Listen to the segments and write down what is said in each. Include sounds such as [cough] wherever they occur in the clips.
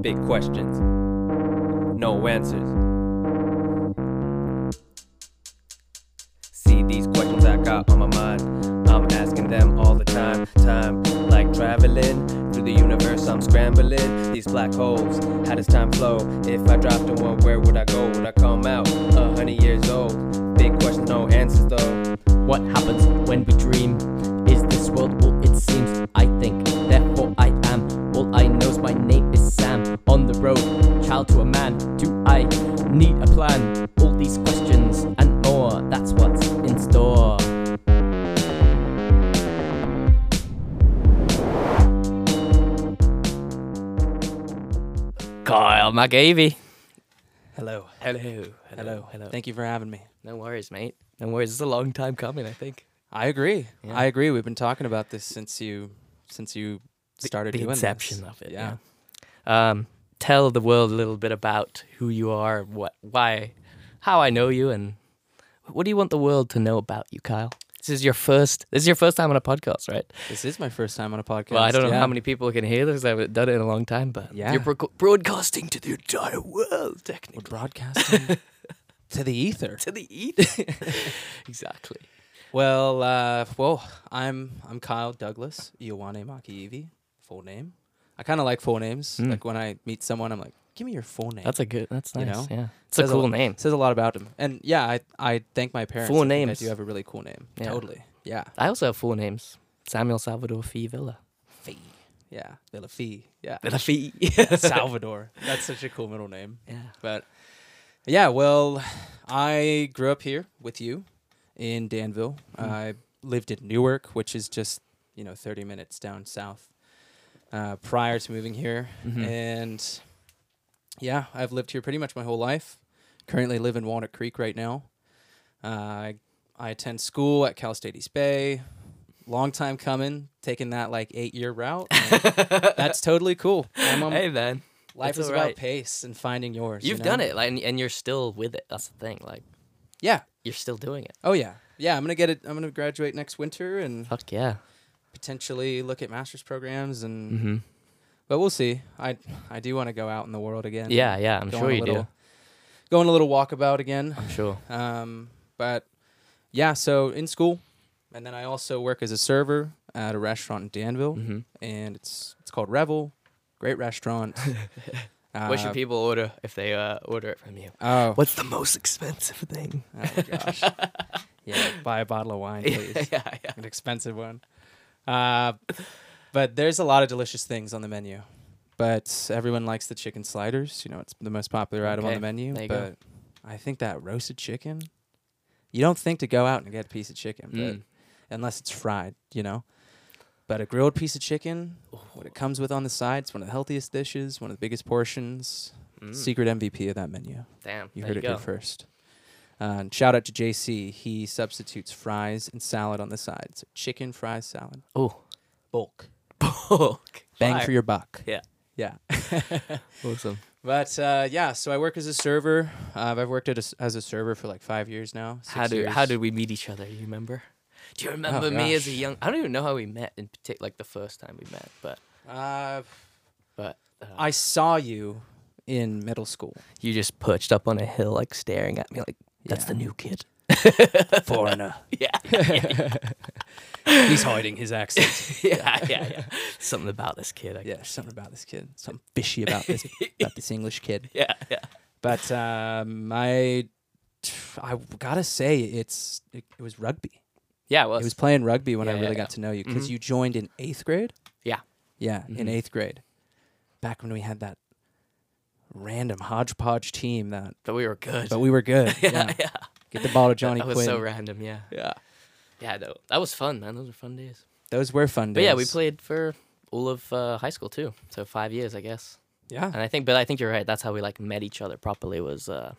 Big questions. No answers. See these questions I got on my mind. I'm asking them all the time. Time like traveling through the universe, I'm scrambling. These black holes, how does time flow? If I dropped in one, where would I go? Would I come out a hundred years old? Big questions, no answers though. What happens when we dream? Is this world all it seems? I think, therefore I am. All I know's my name is Sam. On the road, child to a man. Do I need a plan? All these questions and more, that's what's in store. Kyle McGavy. Hello. Hello. Hello. Hello. Thank you for having me. No worries, mate. No worries. It's a long time coming, I think. I agree. Yeah. I agree. We've been talking about this since you since you started the doing inception this. of it. Yeah. Um, tell the world a little bit about who you are, what, why, how I know you, and what do you want the world to know about you, Kyle? This is your first. This is your first time on a podcast, right? This is my first time on a podcast. Well, I don't know yeah. how many people can hear this. I haven't done it in a long time, but Yeah. you're broco- broadcasting to the entire world, we're technically, broadcasting to the [laughs] ether. to the [laughs] ether. exactly. Well, uh, well, I'm I'm Kyle Douglas Iowane Makiivi, full name. I kind of like full names. Mm. Like when I meet someone, I'm like, give me your full name. That's a good. That's You nice. know? Yeah, it's a Says a cool lot. name. says a lot about him. And yeah, I I thank my parents. Full I think names. I do have a really cool name. Yeah. Totally. Yeah. I also have four names: Samuel Salvador Fee Villa. Fee. Yeah. Little Fee. [laughs] Yeah. Villa [laughs] Fee. [laughs] Salvador. That's such a cool middle name. yeah. But yeah, well, I grew up here with you in Danville. Mm-hmm. I lived in Newark, which is just, you know, 30 minutes down south uh, prior to moving here. Mhm. And yeah, I've lived here pretty much my whole life. Currently live in Walnut Creek right now. Uh, I, I attend school at Cal State East Bay. Long time coming, taking that like eight year route. and [laughs] that's totally cool. I'm on- Hey man, life that's is all about right. pace and finding yours. Um, you You've done know? it, like, and, and you're still with it. That's the thing. Like, Yeah. you're still doing it. Oh yeah. Yeah, I'm gonna get it. I'm gonna graduate next winter and Fuck yeah. potentially look at master's programs and. Mm-hmm. But we'll see. I I do want to go out in the world again. Yeah, yeah. I'm Go sure on a you do. little- Go on a little walkabout again. I'm sure. Um, but yeah, so in school, and then I also work as a server at a restaurant in Danville, Mm-hmm. and it's it's called Revel. Great [laughs] restaurant. uh, what should people order if they uh, order it from you? Oh, What's the most expensive thing? oh my gosh. [laughs] yeah, buy a bottle of wine, [laughs] please. yeah, yeah. an expensive one. Uh, but there's a lot of delicious things on the menu. But everyone likes the chicken sliders. You know, it's the most popular item on Okay, the menu. there you go. But I think that roasted chicken, you don't think to go out and get a piece of chicken, Mm. but unless it's fried, you know. But a grilled piece of chicken, oh, what it comes with on the side, it's one of the healthiest dishes, one of the biggest portions. Mm. Secret MVP of that menu. Damn. You there heard you it go. here first. Uh, and shout out to JC. He substitutes fries and salad on the side. So chicken, fries, salad. Oh, Bulk. [laughs] pork. Bang for your buck. Yeah. Yeah. [laughs] Awesome. But uh, yeah, so I work as a server. Uh, I've worked at a s as a server for like five years now. six How do years. Oh, how did we meet each other? You remember? Do you remember me as a gosh. young? I don't even know how we met in particular, like the first time we met, but Uh, but uh, I saw you in middle school. you just perched up on a hill, like staring at me, like that's the Yeah. [laughs] new kid. Foreigner. [laughs] Yeah, He's hiding his accent. yeah, yeah, yeah. Something about this kid. I yeah, something about this kid. Something fishy about this about this English kid. yeah, yeah. But um, I, I gotta say, it's it, it was rugby. Yeah, it was. It was playing rugby when I Yeah, really yeah, got to know you because Mhm. you joined in eighth grade. Yeah. yeah, in Mhm. eighth grade, back when we had that random hodgepodge [laughs] team that, but we were good. but we were good. yeah, yeah, yeah. get the ball to Johnny That was Quinn. so random. Yeah, yeah, yeah. Though that was fun, man. Those were fun days. those were fun days. But yeah, we played for all of uh, high school too. So five years, I guess. Yeah, And I think, but I think you're right. That's how we like met each other properly. Was uh,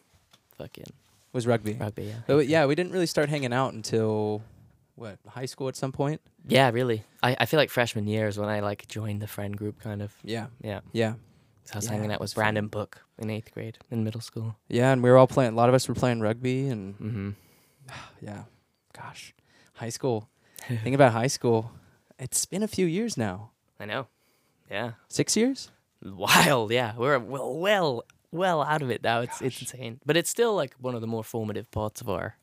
fucking was rugby. rugby. Yeah. But we- yeah, we didn't really start hanging out until what high school at some point. Yeah, really. I, I feel like freshman year is when I like joined the friend group, kind of. Yeah, Yeah. yeah, So I was Yeah, hanging out with fun. Brandon Book in eighth grade in middle school. yeah, and we were all playing. A lot of us were playing rugby and. Mm-hmm. Yeah. Gosh. High [laughs] school. Think about high school. It's been a few years now. I know. Yeah. Six years? wild. Yeah, we're well, well, well out of it now. It's it's insane, but it's still like one of the more formative parts of our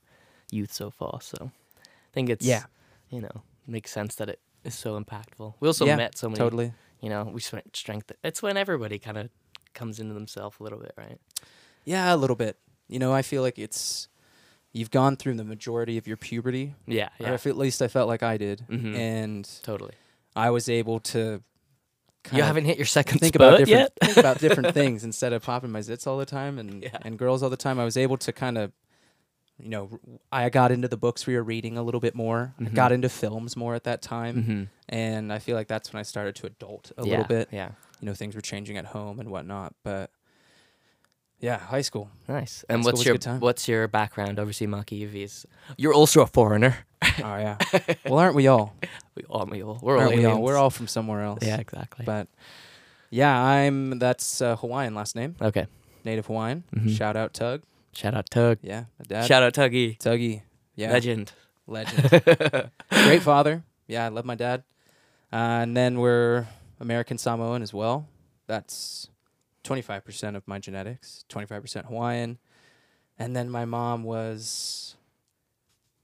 youth so far. So I think it's Yeah. you know, makes sense that it is so impactful. We also Yeah, met so many. Totally. You know, we spent strength. It's when everybody kind of comes into themselves a little bit, right? Yeah, a little bit. You know, I feel like it's you've gone through the majority of your puberty, Yeah, or yeah, if at least I felt like I did, Mhm. and totally. I was able [laughs] to. Kind You of haven't hit your second think spurt about different yet. think about [laughs] different things instead of popping my zits all the time and Yeah. and girls all the time. I was able to kind of, you know, r- I got into the books we were reading a little bit more. I got into films more at that time, Mhm. and I feel like that's when I started to adult Mm-hmm. a Yeah, little bit. Yeah, You know, things were changing at home and whatnot, but. Yeah, high [laughs] school. nice. And That's what's always a your good time. what's your background? Obviously, Maki is you're also a foreigner. Oh yeah. well, aren't we all? We aren't we all? [laughs] We're all Aren't we all? aliens. We're all from somewhere else. yeah, exactly. But yeah, I'm. That's uh, Hawaiian last name, okay, native Hawaiian. Mhm. Shout out Tug. shout out Tug. Yeah, my dad. Shout out Tuggy, Tuggy. Yeah. legend. Legend. [laughs] Great father. Yeah, I love my dad. Uh, and then we're American Samoan as well. That's 25% of my genetics, 25% Hawaiian. And then my mom was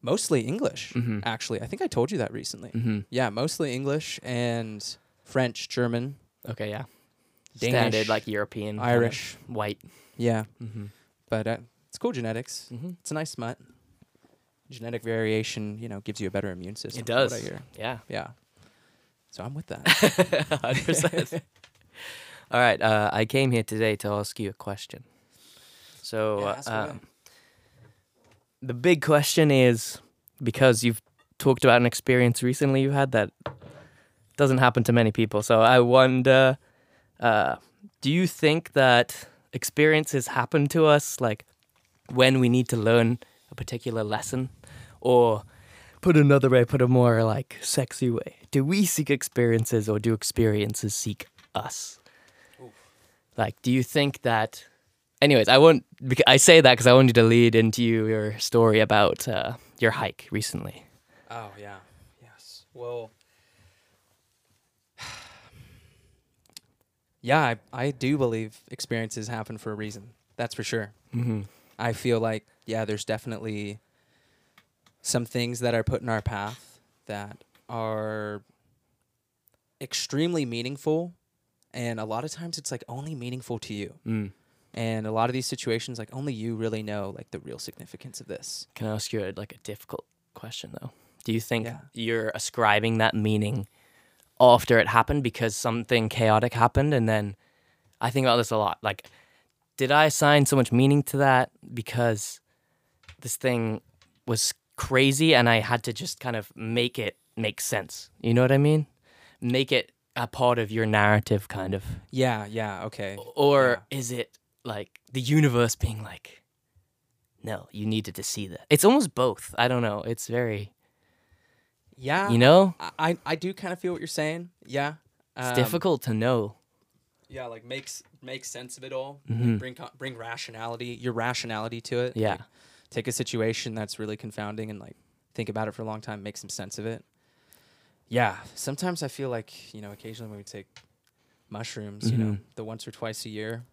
mostly English, Mhm. actually. I think I told you that recently. hmm Yeah, mostly English and French, German, Okay, yeah. Danish, Standard like European, kind of Irish. white. Yeah, Mm-hmm. but uh, it's cool genetics. Mm-hmm. It's a nice mutt. Genetic variation, you know, gives you a better immune system. It from what I does. hear. Yeah, [laughs] Yeah. So I'm with that. hundred [laughs] percent. All right, uh, I came here today to ask you a question. So Yeah, ask uh, away. the big question is because you've talked about an experience recently you had that doesn't happen to many people. So I wonder, uh, do you think that experiences happen to us like when we need to learn a particular lesson, or put another way, put a more like sexy way? Do we seek experiences, or do experiences seek us? Like, do you think that? Anyways, I won't. bec- I say that because I wanted to lead into your story about uh, your hike recently. [laughs] oh yeah. Yes. Well. yeah, I, I do believe experiences happen for a reason. That's for sure. Mm-hmm. I feel like yeah, there's definitely some things that are put in our path that are extremely meaningful and a lot of times it's like only meaningful to you. Mm. And a lot of these situations like only you really know like the real significance of this. Can I ask you a, like a difficult question though? Do you think Yeah. you're ascribing that meaning after it happened because something chaotic happened and then I think about this a lot. Like did I assign so much meaning to that because this thing was crazy and I had to just kind of make it make sense. You know what I mean? Make it a part of your narrative kind of Yeah, yeah, okay. or is it like the universe being like no you needed to see that it's almost both i don't know it's very Yeah. you know I- I, I do kind of feel what you're saying. Yeah. it's Um, difficult to know Yeah, like makes make sense of it all. Mhm. Bring co- bring rationality, your rationality to it. Yeah. Like, take a situation that's really confounding and like think about it for a long time, make some sense of it. Yeah. Sometimes I feel like, you know, occasionally when we take mushrooms, you know, Mm-hmm. the once or twice a year,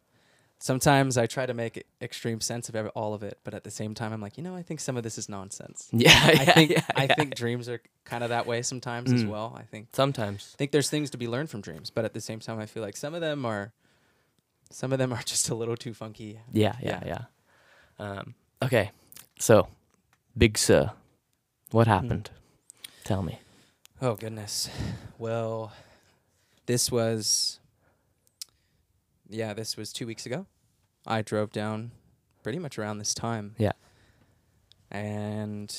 sometimes I try to make e- extreme sense of every, all of it, but at the same time I'm like, you know, I think some of this is nonsense. [laughs] yeah I think I think dreams are kind of that way sometimes as Mm. well. I think sometimes think there's things to be learned from dreams, but at the same time, I feel like some of them are, some of them are [laughs] just a little too funky. yeah yeah yeah, Um, okay so big sir what happened tell me Oh goodness. Well, this was, yeah, this was two weeks ago. I drove down, pretty much around this time. Yeah. And,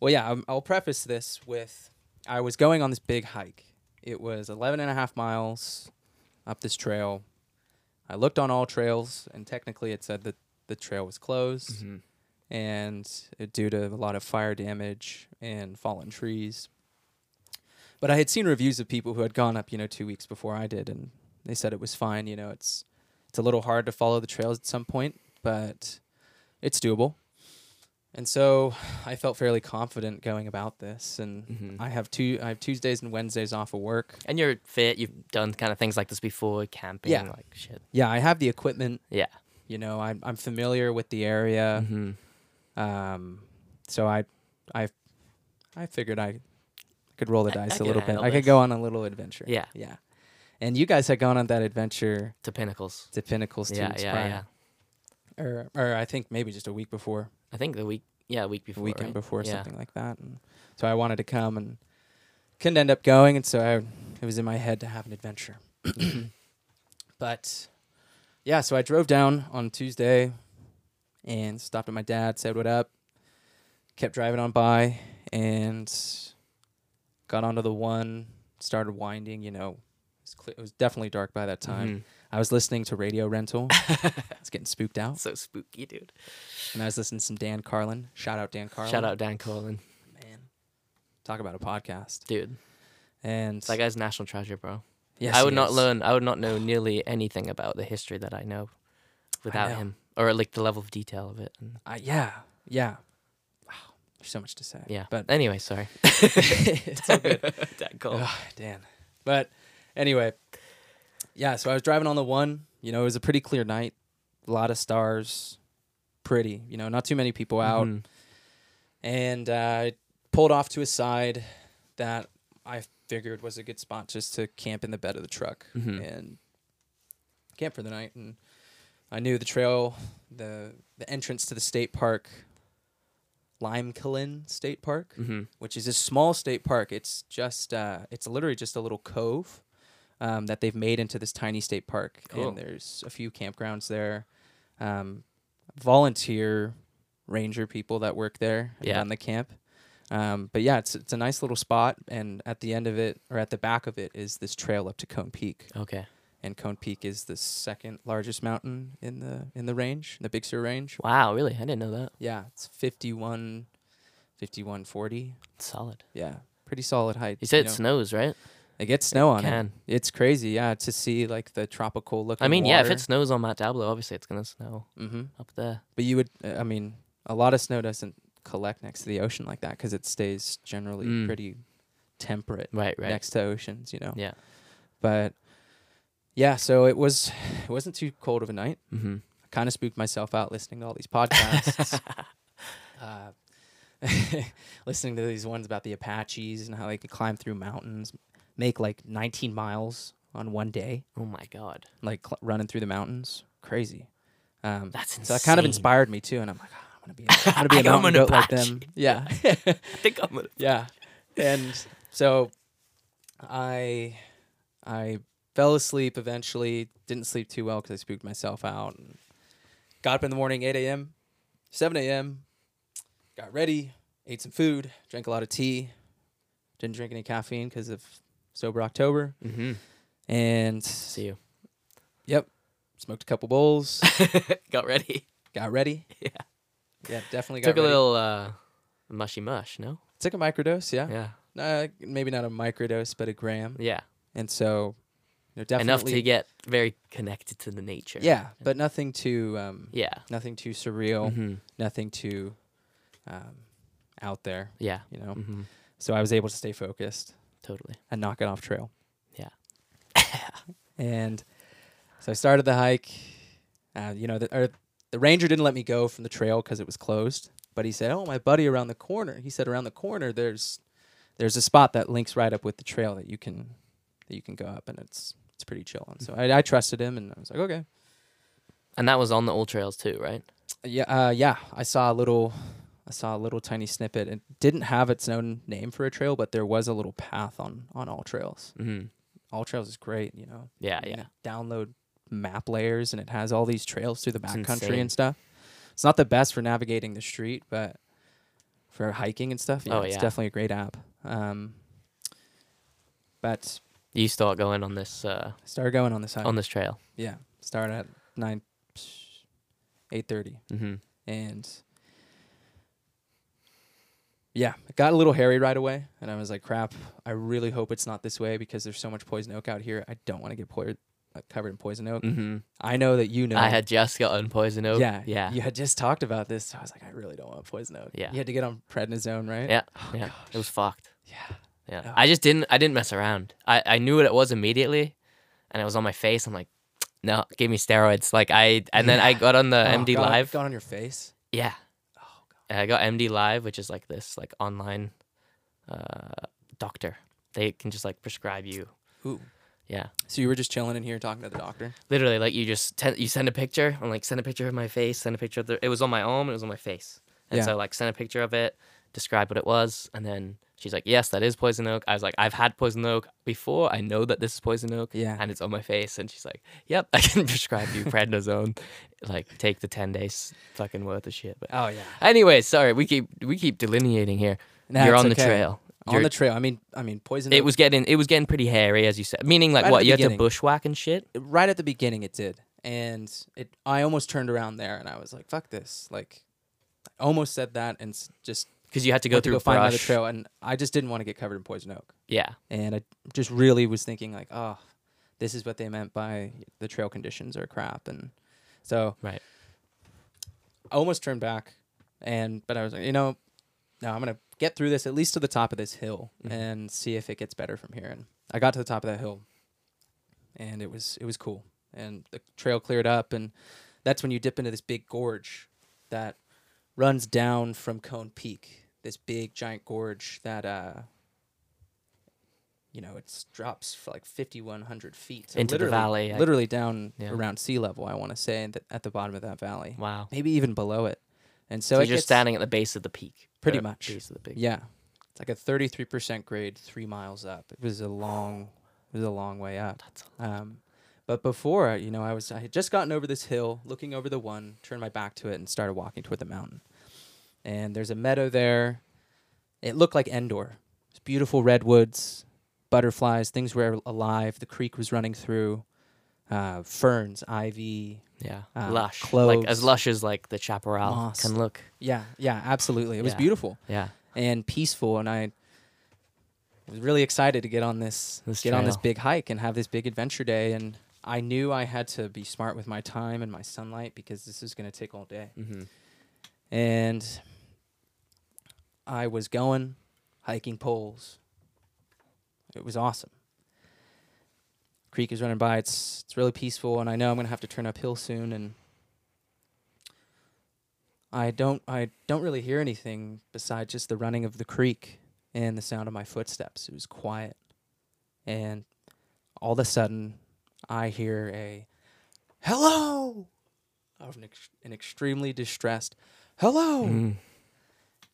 well, yeah, i I'll preface this with, I was going on this big hike. It was 11 and a half miles up this trail. I looked on all trails, and technically it said that the trail was closed and uh, due to a lot of fire damage and fallen trees. But I had seen reviews of people who had gone up, you know, two weeks before I did, and they said it was fine. You know, it's it's a little hard to follow the trails at some point, but it's doable. And so [sighs] I felt fairly confident going about this. And Mhm. I have two I have Tuesdays and Wednesdays off of work. And you're fit. You've done kind of things like this before, camping, Yeah. like shit. Yeah, I have the equipment. Yeah. You know, I'm I'm familiar with the area. hmm Um, so I, I, I figured I could roll the I- I dice a could little bit. handle I could this. go on a little adventure. Yeah. yeah. And you guys had gone on that adventure To pinnacles. to Pinnacles two yeah, weeks yeah, prior, yeah. or or I think maybe just a week before, I think the week, yeah, week a before. weekend right? before, yeah. something like that. And so I wanted to come and couldn't end up going, and so I, it was in my head to have an adventure. [coughs] but yeah, so I drove down on Tuesday and stopped at my dad, said what up, kept driving on by, and got onto the one, started winding. You know, it was, cle it was definitely dark by that time. Mhm. I was listening to [laughs] Radio Rental. It's getting spooked out, So spooky, dude. and I was listening to some Dan Carlin. Shout out Dan Carlin. Shout out Dan Carlin, man. Talk about a podcast. dude. And That guy's national treasure, bro. yes, I he would not is. learn. I would not know nearly anything about the history that I know without know. him, or like the level of detail of it. And I, yeah, yeah. Wow, there's so much to say. yeah. [laughs] but [laughs] anyway, sorry. Oh, it's all good. [laughs] Dan Carlin. Ugh, Dan. But anyway, yeah. So I was driving on the one. You know, it was a pretty clear night. A lot of stars. Pretty. You know, not too many people out. Mhm. and uh, pulled off to a side that I figured was a good spot just to camp in the bed of the truck Mhm. and camp for the night. And I knew the trail, the the entrance to the state park, Limekillen State Park, Mhm. which is a small state park. It's just uh, it's literally just a little cove. Um, that they've made into this tiny state park, Cool. and there's a few campgrounds there. Um, volunteer ranger people that work there and Yeah. run the camp. Um, but yeah, it's it's a nice little spot, and at the end of it, or at the back of it, is this trail up to Cone Peak, Okay. and Cone Peak is the second largest mountain in the in the range, the Big Sur Range. Wow, really? I didn't know that. Yeah, it's 51, 5140. Solid. Yeah, pretty solid height. You said it know. snows, right? it gets snow on it. Can. It's crazy, yeah, to see like the tropical looking. I mean, yeah, if it snows on Mount Diablo, obviously it's gonna snow hmm up there. But you would, uh, I mean, a lot of snow doesn't collect next to the ocean like that because it stays generally Mm. pretty temperate Right, right. next to oceans, you know. Yeah. But yeah, so it was it wasn't too cold of a night. Mm-hmm. I kind of spooked myself out listening to all [laughs] these podcasts, uh, [laughs] listening to these ones about the Apaches and how they could climb through mountains, make like 19 miles on one day, Oh my god, like cl- running through the mountains. Crazy. Um, that's insane. so that kind of inspired me too, and I'm like, "Ah, I'm gonna be, I'm [laughs] gonna be a I'm mountain an goat like Apache." them. Yeah, [laughs] I think I'm gonna. yeah. And so, I, I fell asleep eventually. Didn't sleep too well because I spooked myself out. And got up in the morning, 8 a.m., 7 a.m. Got ready, ate some food, drank a lot of tea. Didn't drink any caffeine because of sober October, Mm-hmm. and See you. yep, smoked a couple [laughs] bowls. Got ready. got ready. Yeah. Yeah, definitely got Took a ready. little uh, mushy mush. No. Took a microdose, yeah. Yeah. Uh, maybe not a microdose, but a gram. Yeah. And so, you know, definitely Enough to get very connected to the nature. Yeah, but nothing too, um, Yeah. nothing too surreal, Mm-hmm. nothing too um, out there. Yeah. You know, Mm-hmm. so I was able to stay focused Totally. and knock it off trail. Yeah. [coughs] and so I started the hike. Uh, you know, the, or the ranger didn't let me go from the trail because it was closed. But he said, "Oh, my buddy around the corner." He said, "Around the corner, there's there's a spot that links right up with the trail that you can that you can go up, and it's it's pretty chillin'." So I, I trusted him, and I was like, "Okay, And that was on the All Trails too, right? yeah, uh, yeah." I saw a little I saw a little tiny snippet. It didn't have its own name for a trail, but there was a little path on on all trails. Mm-hmm. All trails is great, you know. Yeah. you Yeah. know, download map layers and it has all these trails through the It's backcountry insane. and stuff. It's not the best for navigating the street, but for hiking and stuff, yeah, Oh, it's yeah. definitely a great app. Um, but You start going on this uh, I started going on this hike. on this trail. yeah, started at nine, eight thirty, Mm-hmm. and yeah, it got a little hairy right away, and I was like, "Crap! I really hope it's not this way because there's so much poison oak out here. I don't want to get po- like covered in poison oak. Mm-hmm. I know that you know. I had just gotten poison oak. Yeah, yeah, You had just talked about this. So I was like, I really don't want poison oak. Yeah. You had to get on prednisone, right? yeah. yeah. It was fucked. Oh, Yeah. Yeah. Oh. I just didn't. I didn't mess around. I I knew what it was immediately, and it was on my face. I'm like, no, give me steroids. Like I and [laughs] then I got on the Oh, MD got on- uh, live. Got on your face. Yeah. Oh, And I got MD Live, which is like this like online uh, doctor. They can just like prescribe you. Ooh. Yeah, So you were just chilling in here talking to the doctor. literally like you just ten- you send a picture. I'm like send a picture of my face, send a picture of the. It was on my arm, it was on my face, and Yeah. so like send a picture of it, describe what it was, and then she's like, yes, that is poison oak. I was like, I've had poison oak before. I know that this is poison oak. Yeah. and it's on my face, and she's like, yep, [laughs] I can prescribe you prednisone. like take the ten days fucking worth of shit. But Oh yeah. Anyway, sorry, we keep we keep delineating here. Nah, You're it's on the okay. trail. on You're- the trail. I mean, I mean, poison. It oak- was getting it was getting pretty hairy, as you said. Meaning like Right at what the you had beginning. to bushwhack and shit. right at the beginning. It did, and it. I almost turned around there, and I was like, "Fuck this!" Like, I almost said that, and s- just Because you had to go went through to go find another brush. trail, and I just didn't want to get covered in poison oak, Yeah, and I just really was thinking like, "Oh, this is what they meant by the trail conditions are crap," and so Right. I almost turned back, and but I was like, you know, no, I'm gonna get through this at least to the top of this hill Mhm. and see if it gets better from here. And I got to the top of that hill, and it was it was cool, and the trail cleared up, and that's when you dip into this big gorge that runs down from Cone Peak. This big giant gorge that uh, you know, it drops for like 5,100 feet So Into the literally- valley, I- literally down Yeah. around sea level. I want to say and th- at the bottom of that valley wow. maybe even below it. And so, So, it you're just gets- standing at the base of the peak. Pretty the much. Base of the peak. Yeah, it's like a thirty-three percent grade, three miles up. It was a long, it was a long way up. That's a- Um, but before, you know, I was I had just gotten over this hill, looking over the one, turned my back to it, and started walking toward the mountain. And there's a meadow there. It looked like Endor. It's beautiful redwoods, butterflies, things were alive. The creek was running through, uh, ferns, ivy. yeah. Uh, lush. Like cloves. as lush as like the chaparral Moss. can look. Yeah, yeah, absolutely. It was Yeah. beautiful. Yeah. and peaceful and I was really excited to get on this, This get on this trail. big hike and have this big adventure day and I knew I had to be smart with my time and my sunlight because this is going to take all day. Mm-hmm. And I was going hiking poles. It was awesome. Creek is running by. It's it's really peaceful and I know I'm going to have to turn uphill soon and I don't I don't really hear anything besides just the running of the creek and the sound of my footsteps. It was quiet. And all of a sudden I hear a hello of an, ex- an extremely distressed hello Mm-hmm.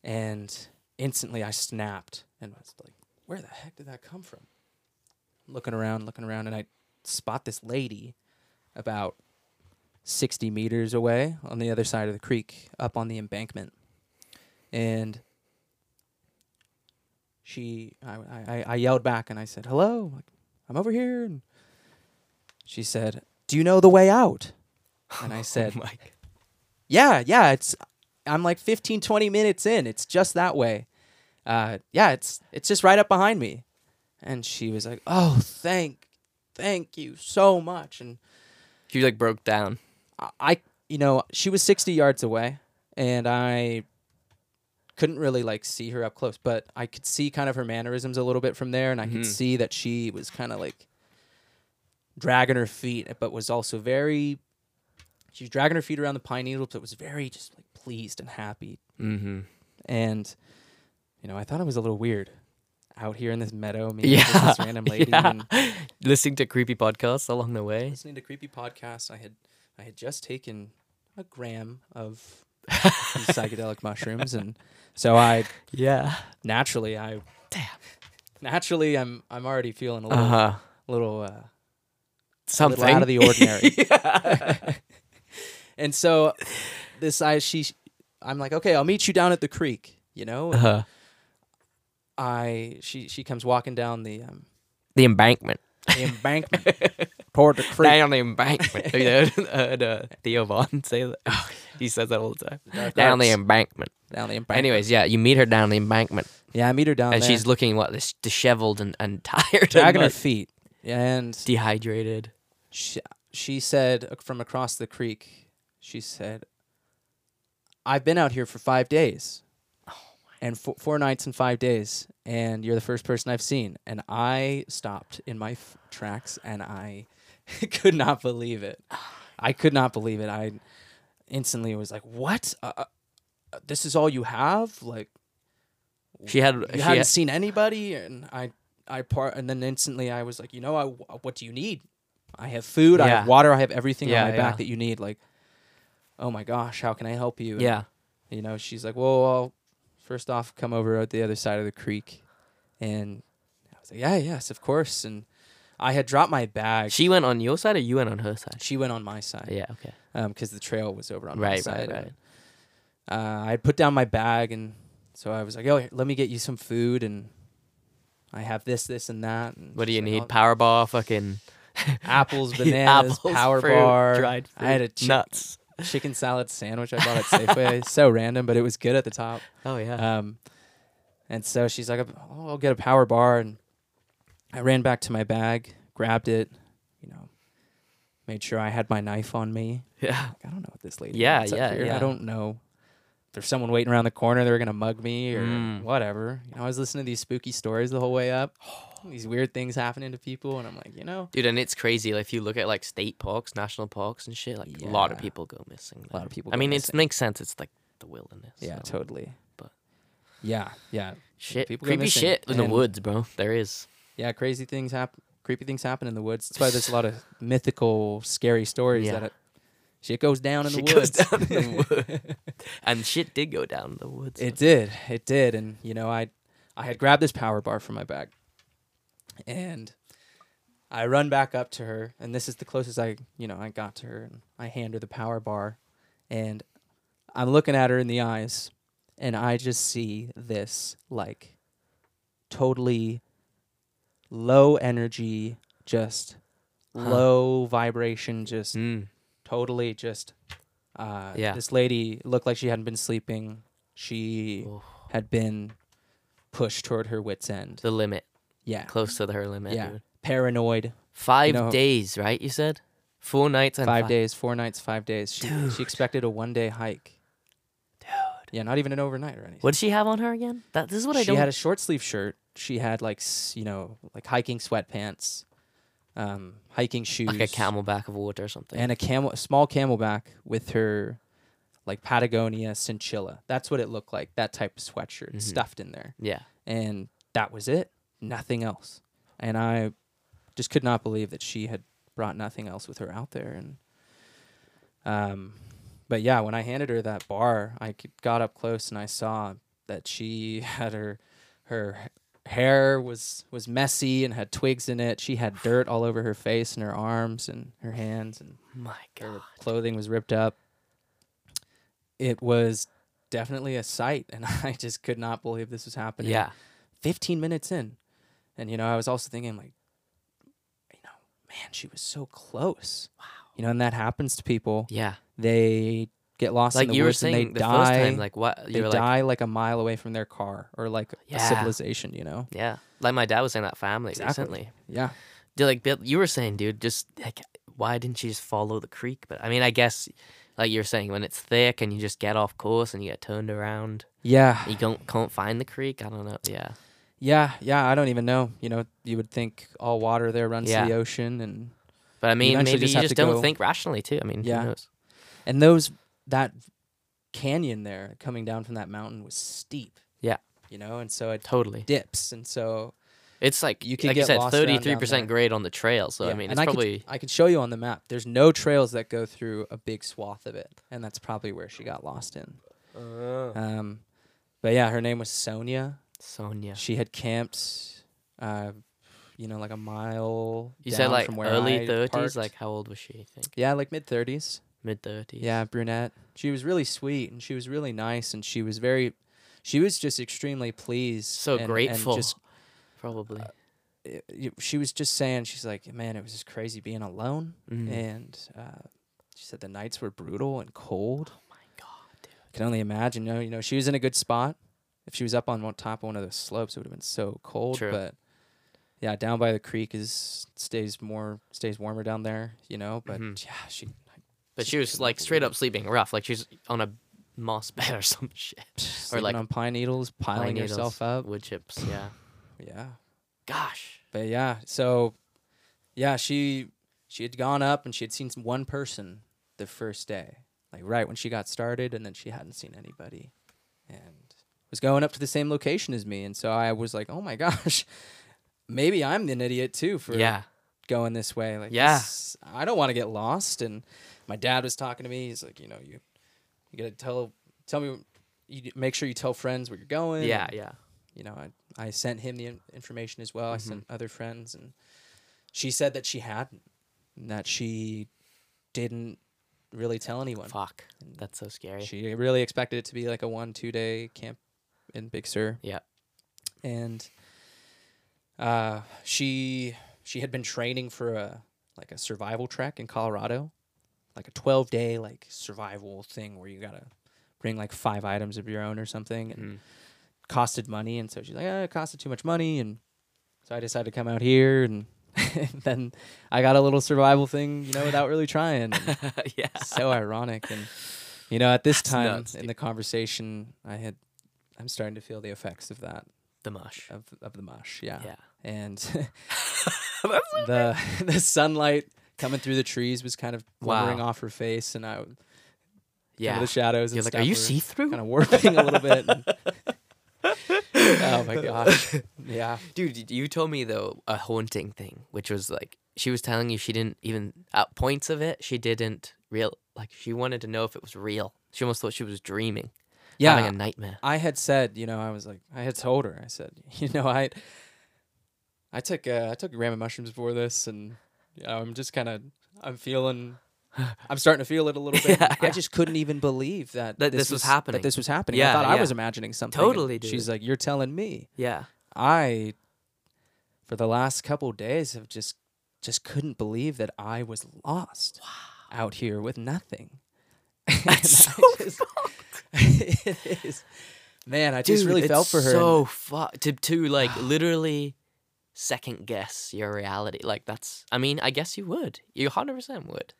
and instantly I snapped and was like, "Where the heck did that come from?" Looking around, looking around, and I spot this lady about sixty meters away on the other side of the creek, up on the embankment, and she, I, I, I yelled back and I said, "Hello, like, I'm over here," and she said, "Do you know the way out?" And I said, Mike. yeah yeah it's i'm like 15 20 minutes in it's just that way uh yeah it's it's just right up behind me and she was like oh thank thank you so much and She like broke down. I- I, you know, she was 60 yards away and I couldn't really like see her up close, but I could see kind of her mannerisms a little bit from there and I Mhm. could see that she was kind of like dragging her feet, but was also very, she was dragging her feet around the pine needles, but was very just like pleased and happy. Mm-hmm. And, you know, I thought it was a little weird out here in this meadow, me Yeah. [laughs] this random lady Yeah. and Listening to creepy podcasts along the way. listening to creepy podcasts. I had I had just taken a gram [laughs] of these psychedelic mushrooms, and so I Yeah. naturally I Damn. naturally I'm I'm already feeling a little Uh huh. little uh, a Something little out of [laughs] the ordinary. [laughs] and so this I she I'm like okay I'll meet you down at the creek you know Uh huh. I she she comes walking down the um, The embankment. the embankment [laughs] toward the creek Down the [laughs] embankment. Have you [laughs] heard, heard, uh, Theo Vaughn say that? he says that all the time. Down the arts. embankment. down the embankment Anyways, yeah, you meet her down the embankment, yeah I meet her down and there she's looking what dis- disheveled and, and [laughs] tired, and, dragging her like, feet and dehydrated. She, she said ac- from across the creek, she said, I've been out here for five days Oh and four, four nights and five days, and you're the first person I've seen. And I stopped in my f- tracks and I [laughs] could not believe it. Ah. I could not believe it. I instantly was like, What? Uh, uh, uh, this is all you have? Like, She had. you she hadn't had- seen anybody and i i part and then instantly i was like you know i what do you need i have food i Yeah. have water i have everything Yeah, on my yeah. back that you need like oh my gosh how can i help you And, yeah. you know she's like well, well first off come over at the other side of the creek and i was like yeah yes of course and i had dropped my bag She went on your side, or you went on her side. she went on my side Yeah. Okay. because the trail was over on my Right, side. right, right. Uh, I had put down my bag, and so I was like, "Oh, here, let me get you some food." And I have this, this, and that. And What do she's you like, need? "Oh, Power bar, fucking [laughs] apples, bananas, apples, power fruit, bar. dried I had a fruit, chi- [laughs] nuts. chicken salad sandwich [laughs] I bought at Safeway. so random, but it was good at the top. Oh yeah. Um, and so she's like, oh, I'll get a power bar. And I ran back to my bag, grabbed it, you know, made sure I had my knife on me. yeah. Like, I don't know what this lady Yeah, wants up yeah, here. yeah. I don't know. If There's someone waiting around the corner. They're gonna mug me or Mm. whatever. You know, I was listening to these spooky stories the whole [sighs] way up. These weird things happening to people, and I'm like, you know, Dude, and it's crazy. Like, if you look at like state parks, national parks, and shit, like a lot of Yeah. people go missing. lot of there. people I go mean, it missing. makes sense. It's like the wilderness. yeah, so. totally. but- yeah, yeah, Shit, People go creepy missing, shit in the and- woods, bro. There is. yeah, crazy things happen. Creepy things happen in the woods. That's why there's a lot of mythical, scary stories Yeah. that it, shit goes down [laughs] in shit the goes woods. down [laughs] in the woods, and shit did go down in the woods. It did. It did. And you know, I I had grabbed this power bar from my bag. And I run back up to her and this is the closest I, you know, I got to her and I hand her the power bar and I'm looking at her in the eyes and I just see this like totally low energy just low vibration just Mm. totally just uh Yeah. this lady looked like she hadn't been sleeping she Oof. had been pushed toward her wits end The limit, yeah close to the her limit. yeah dude. paranoid Five know- days, right? You said four nights and five days four nights five days she, she expected a one day hike dude yeah not even an overnight or anything What did she have on her again? That this is what I she don't. had a short sleeve shirt she had like s- you know like hiking sweatpants um hiking shoes like a camelback of water or something. and a camel a small camelback with her like Patagonia chinchilla. That's what it looked like. That type of sweatshirt Mhm. stuffed in there. yeah, And that was it. Nothing else. And I just could not believe that she had brought nothing else with her out there and um but yeah, when I handed her that bar, I c- got up close and I saw that she [laughs] had her her hair was was messy and had twigs in it. She had dirt all over her face and her arms and her hands and my her god. clothing was ripped up. It was definitely a sight, and [laughs] I just could not believe this was happening. Yeah, 15 minutes in. And, you know, I was also thinking, like, you know, man, she was so close. Wow. You know, and that happens to people. yeah. They get lost Like in the you were woods and they saying the die. first time, like what they you were like, die like a mile away from their car or like Yeah. a civilization, you know? yeah. Like my dad was saying that family Exactly. recently. Yeah. Dude, like Bill, you were saying, dude, just like why didn't you just follow the creek? But I mean, I guess like you're saying when it's thick and you just get off course and you get turned around, Yeah. you don't can't find the creek. I don't know. Yeah, Yeah. Yeah. I don't even know. You know, you would think all water there runs Yeah. to the ocean and but I mean, eventually maybe just you have just to don't go- think rationally too. I mean, Yeah. who knows? And those that canyon there coming down from that mountain was steep. Yeah. You know, and so it Totally. dips and so It's like You can like you get said, lost around down thirty-three percent there. grade on the trail. So I yeah. mean, and it's I probably could, I could show you on the map. There's no trails that go through a big swath of it, and that's probably where she got lost in. Uh, Um but yeah, her name was Sonia. Sonia. She had camped uh you know, like a mile. You said down like from where early I thirties. parked. Like how old was she? You think yeah, like mid thirties. mid thirties. Yeah, brunette. She was really sweet and she was really nice and she was very she was just extremely pleased. So and- and grateful. just- probably. it- it- she was just saying she's like, man, it was just crazy being alone. Mhm. And uh, she said the nights were brutal and cold. Oh my god, dude. Can only imagine. You know, you know, she was in a good spot. If she was up on one top of one of those slopes, it would have been so cold. True. But yeah, down by the creek is stays more stays warmer down there, you know. But Mhm. yeah, she But she was like straight up sleeping rough, like she's on a moss [laughs] bed or some shit. or like like on pine needles, piling Pine herself needles, up. Wood chips, yeah. Yeah, Gosh. but yeah, so yeah, she she had gone up and she had seen some- one person the first day, like right when she got started, and then she hadn't seen anybody, and was going up to the same location as me, and so I was like, oh my [laughs] gosh, maybe I'm an idiot too for Yeah. going this way. Like, Yeah. this- I don't want to get lost. And my dad was talking to me. He's like, you know, you, you gotta tell, tell me, you d- make sure you tell friends where you're going. Yeah, And, yeah. You know, I, I sent him the in- information as well. I sent other friends, and she said that she hadn't, and that she didn't really tell anyone. Fuck. That's so scary. She really expected it to be like a one, two day camp in Big Sur yeah. and uh, she she had been training for a like a survival trek in Colorado, like a twelve day like survival thing where you gotta bring like five items of your own or something, and Mm. costed money. And so she's like, "Ah, it costed too much money, and so I decided to come out here, and, [laughs] and then I got a little survival thing, you know, without really trying. and- [laughs] yeah. so ironic and you know at this That's time nuts, in the conversation i had i'm starting to feel the effects of that The mush. of of the mush yeah, Yeah. [laughs] and [laughs] the [laughs] the sunlight coming through the trees was kind of glimmering Wow. off her face and i w- Yeah. kind of the shadows and You're like, are you see through? kind of warping a little bit and- oh my gosh yeah Dude, you told me though a haunting thing, which was like she was telling you she didn't even at points of it she didn't real like she wanted to know if it was real. She almost thought she was dreaming, yeah having a nightmare. I had said, you know, I was like, I had told her, I said, [laughs] you know, I, I took, uh, I took a gram of mushrooms before this, and you know, I'm just kind of, I'm [laughs] feeling, I'm starting to feel it a little bit. Yeah, I just couldn't even believe that That this was happening. That this was happening. I Yeah, thought I yeah. was imagining something. and Totally, dude. She's like, you're telling me, Yeah, [laughs] I, for the last couple days, have just, just couldn't believe that I was lost out here with nothing. [laughs] [laughs] That's [laughs] it is. Man, I just really felt for her. and- So fuck to to [sighs] like literally second guess your reality. Like that's I mean I guess you would. You hundred percent would.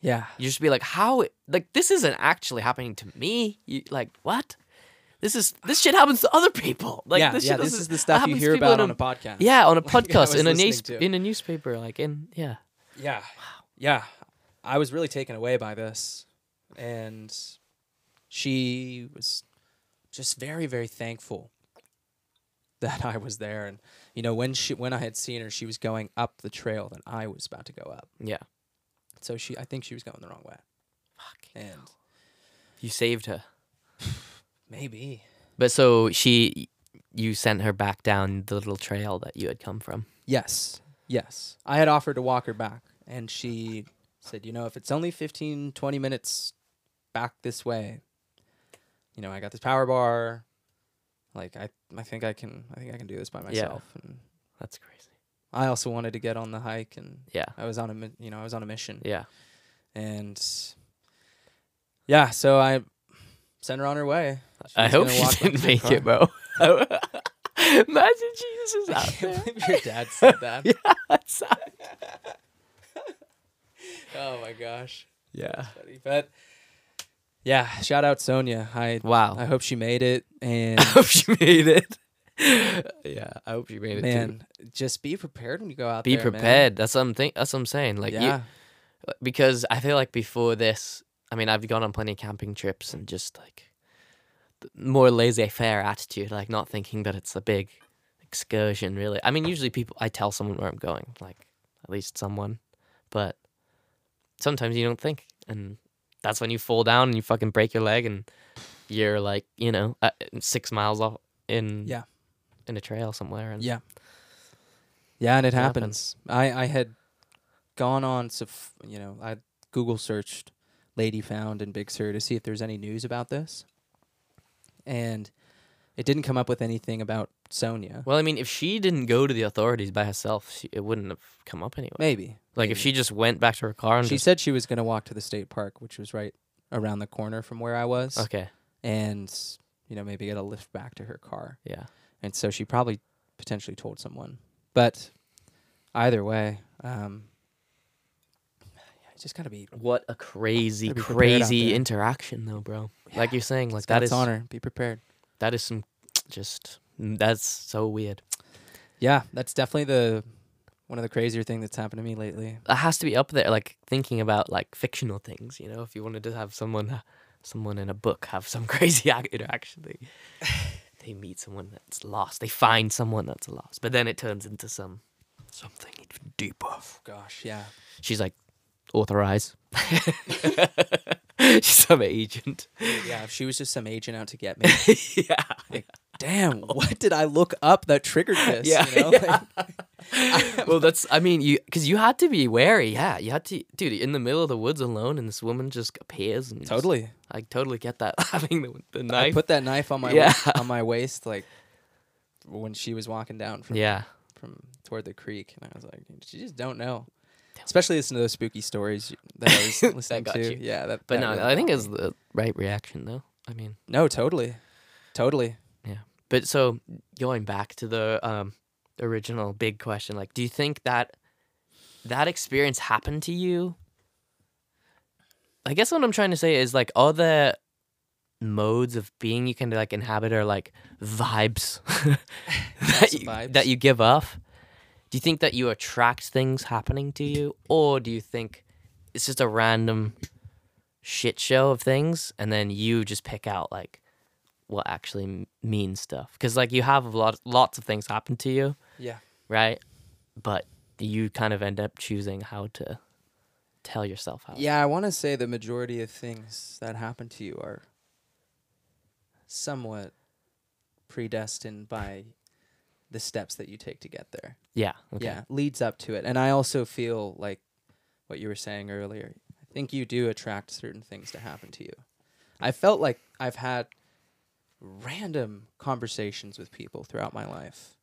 yeah. You just be like how it, like this isn't actually happening to me. You like what? This is this shit happens to other people. [laughs] Like yeah, this shit yeah, this doesn't- is the it stuff you happens to hear people about in on a podcast. Yeah, on a [laughs] Like, I was podcast in a listening news to. in a newspaper, like in yeah. Yeah. Yeah. I was really taken away by this. And she was just very, very thankful that I was there. And you know, when she when I had seen her, she was going up the trail that I was about to go up. Yeah. So she I think she was going the wrong way. And You saved her. maybe. But so she you sent her back down the little trail that you had come from. Yes. Yes. I had offered to walk her back and she said, "You know, if it's only 15 20 minutes back this way, you know, I got this power bar. Like I I think I can I think I can do this by myself." And That's crazy. I also wanted to get on the hike and Yeah. I was on a mi- you know, I was on a mission. Yeah. And yeah, so I sent her on her way. She I was hope gonna she walk back to didn't the make car. it, bro. [laughs] Imagine Jesus is [laughs] I out can't there. believe your dad [laughs] said that. That's- [laughs] Oh my gosh. yeah. Buddy, But yeah, shout out Sonia. I Wow. I hope she made it and [laughs] I hope she made it. yeah, I hope she made it too. man, just be prepared when you go out Be there. man. prepared. That's something. That's what I'm saying. Like, you, yeah. because I feel like before this, I mean, I've gone on plenty of camping trips and just like th- more laissez faire attitude, like not thinking that it's a big excursion, really. I mean, usually people, I tell someone where I'm going, like at least someone, but sometimes you don't think. And that's when you fall down and you fucking break your leg and you're like, you know, uh, six miles off in Yeah. in a trail somewhere. And Yeah. Yeah, and It it happens. happens. I I had gone on to f- you know I Google searched Lady Found and Big Sur to see if there's any news about this, and it didn't come up with anything about Sonia. Well, I mean, if she didn't go to the authorities by herself, she, it wouldn't have come up anyway. Maybe Like if maybe. she just went back to her car and she just, said she was going to walk to the state park, which was right around the corner from where I was. okay, and you know maybe get a lift back to her car yeah, and so she probably potentially told someone but Either way, um, yeah, it's just gotta be What a crazy, Gotta be prepared out crazy there. interaction, though, bro. Like Yeah. you're saying, like it's got that its is honor. Be prepared. that is some just mm, that's so weird. Yeah, that's definitely the one of the crazier thing that's happened to me lately. That has to be up there. Like thinking about like fictional things, you know. If you wanted to have someone, uh, someone in a book have some [laughs] crazy ac- interaction, [sighs] they they meet someone that's lost. They find someone that's lost, but then it turns into some something even deeper. Oh, Gosh, yeah. She's like, authorize. [laughs] She's some agent. Yeah, if she was just some agent out to [laughs] get me. [laughs] yeah. Damn, what did I look up that triggered [laughs] this? Yeah, you know? Like, well, that's. I mean, you because you had to be wary. Yeah, you had to, dude. In the middle of the woods alone, and this woman just appears. And just- totally. I totally get that. [laughs] Having the, the I knife. put that knife on my Yeah. [laughs] on my waist like when she was walking down from yeah, from toward the creek, and I was like, you just don't know. Especially listening to those spooky stories you- that I [laughs] was listening got to. you. Yeah, that. but that no, really I think got it's me. the right reaction though. I mean, no, totally, totally. but so going back to the um original big question, like, do you think that that experience happened to you? I guess what I'm trying to say is like, are there modes of being you can like inhabit or like vibes [laughs] that, Lots you, of vibes. that you give off? Do you think that you attract things happening to you, or do you think it's just a random shit show of things, and then you just pick out like what actually m- means stuff? Because like you have a lot, lots of things happen to you, Yeah. right? But you kind of end up choosing how to tell yourself how. Yeah, I want to say the majority of things that happen to you are somewhat predestined by the steps that you take to get there. Yeah. Okay. Yeah, leads up to it. And I also feel like what you were saying earlier. I think you do attract certain things to happen to you. I felt like I've had random conversations with people throughout my life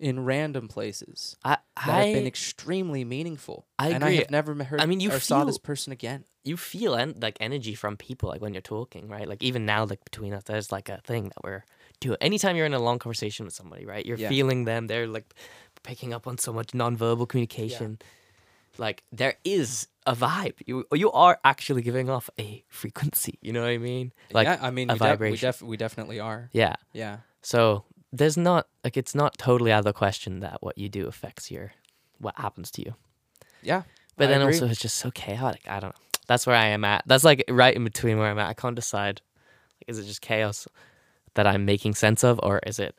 in random places I, that have been I, extremely meaningful. I and I agree. have never me- heard I mean, you or saw feel- this person again. you feel en- like energy from people like when you're talking, right? Like even now, like between us, there's like a thing that we're doing. Anytime you're in a long conversation with somebody, right? You're Yeah. feeling them. They're like picking up on so much nonverbal communication. Like there is a vibe. You you are actually giving off a frequency. You know what I mean? Like yeah, I mean, a we, def- we, vibration. def- we definitely are. yeah. Yeah. So there's not like it's not totally out of the question that what you do affects your what happens to you. Yeah. But I then agree. also it's just so chaotic. I don't know. That's where I am at. That's like right in between where I'm at. I can't decide. Like, is it just chaos that I'm making sense of, or is it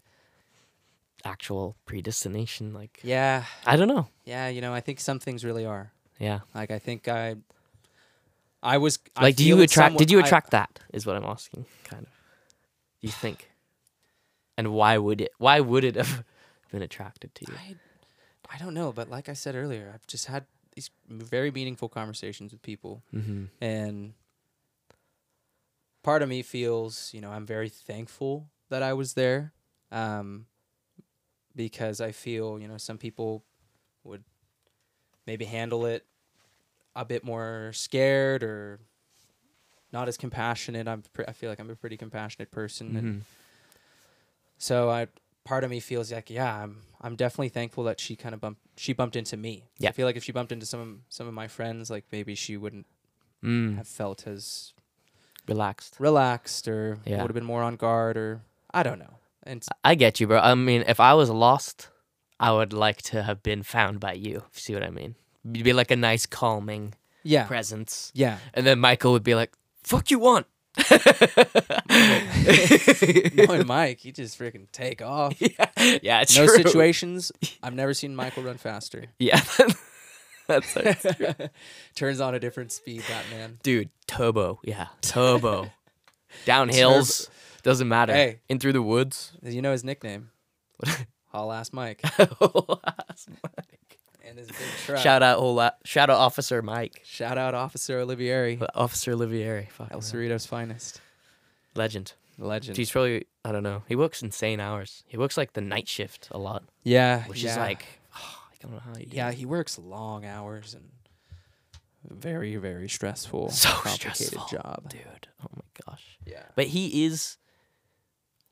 actual predestination? Like Yeah. I don't know. Yeah. You know, I think some things really are. Yeah. Like, I think I. I was I Like, do feel you in attract? some Did wa- you I- attract that? Is what I'm asking. Kind of. Do you think? And why would it? Why would it [laughs] have been attracted to you? I, I don't know, but like I said earlier, I've just had these m- very meaningful conversations with people, Mm-hmm. and part of me feels, you know, I'm very thankful that I was there, um, because I feel, you know, some people would maybe handle it a bit more scared or not as compassionate. I'm, pre- I feel like I'm a pretty compassionate person, and Mhm. so I part of me feels like yeah, I'm I'm definitely thankful that she kind of bumped she bumped into me. Yeah. I feel like if she bumped into some some of my friends, like maybe she wouldn't Mm. have felt as Relaxed. relaxed or Yeah. Uh, would have been more on guard or I don't know. And s- I get you, bro. I mean, if I was lost, I would like to have been found by you. If you see what I mean? You'd be like a nice calming yeah. presence, [laughs] Yeah. and then Michael would be like, "Fuck you want." [laughs] Knowing Mike, you just freaking take off. yeah, it's No true. situations. I've never seen Michael run faster. [laughs] Yeah, [laughs] that's so [laughs] true. Turns on a different speed, that man. dude. Turbo, [laughs] yeah, turbo. Down hills doesn't matter. Hey. In through the woods. [laughs] You know his nickname. Haul ass Mike. And his big truck. shout out, whole lot. Shout out, Officer Mike, Shout out Officer Olivieri. Officer Olivieri, fucking hell. El Cerrito's finest. legend. Legend. He's probably I don't know. He works insane hours. He works like the night shift a lot, Yeah, which yeah. is like [sighs] I don't know how you do yeah, that. he works long hours and very very [laughs] stressful, So complicated stressful, job. dude. Oh my gosh. Yeah, But he is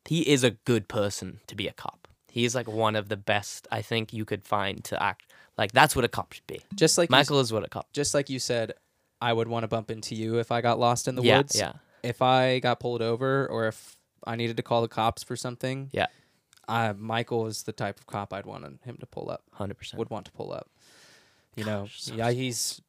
he is a good person to be a cop. He is like one of the best I think you could find to act Like that's what a cop should be. Just like you s- Michael is what a cop. just like you said, I would want to bump into you if I got lost in the yeah, woods. yeah, If I got pulled over or if I needed to call the cops for something. Yeah. Uh, Michael is the type of cop I'd want him to pull up. hundred percent. Would want to pull up. You know, yeah, he's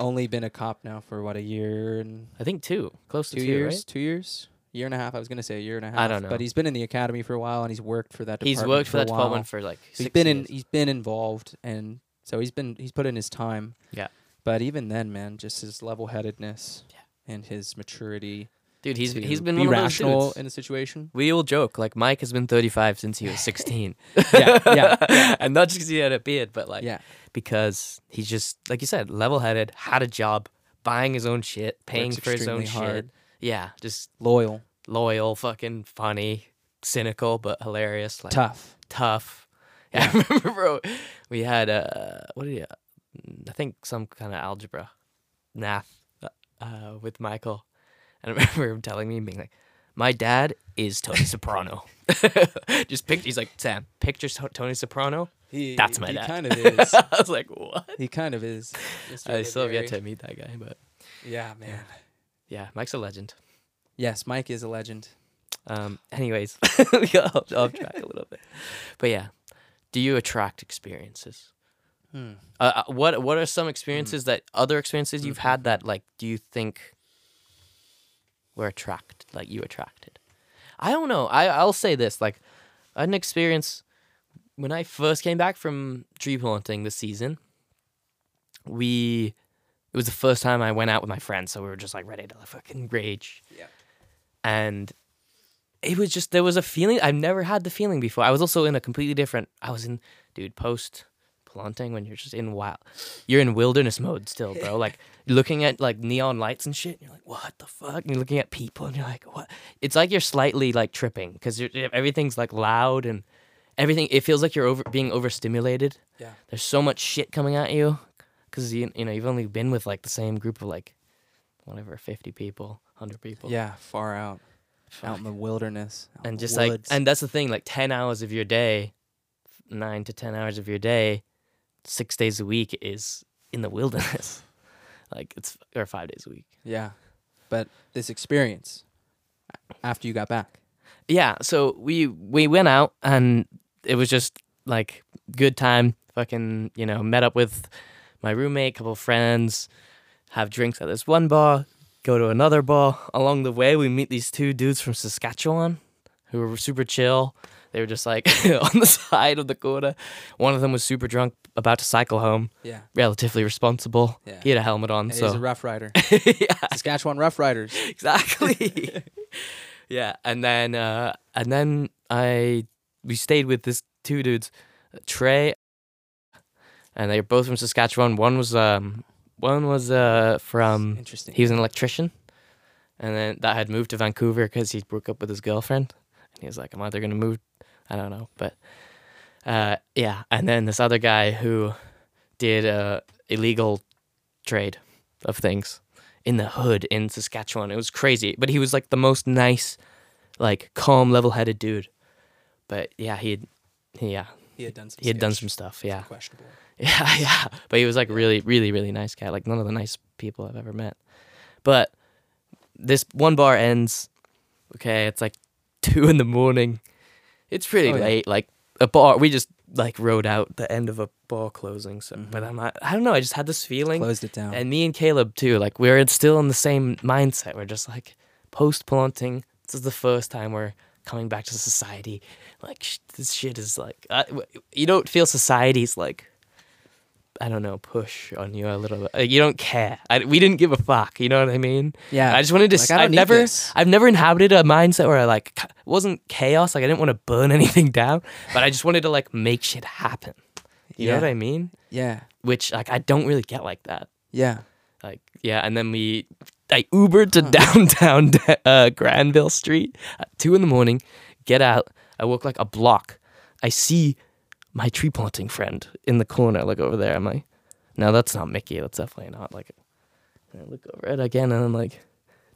only been a cop now for what a year and I think two, close two, to two, years, right? two years, year and a half. I was gonna say a year and a half. I don't know. But he's been in the academy for a while and he's worked for that. He's department worked for a that while. department for like. So he's six been in years. he's been involved and so he's been he's put in his time Yeah. but even then man just his level-headedness and his maturity Dude, he's to he's been be one of those rational dudes. in [laughs] a situation we all joke like Mike has been 35 since [laughs] he was 16. Yeah, yeah, and not just because he had a beard, but [laughs] like yeah because he's just like you said, level-headed, had a job, buying his own shit, paying for his own extremely hard. shit. Yeah, just loyal loyal, fucking funny, cynical but hilarious, like tough tough. [laughs] Yeah, I remember, bro. We had uh, what did you? I think some kind of algebra, math, uh, with Michael, and I [laughs] remember him telling me, being like, "My dad is [laughs] Tony Soprano." [laughs] Just picture, he's like, "Sam, picture So- Tony Soprano." [laughs] he, That's my he dad. kind of is I was like, "What?" [laughs] [laughs] he kind of is Mr. I still have yet Liberary. to meet that guy, but yeah man yeah, Mike's a legend. yes mike is a legend Um, [laughs] anyways, we got off, off track a little bit, but yeah, do you attract experiences? Hmm. Uh, uh, what What are some experiences that other experiences you've had that like do you think were attract like you attracted? I don't know. I I'll say this like I had an experience when I first came back from tree planting this season. We it was the first time I went out with my friends, so we were just like ready to fucking rage. Yeah. And it was just there was a feeling I've never had the feeling before. I was also in a completely different. I was in dude post planting when you're just in wild, you're in wilderness mode still, bro. Like looking at like neon lights and shit. And you're like, what the fuck? And you're looking at people and you're like, what? It's like you're slightly like tripping because everything's like loud and everything. It feels like you're over being overstimulated. Yeah. There's so much shit coming at you because you you know you've only been with like the same group of like whatever 50 people 100 people yeah far out out in the wilderness out in and the just woods. like and that's the thing like 10 hours of your day 9 to 10 hours of your day 6 days a week is in the wilderness [laughs] like it's or 5 days a week yeah but this experience after you got back yeah so we we went out and it was just like good time fucking you know met up with my roommate couple friends have drinks at this one bar go to another bar along the way we meet these two dudes from saskatchewan who were super chill they were just like [laughs] on the side of the corner one of them was super drunk about to cycle home yeah relatively responsible Yeah. he had a helmet on he's so [laughs] a rough rider yeah saskatchewan rough riders exactly. [laughs] yeah, and then uh, and then I we stayed with this two dudes, Trey, and they were both from Saskatchewan. One was um one was uh [laughs] from interesting he was an electrician, and then that had moved to Vancouver because he broke up with his girlfriend, and he was like, I'm either gonna move, I don't know, but uh yeah, and then this other guy who did uh illegal trade of things in the hood in Saskatchewan. It was crazy, but he was like the most nice, like calm, level-headed dude. But yeah, he had, he- yeah, He had done some. he had done some stuff. Yeah, questionable. [laughs] yeah, yeah. But he was like really, really, really nice guy. Like none of the nice people I've ever met. But this one bar ends. Okay, it's like [laughs] two in the morning. It's pretty Oh, yeah. late. Like a bar, we just like rode out the end of a bar closing. So, Mm-hmm. but I'm not. I don't know. I just had this feeling. Closed it down. And me and Caleb too, like we're still in the same mindset. We're just like post planting. This is the first time we're coming back to society. Like sh- this shit is like I w you don't feel society's like I don't know push on you a little bit. Like, you don't care. I, we didn't give a fuck. You know what I mean? yeah, I just wanted to. Like, s I don't I've need never, this. I've never inhabited a mindset where I like ca- it wasn't chaos. Like I didn't want to burn [laughs] anything down, but I just wanted to like make shit happen. You know Yeah. what I mean? yeah, Which like I don't really get like that yeah. like yeah and then we i ubered to downtown [laughs] uh, granville street at 2 in the morning get out i walk like a block i see my tree planting friend in the corner like over there i'm like no that's not mickey that's definitely not like and i look over it again and i'm like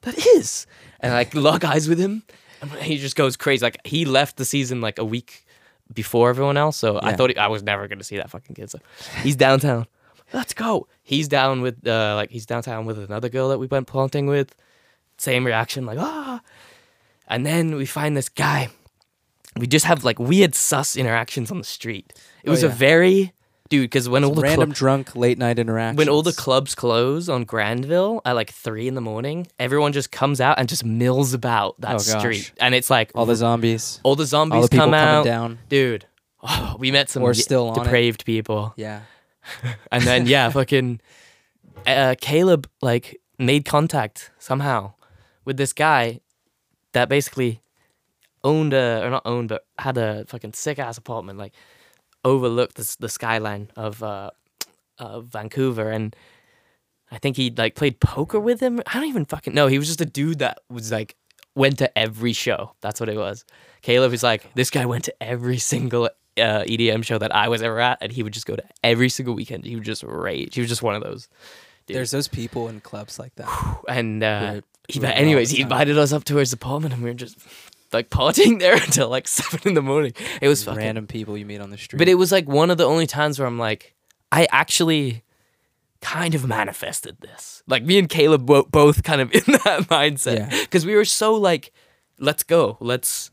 that is and i like lock eyes with him and he just goes crazy like he left the season like a week before everyone else. So I Yeah. thought he, I was never going to see that fucking kid. So he's downtown. Let's go. He's down with uh, like he's downtown with another girl that we went planting with. Same reaction, like ah. And then we find this guy. We just have like weird sus interactions on the street. It Oh, was a yeah. very dude because when all the cl- Random drunk late night interactions. when all the clubs close on Granville at like three in the morning, everyone just comes out and just mills about that Oh, gosh. street, and it's like all the zombies, all the zombies all the people come coming out, down. dude. Oh, we met some We're ye- still on it. depraved people, Yeah. and then yeah, fucking uh, Caleb like made contact somehow with this guy that basically owned a or not owned but had a fucking sick ass apartment, like overlooked the, s- the skyline of uh, of Vancouver and. I think he like played poker with him. I don't even fucking know. He was just a dude that was like went to every show. That's what it was. Caleb is like this guy went to every single uh, EDM show that I was ever at, and he would just go to every single weekend. He would just rage. He was just one of those. Dude. There's those people in clubs [sighs] like that. And uh, Right. he, Right, but anyways, all the he time. invited us up to his apartment, and we were just like partying [laughs] there until like seven in the morning. It was fucking Random people you meet on the street. but it was like one of the only times where I'm like, I actually kind of manifested this. Like me and Caleb bo- both kind of [laughs] in that mindset Yeah. because we were so like, let's go, let's,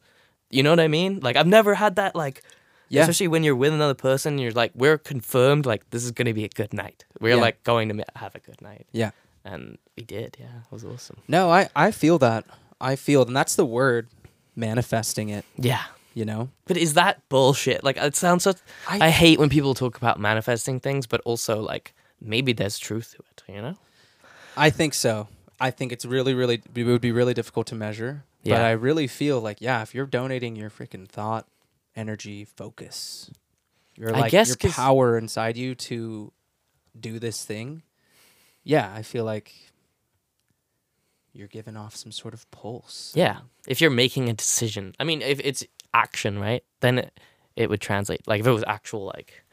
you know what I mean? Like I've never had that like. Yeah. Especially when you're with another person, you're like, we're confirmed, like this is gonna be a good night. We're Yeah. like going to ma- have a good night, yeah. and we did. Yeah, it was awesome. No, I I feel that. I feel, and that's the word, manifesting it. Yeah, You know. But is that bullshit? Like it sounds so. I, I- hate when people talk about manifesting things, but also like maybe there's truth to it. You know? I think so. I think it's really, really, it would be really difficult to measure. But Yeah. I really feel like, yeah, if you're donating your freaking thought, energy, focus, your I like guess 'cause- your power inside you to do this thing, yeah, I feel like you're giving off some sort of pulse. Yeah. If you're making a decision, I mean, if it's action, right? Then it, it would translate. Like if it was actual, like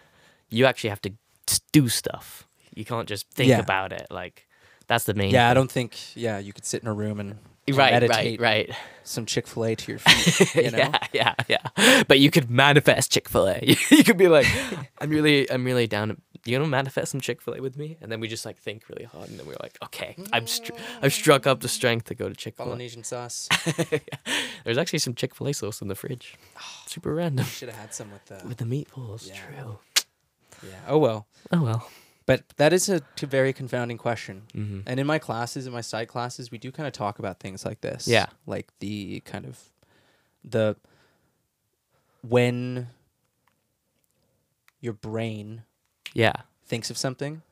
you actually have to s- do stuff. You can't just think Yeah. about it. Like that's the main. Yeah, I thing. don't think. Yeah, you could sit in a room and [laughs] and Right, meditate right, right. some Chick Fil A to [laughs] your feet. You know, Yeah, yeah, yeah. But you could manifest Chick Fil A. [laughs] you could be [laughs] like, I'm really, I'm really down. to- You know, manifest some Chick Fil A with me, and then we just like think really hard, and then we're like, okay, I'm, str- I've struck up the strength to go to Chick Fil A. Mm. Polynesian sauce. There's actually some Chick Fil A sauce in the fridge. Super random Should have had some Oh. with the. with the meatballs. Yeah. True. yeah. Oh well. Oh well. But that is a t- very confounding question. hmm And in my classes, in my side classes, we do kind of talk about things like this. Yeah. Like the kind of the when your brain Yeah. thinks of something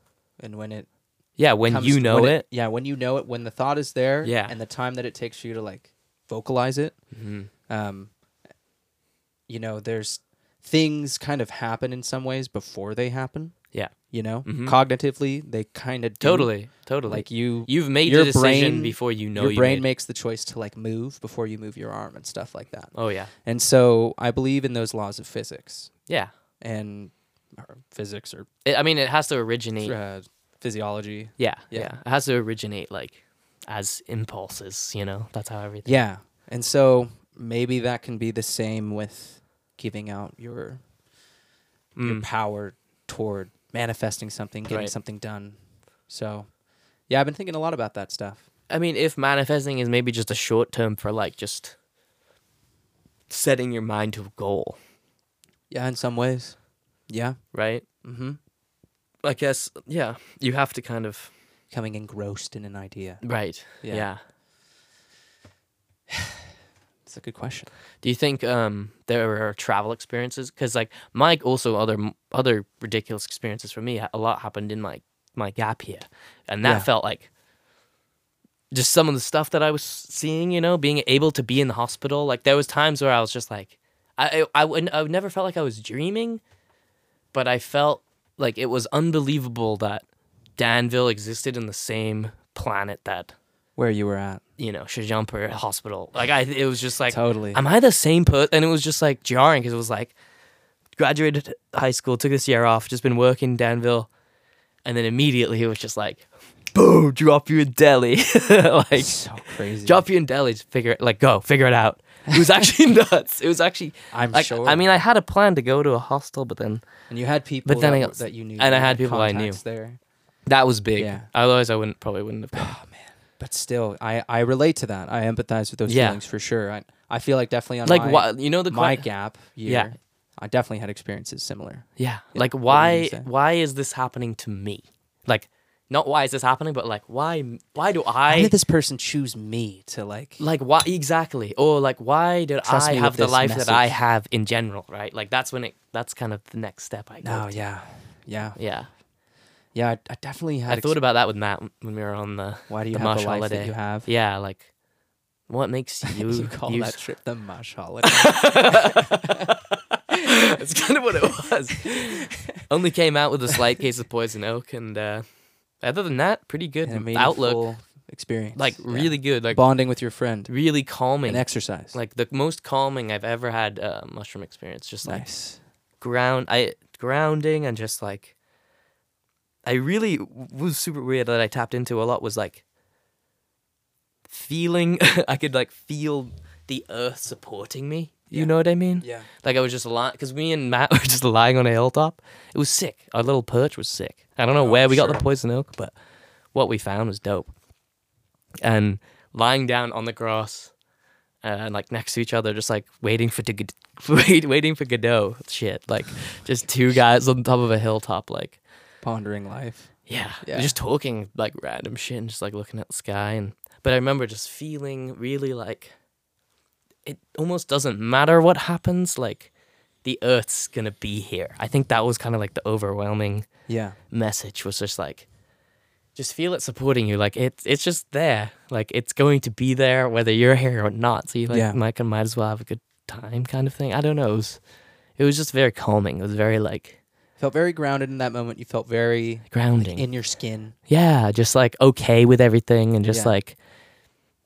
and when it Yeah. When comes- you know when it. Yeah, when you know it, when the thought is there Yeah. and the time that it takes for you to like vocalize it. Mhm. Um you know, there's things kind of happen in some ways before they happen. Yeah. You know? Mhm. Cognitively they kinda do. Totally. Totally. Mm-hmm. Like you you've made your the decision brain- before you know your you brain made- makes the choice to like move before you move your arm and stuff like that. Oh yeah. And so I believe in those laws of physics Yeah. and or physics or It, I mean, it has to originate uh, physiology. Yeah, yeah, Yeah. It has to originate like as impulses, you know. That's how everything. Yeah. And so maybe that can be the same with giving out your your Mm. power toward manifesting something, getting Right. something done. So yeah, I've been thinking a lot about that stuff. I mean, if manifesting is maybe just a short term for like just setting your mind to a goal, Yeah, in some ways. Yeah. right? Mhm. I guess yeah, you have to kind of Coming engrossed in an idea. right. Yeah. Yeah. It's a good question. Do you think um there are travel experiences cuz like Mike also other other ridiculous experiences for me a lot happened in my my gap year. And that Yeah. felt like just some of the stuff that I was seeing, you know, being able to be in the hospital. Like there was times where I was just like, I I, I, wouldn't- I never felt like I was dreaming, but I felt like it was unbelievable that Danville existed in the same planet that Where you were at. you know Shijumper Hospital. Like I, it was just like Totally. Am I the same person? And it was just like jarring because it was like graduated high school, took this year off, just been working in Danville, and then immediately it was just like boom, drop you in Delhi. [laughs] like so crazy. drop you in Delhi to figure it like go, figure it out. It was actually [laughs] nuts. It was actually I'm like sure. I mean I had a plan to go to a hostel, but then and you had people but then that, I were- got- that you knew, and I you had people I knew. contacts there. that was big. Yeah. Otherwise I wouldn't probably wouldn't have gone. But still, I I relate to that. I empathize with those Yeah. feelings for sure. I I feel like definitely on like my, why you know the my que- gap year, Yeah. I definitely had experiences similar. Yeah. Like what were you why gonna say? why is this happening to me? Like not why is this happening, but like why why do Why I did this person choose me to like? like why exactly or like why did Trust i me have with the this life that i message. have in general right like that's when it that's kind of the next step i go No, to. yeah, yeah, yeah yeah. I, I definitely had. i thought about that with matt when we were on the why do you the have Marsh the life holiday. that you [laughs] have? [laughs] yeah like what makes you, you call you that trip the [laughs] Marsh holiday? that's kind of what it was only came out with a slight case of poison oak and uh other than that pretty good and a outlook meaningful experience, like Yeah. really good like bonding with your friend really calming and exercise. like the most calming i've ever had uh, mushroom experience just like nice. ground I grounding and just like I really w- was super weird that I tapped into a lot was like feeling [laughs] I could like feel the earth supporting me. You Yeah. know what I mean? Yeah. Like I was just lying because me and Matt [laughs] were just lying on a hilltop. It was sick. Our little perch was sick. I don't know Oh, where we got sure. the poison oak, but what we found was dope. And lying down on the grass uh, and like next to each other, just like waiting for to [laughs] wait, waiting for Godot shit. Like just two guys on top of a hilltop, like Pondering life. yeah, Yeah. just talking like random shit and just like looking at the sky. And but I remember just feeling really like it almost doesn't matter what happens. Like the Earth's gonna be here. I think that was kind of like the overwhelming Yeah. message was just like just feel it supporting you like it's it's just there like it's going to be there whether you're here or not so you like Yeah. might, might as well have a good time kind of thing i don't know it was, it was just very calming it was very like Felt very grounded in that moment. You felt very grounding in your skin. yeah just like okay with everything and just Yeah. like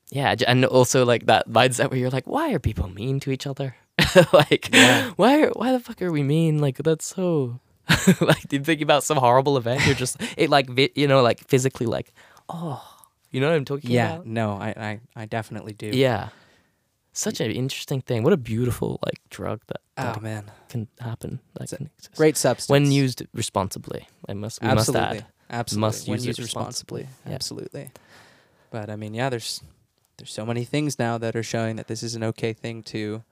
yeah j- and also like that mindset where you're like why are people mean to each other [laughs] like why are, why the fuck are we mean like that's so [laughs] like you think about some horrible event you're just it like vi- you know like physically like oh you know what i'm talking Yeah. about No, I, I, I definitely do. yeah such an interesting thing what a beautiful like drug that, that Oh man, can happen that It's a can exist. great substance when used responsibly i must we absolutely, must add absolutely, Must when use it used responsibly, Yeah. absolutely. But I mean, yeah, there's there's so many things now that are showing that this is an okay thing to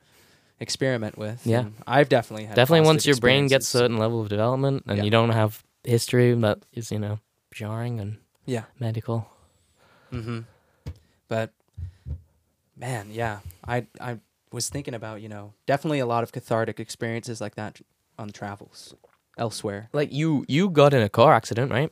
experiment with. Yeah. and I've definitely had definitely positive once your brain gets experiences. certain level of development and Yeah. you don't have history that is you know jarring and yeah. medical Mm-hmm. But man, yeah, I I was thinking about you know definitely a lot of cathartic experiences like that on travels elsewhere. like you you got in a car accident right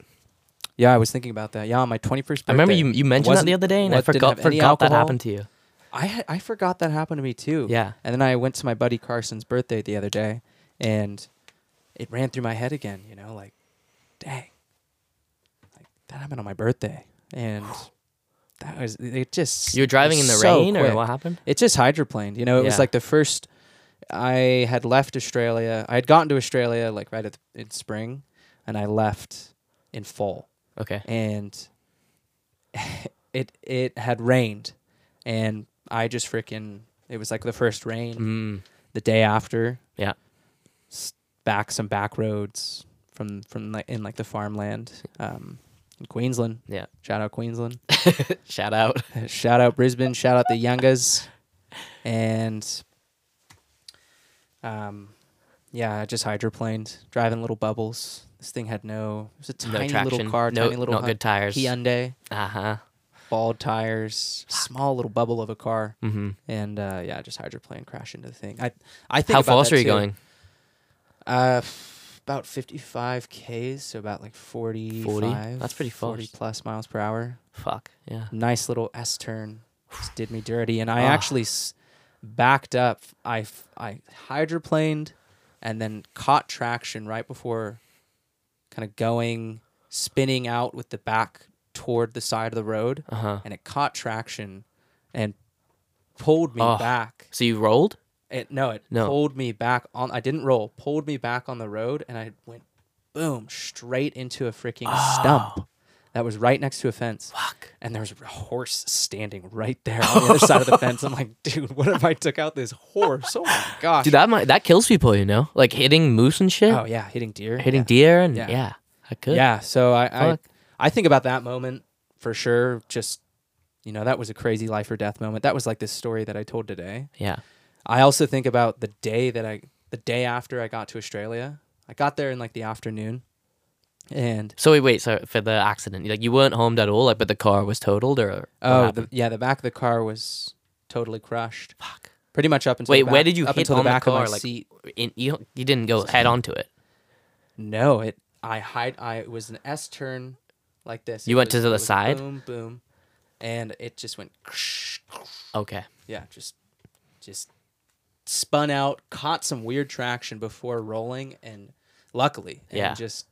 Yeah, I was thinking about that. Yeah, on my twenty first. i remember you you mentioned that the wasn't- other day and i what- didn't forgot have any forgot that alcohol. happened to you I had, I forgot that happened to me too. yeah And then I went to my buddy Carson's birthday the other day, and it ran through my head again. You know, like, dang, like that happened on my birthday, and that was it. Just you were driving in the so rain quick. or what happened It just hydroplaned. You know, it Yeah. was like the first. I had left Australia. I had gotten to Australia like right at the, in spring, and I left in fall, okay and [laughs] it it had rained, and I just freaking. It was like the first rain mm. the day after. Yeah. S- back some back roads from from like in like the farmland, um, in Queensland. Yeah. Shout out [laughs] Queensland. shout out shout out Brisbane. Shout out the Youngas. And um, yeah, I just hydroplaned, driving little bubbles. This thing had no. It was a no tiny traction little car, no tiny little not Hy- good tires Hyundai, uh-huh bald tires, small little bubble of a car, mm-hmm. and uh, yeah, I just hydroplaned, crash into the thing. I I think how about fast that are you too. going Uh, f- about 55 k's, so about like 45. That's pretty 40 fast. plus miles per hour. fuck yeah Nice little S turn. Just did me dirty, and I Ah. actually s- backed up. I f- I hydroplaned, and then caught traction right before, kind of going spinning out with the back toward the side of the road, uh-huh and it caught traction, and pulled me Oh. back. so you rolled It no, it No. pulled me back on. I didn't roll. Ah. Pulled me back on the road, and I went boom straight into a freaking stump. that was right next to a fence. Fuck. And there was a horse standing right there on the other side of the fence. I'm like, [laughs] dude, what if I took out this horse? Oh my [gasps] gosh. Dude, that might that kills people, you know, like hitting moose and shit, oh yeah, hitting deer. hitting yeah. deer, and Yeah. yeah, I could. Yeah, so I, I Fuck. I think about that moment for sure. Just you know, that was a crazy life or death moment. That was like this story that I told today. yeah. I also think about the day that I the day after I got to Australia. I got there in like the afternoon and So wait, wait, so for the accident, like you weren't harmed at all, like, but the car was totaled, or what oh happened? the, yeah, the back of the car was totally crushed. Fuck. Pretty much up until Wait, the where back- did you up hit until on the the back of car, my like- seat? In, you you didn't go head on to it. No, it I hide I it was an S turn like this. You It went to was- the it was side? Boom boom. And it just went Okay. yeah, just just spun out, caught some weird traction before rolling, and luckily, and Yeah. just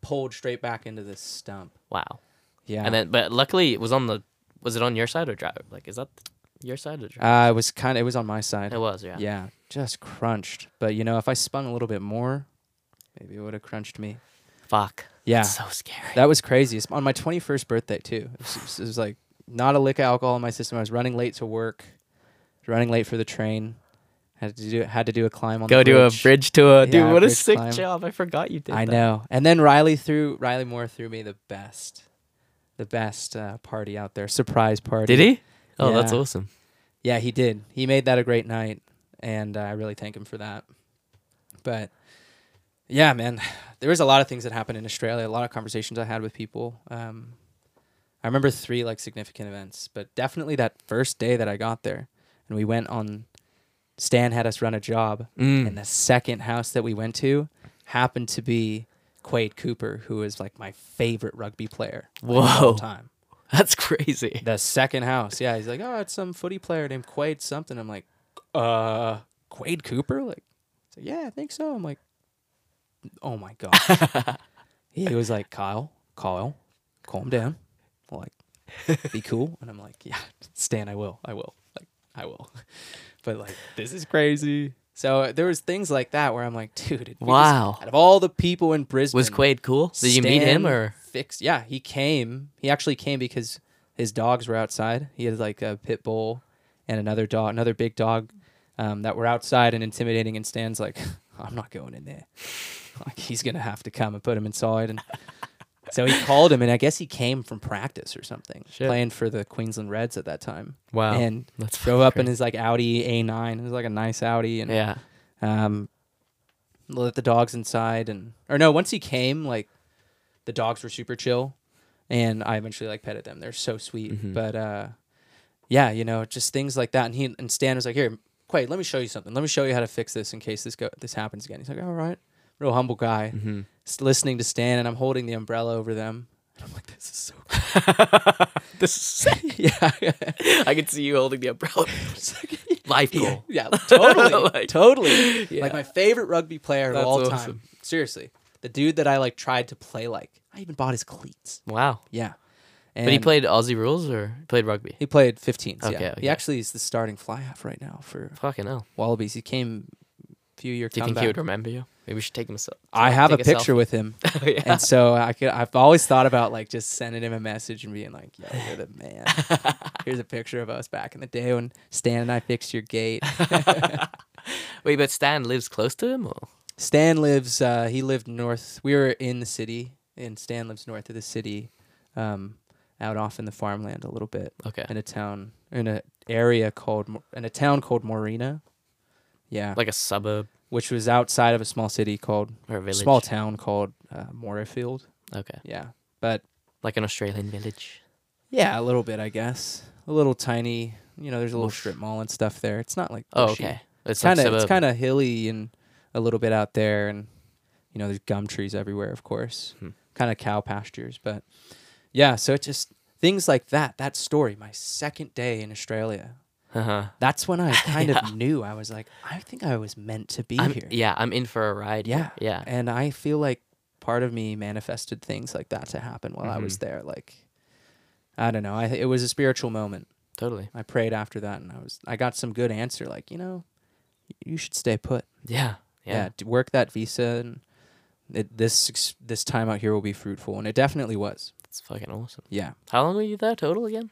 pulled straight back into this stump. Wow. Yeah, And then, but luckily, it was on the. Was it on your side or driver? Like, is that your side or driver? uh, it was kind of it was on my side. it was, Oh, yeah. Uh, yeah, just crunched. But you know, if I spun a little bit more, maybe it would have crunched me. Fuck. Yeah, It's so scary. that was crazy. It's on my twenty first birthday too. It was, it was- it was like not a lick of alcohol in my system. I was running late to work, running late for the train. Had to do had to do a climb on Go the do a bridge tour, dude. Yeah, what a bridge sick climb. job! I forgot you did. I that. know. And then Riley threw Riley Moore threw me the best, the best uh, party out there, surprise party. Did he? Oh, that's Yeah. awesome. [laughs] Yeah, he did. He made that a great night, and uh, I really thank him for that. But yeah, man, there was a lot of things that happened in Australia. A lot of conversations I had with people. Um, I remember three like significant events, but definitely that first day that I got there, and we went on. Stan had us run a job, Mm. and the second house that we went to happened to be Quade Cooper, who is like my favorite rugby player of all Whoa. time. That's crazy. The second house. Yeah, he's like, oh, it's some footy player named Quade something. I'm like, uh, Quade Cooper? Like, he's like, yeah, I think so. I'm like, oh my god. [laughs] he was like, Kyle, Kyle, calm down. I'm like, [laughs] be cool. And I'm like, yeah, Stan, I will, I will, like, I will. [laughs] But like, this is crazy. So uh, there was things like that where I'm like, dude, it'd be just- Wow. out of all the people in Brisbane, Was Quaid cool? Did you meet him Stan or? fixed? Yeah, he came. He actually came because his dogs were outside. He had like a pit bull and another dog, another big dog um, that were outside and intimidating. And Stan's like, [laughs] "I'm not going in there. [laughs] Like he's gonna have to come and put him inside." And so he called him, and I guess he came from practice or something, Shit. playing for the Queensland Reds at that time. Wow. And That's drove up in crazy. his like Audi A9. It was like a nice Audi, and Yeah. um, let the dogs inside and or no once he came like the dogs were super chill and i eventually like petted them they're so sweet but uh yeah you know just things like that and he and stan was like here quay let me show you something let me show you how to fix this in case this go this happens again he's like all right real humble guy Mm. Just listening to stan and i'm holding the umbrella over them i'm like this is so [laughs] [laughs] This is sick. yeah I could see you holding the [laughs] umbrella. [laughs] Life goal. Yeah, [laughs] totally, Like- totally. Like my favorite rugby player That's of all time. awesome. Seriously, the dude that I like tried to play like. I even bought his cleats. Wow. Yeah, But he And played Aussie rules or he played rugby? He played 15s. Okay, yeah, okay. he actually is the starting fly half right now for Fucking hell. Wallabies. He came a few year Do you think comeback. he would remember you? Maybe we should take him. So- I have a take a picture with him, [laughs] oh, yeah. and so I could. I've always thought about like just sending him a message and being like, "Yo, you're the [laughs] man. Here's a picture of us back in the day when Stan and I fixed your gate." [laughs] Wait, but Stan lives close to him, or Stan lives. Uh, he lived north. We were in the city, and Stan lives north of the city, um, out off in the farmland a little bit, okay, in a town, in a area called, Mo- in a town called Morena, yeah, like a suburb which was outside of a small city called, or a village? small town called uh, Moorfield, Okay, yeah, but like an Australian village. yeah, a little bit, I guess, a little tiny. You know, there's a little strip mall and stuff there. It's not like Oh, bushy. okay. It's kind like of it's suburban. kind of hilly and a little bit out there and you know there's gum trees everywhere of course Hmm. kind of cow pastures but yeah so it just things like that that story my second day in australia Uh-huh. [laughs] that's when i kind of knew i was like i think i was meant to be I'm, here yeah, I'm in for a ride. yeah here. yeah. and i feel like part of me manifested things like that to happen while i Mm-hmm. was there like i don't know i it was a spiritual moment Totally. i prayed after that and i was i got some good answer like you know you should stay put Yeah, yeah, yeah, d work that visa and it, this ex- this time out here will be fruitful and it definitely was It's fucking awesome. Yeah. How long were you there total again?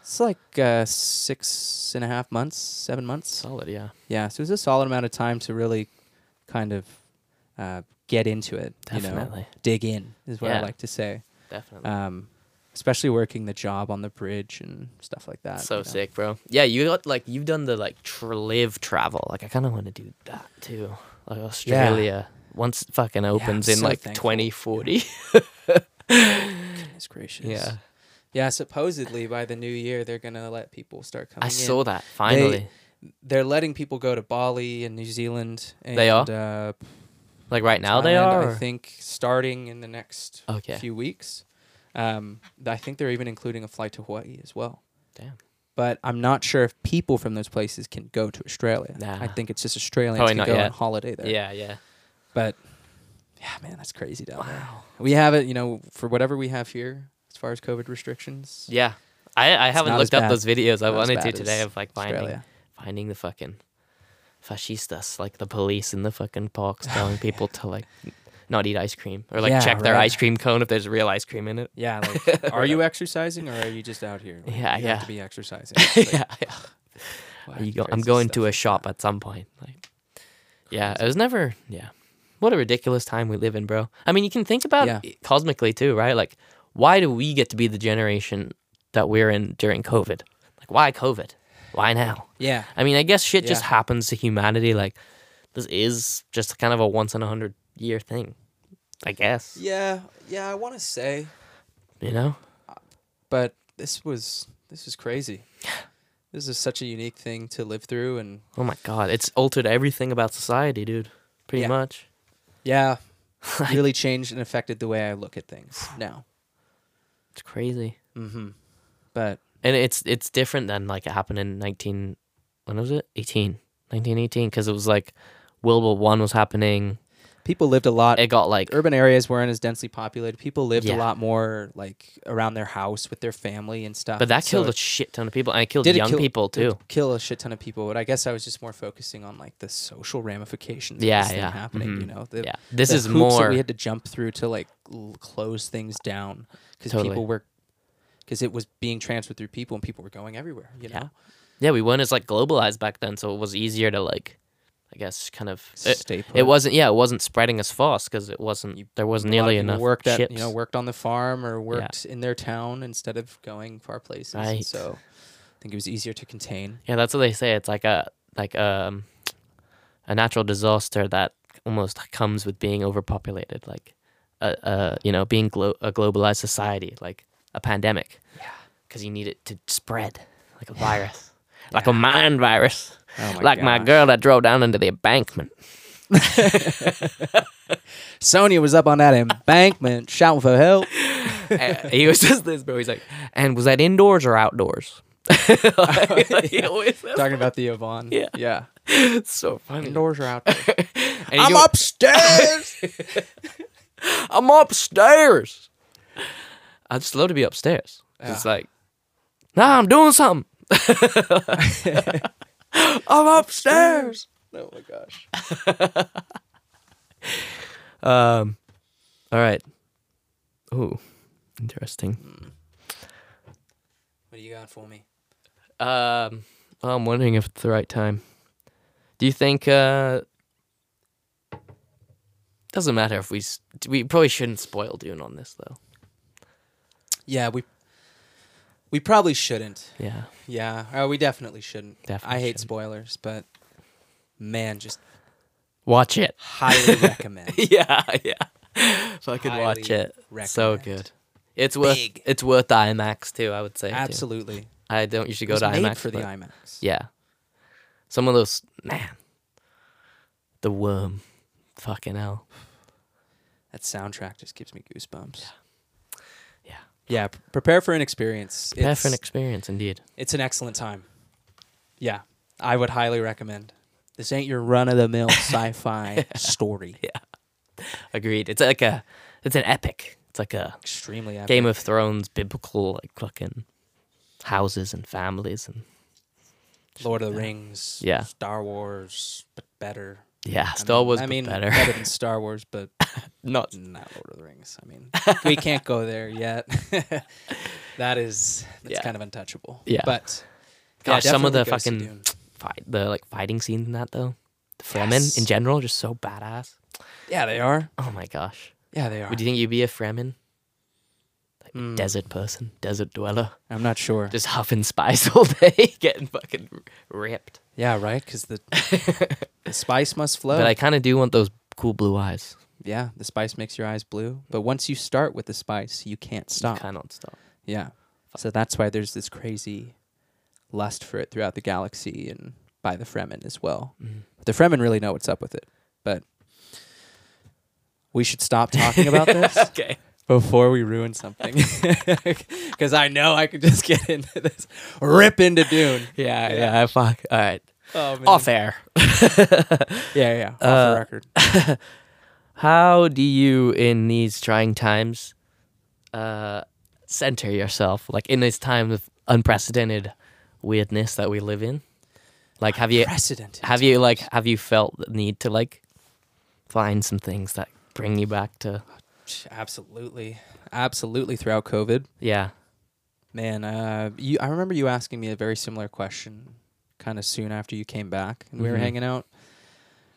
It's like uh, six and a half months, seven months. Solid, yeah. Yeah, so it was a solid amount of time to really kind of uh, get into it. You know, Definitely. dig in is what I Yeah. like to say. Definitely. Um, especially working the job on the bridge and stuff like that. so you know. sick, bro. Yeah, you got like you've done the like tra- live travel. Like I kind of want to do that too. Like Australia once it fucking opens in so like thankful. 2040. Goodness gracious. Yeah, Yeah, supposedly by the new year they're gonna let people start coming. I in. saw that finally. They're letting people go to Bali and New Zealand. And, They are? Uh, like right now they Thailand, are. I think starting in the next Okay. few weeks. Um, th- I think they're even including a flight to Hawaii as well. Damn. But I'm not sure if people from those places can go to Australia. Nah. I think it's just Australians Probably can not go yet. on holiday there. Yeah, yeah. But yeah, man, that's crazy down there. We have it, you know, for whatever we have here as far as COVID restrictions. Yeah. I, I haven't not as looked up bad- those videos. I not as wanted to bad today as of like finding Australia. finding the fucking fascistas, like the police in the fucking [laughs] parks telling people to like not eat ice cream or like Yeah, check their right. ice cream cone if there's real ice cream in it. Yeah, [laughs] like, are you exercising or are you just out here? Like, Yeah, you yeah. Have to be exercising. [laughs] yeah, yeah. Wow, You go, I'm crazy going stuff. to a shop at some point. Like, yeah, it was never. Yeah, what a ridiculous time we live in, bro. I mean, you can think about Yeah. it cosmically too, right? Like, why do we get to be the generation that we're in during COVID? Like, why COVID? Why now? Yeah, I mean, I guess shit just Yeah. happens to humanity. Like, this is just kind of a once in a hundred year thing. I guess. yeah, yeah. I want to say You know. but this was this was crazy. [gasps] This is such a unique thing to live through, and Oh my god, it's altered everything about society, dude. Pretty Yeah. much. [laughs] yeah, really changed and affected the way I look [sighs] at things now. It's crazy. Mm-hmm. But and it's it's different than like it happened in 19 when was it 18 1918 because it was like world war one was happening people lived a lot. it got like Urban areas weren't as densely populated. People lived Yeah. a lot more like around their house with their family and stuff. but that So killed a it shit ton of people and it killed did young kill- people did too Kill a shit ton of people. But I guess I was just more focusing on like the social ramifications. Yeah, of this yeah. Thing happening, you Mhm. know. The, yeah this the is hoops that more we had to jump through to like l- close things down because Totally. people were because it was being transferred through people and people were going everywhere you Yeah. know yeah we weren't as like globalized back then so it was easier to like i guess kind of it, Stay it put. wasn't yeah it wasn't spreading as fast because it wasn't there wasn't A lot of nearly people enough worked at ships you know worked on the farm or worked in their town instead of going far places and Right. so i think it was easier to contain yeah that's what they say it's like a like um a natural disaster that almost comes with being overpopulated, like a, a you know being glo- a globalized society, like a pandemic. Yeah. Because you need it to spread like a virus, like a mind virus, oh my like my girl that drove down into the [laughs] embankment. sonia was up on that embankment shouting for help And Uh, he was just this, bro. He's like, and was that indoors or outdoors? [laughs] like, like, he always- talking about the yvonne Yeah. yeah it's so funny. indoors or outdoors And he i'm do- [laughs] upstairs I'm upstairs. I just love to be upstairs. It's [laughs] like, nah, I'm doing [laughs] something. I'm upstairs. oh my gosh Um, all right. Ooh, interesting. what do you got for me Um, well, I'm wondering if it's the right time. Do you think? uh Doesn't matter if we s- we probably shouldn't spoil Dune on this though. yeah we we probably shouldn't Yeah. Yeah, uh, we definitely shouldn't. Definitely I hate shouldn't. spoilers, but man, just Watch [laughs] it. [laughs] highly recommend. yeah, yeah. Fucking Highly watch it. So recommend. good. It's worth Big. it's worth the IMAX too. I would say. too. Absolutely. I don't usually It go was to made IMAX for the but- IMAX. Yeah. Some of those man. The worm. Fucking hell. That soundtrack just gives me goosebumps. Yeah. Yeah, p- prepare for an experience. Prepare it's, for an experience, indeed. it's an excellent time. Yeah, I would highly recommend. This ain't your run of [laughs] the mill sci fi story. Agreed. It's like a, it's an epic. It's like a Extremely epic. Game of Thrones biblical, like fucking houses and families and Lord of the Rings. Yeah. Star Wars, but better. yeah, I Star mean- Wars. I but [laughs] mean, better. [laughs] better than Star Wars, but nuts. not Lord of the Rings. I mean, we can't go there yet. [laughs] that is that's Yeah. kind of untouchable. Yeah. But yeah, Gosh, some of the definitely go see fucking Dune. fight, the like fighting scenes in that though, the Fremen in Yes. general, just so badass. yeah, they are. Oh my gosh, Yeah, they are. would you think you'd be a Fremen? Like a Mm. desert person, desert dweller, I'm not sure. just huffing [laughs] spice all day, [laughs] getting fucking ripped. Yeah, right. [laughs] Because the, the spice must flow. But I kind of do want those cool blue eyes. yeah, the spice makes your eyes blue. But once you start with the spice, you can't Stop. stop. You cannot stop. Yeah. So that's why there's this crazy lust for it throughout the galaxy and by the Fremen as well. Mhm. The Fremen really know what's up with it, but we should stop talking about this [laughs] Okay. before we ruin something. [laughs] Because I know I could just get into this, rip into Dune. Yeah, Yeah. yeah, fuck. All right. Oh, man. Off air. Yeah, yeah. Off Uh, the record. How do you, in these trying times, uh, center yourself? Like in this time of unprecedented weirdness that we live in, like have you Precedent. have you like have you felt the need to like find some things that bring you back to Absolutely. Absolutely throughout COVID. yeah Man, uh, you, I remember you asking me a very similar question kind of soon after you came back and we were Mhm. hanging out.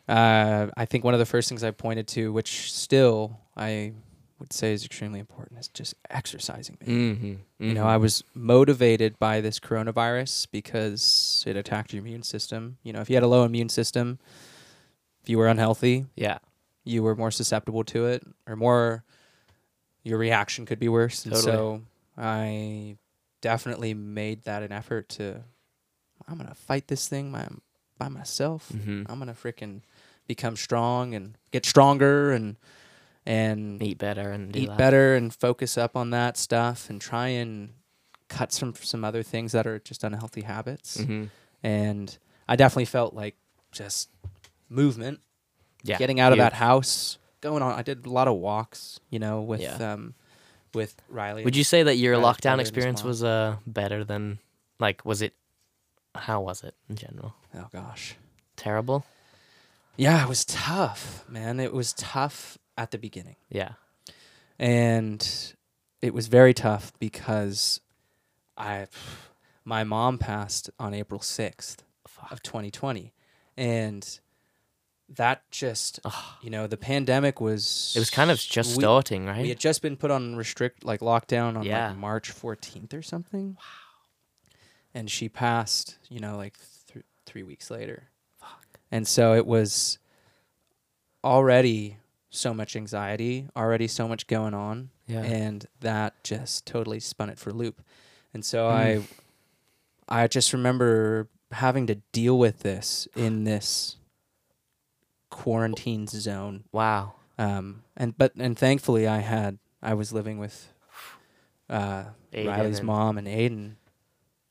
Uh, I think one of the first things I pointed to, which still I would say is extremely important, is just exercising. man. mm-hmm. You know, I was motivated by this coronavirus because it attacked your immune system. You know, if you had a low immune system, if you were unhealthy, yeah you were more susceptible to it or more your reaction could be worse and Totally. so i definitely made that an effort to i'm gonna fight this thing my, by myself mm-hmm. i'm gonna freaking become strong and get stronger and and eat better and do eat that. better and focus up on that stuff and try and cut some some other things that are just unhealthy habits hmm and i definitely felt like just movement yeah getting out of You- that house, going on. I did a lot of walks, you know, with Yeah. um, with Riley. Would you say that your Riley's brother lockdown and his experience mom. was uh better than like was it how was it in general? Oh gosh. Terrible? Yeah, it was tough, man. It was tough at the beginning, Yeah. and it was very tough because I, my mom passed on April sixth of 2020, and that just you know the pandemic was It was kind of just we- starting, right? We had just been put on restrict, like lockdown on Yeah. like March 14th or something. Wow. And she passed, you know, like th- three weeks later. Fuck. And so it was already so much anxiety, already so much going on. Yeah. And that just totally spun it for a loop. And so Mm. I, I just remember having to deal with this in this quarantine zone wow. um, and but and thankfully I had I was living with uh, Aiden Riley's and- mom and Aiden,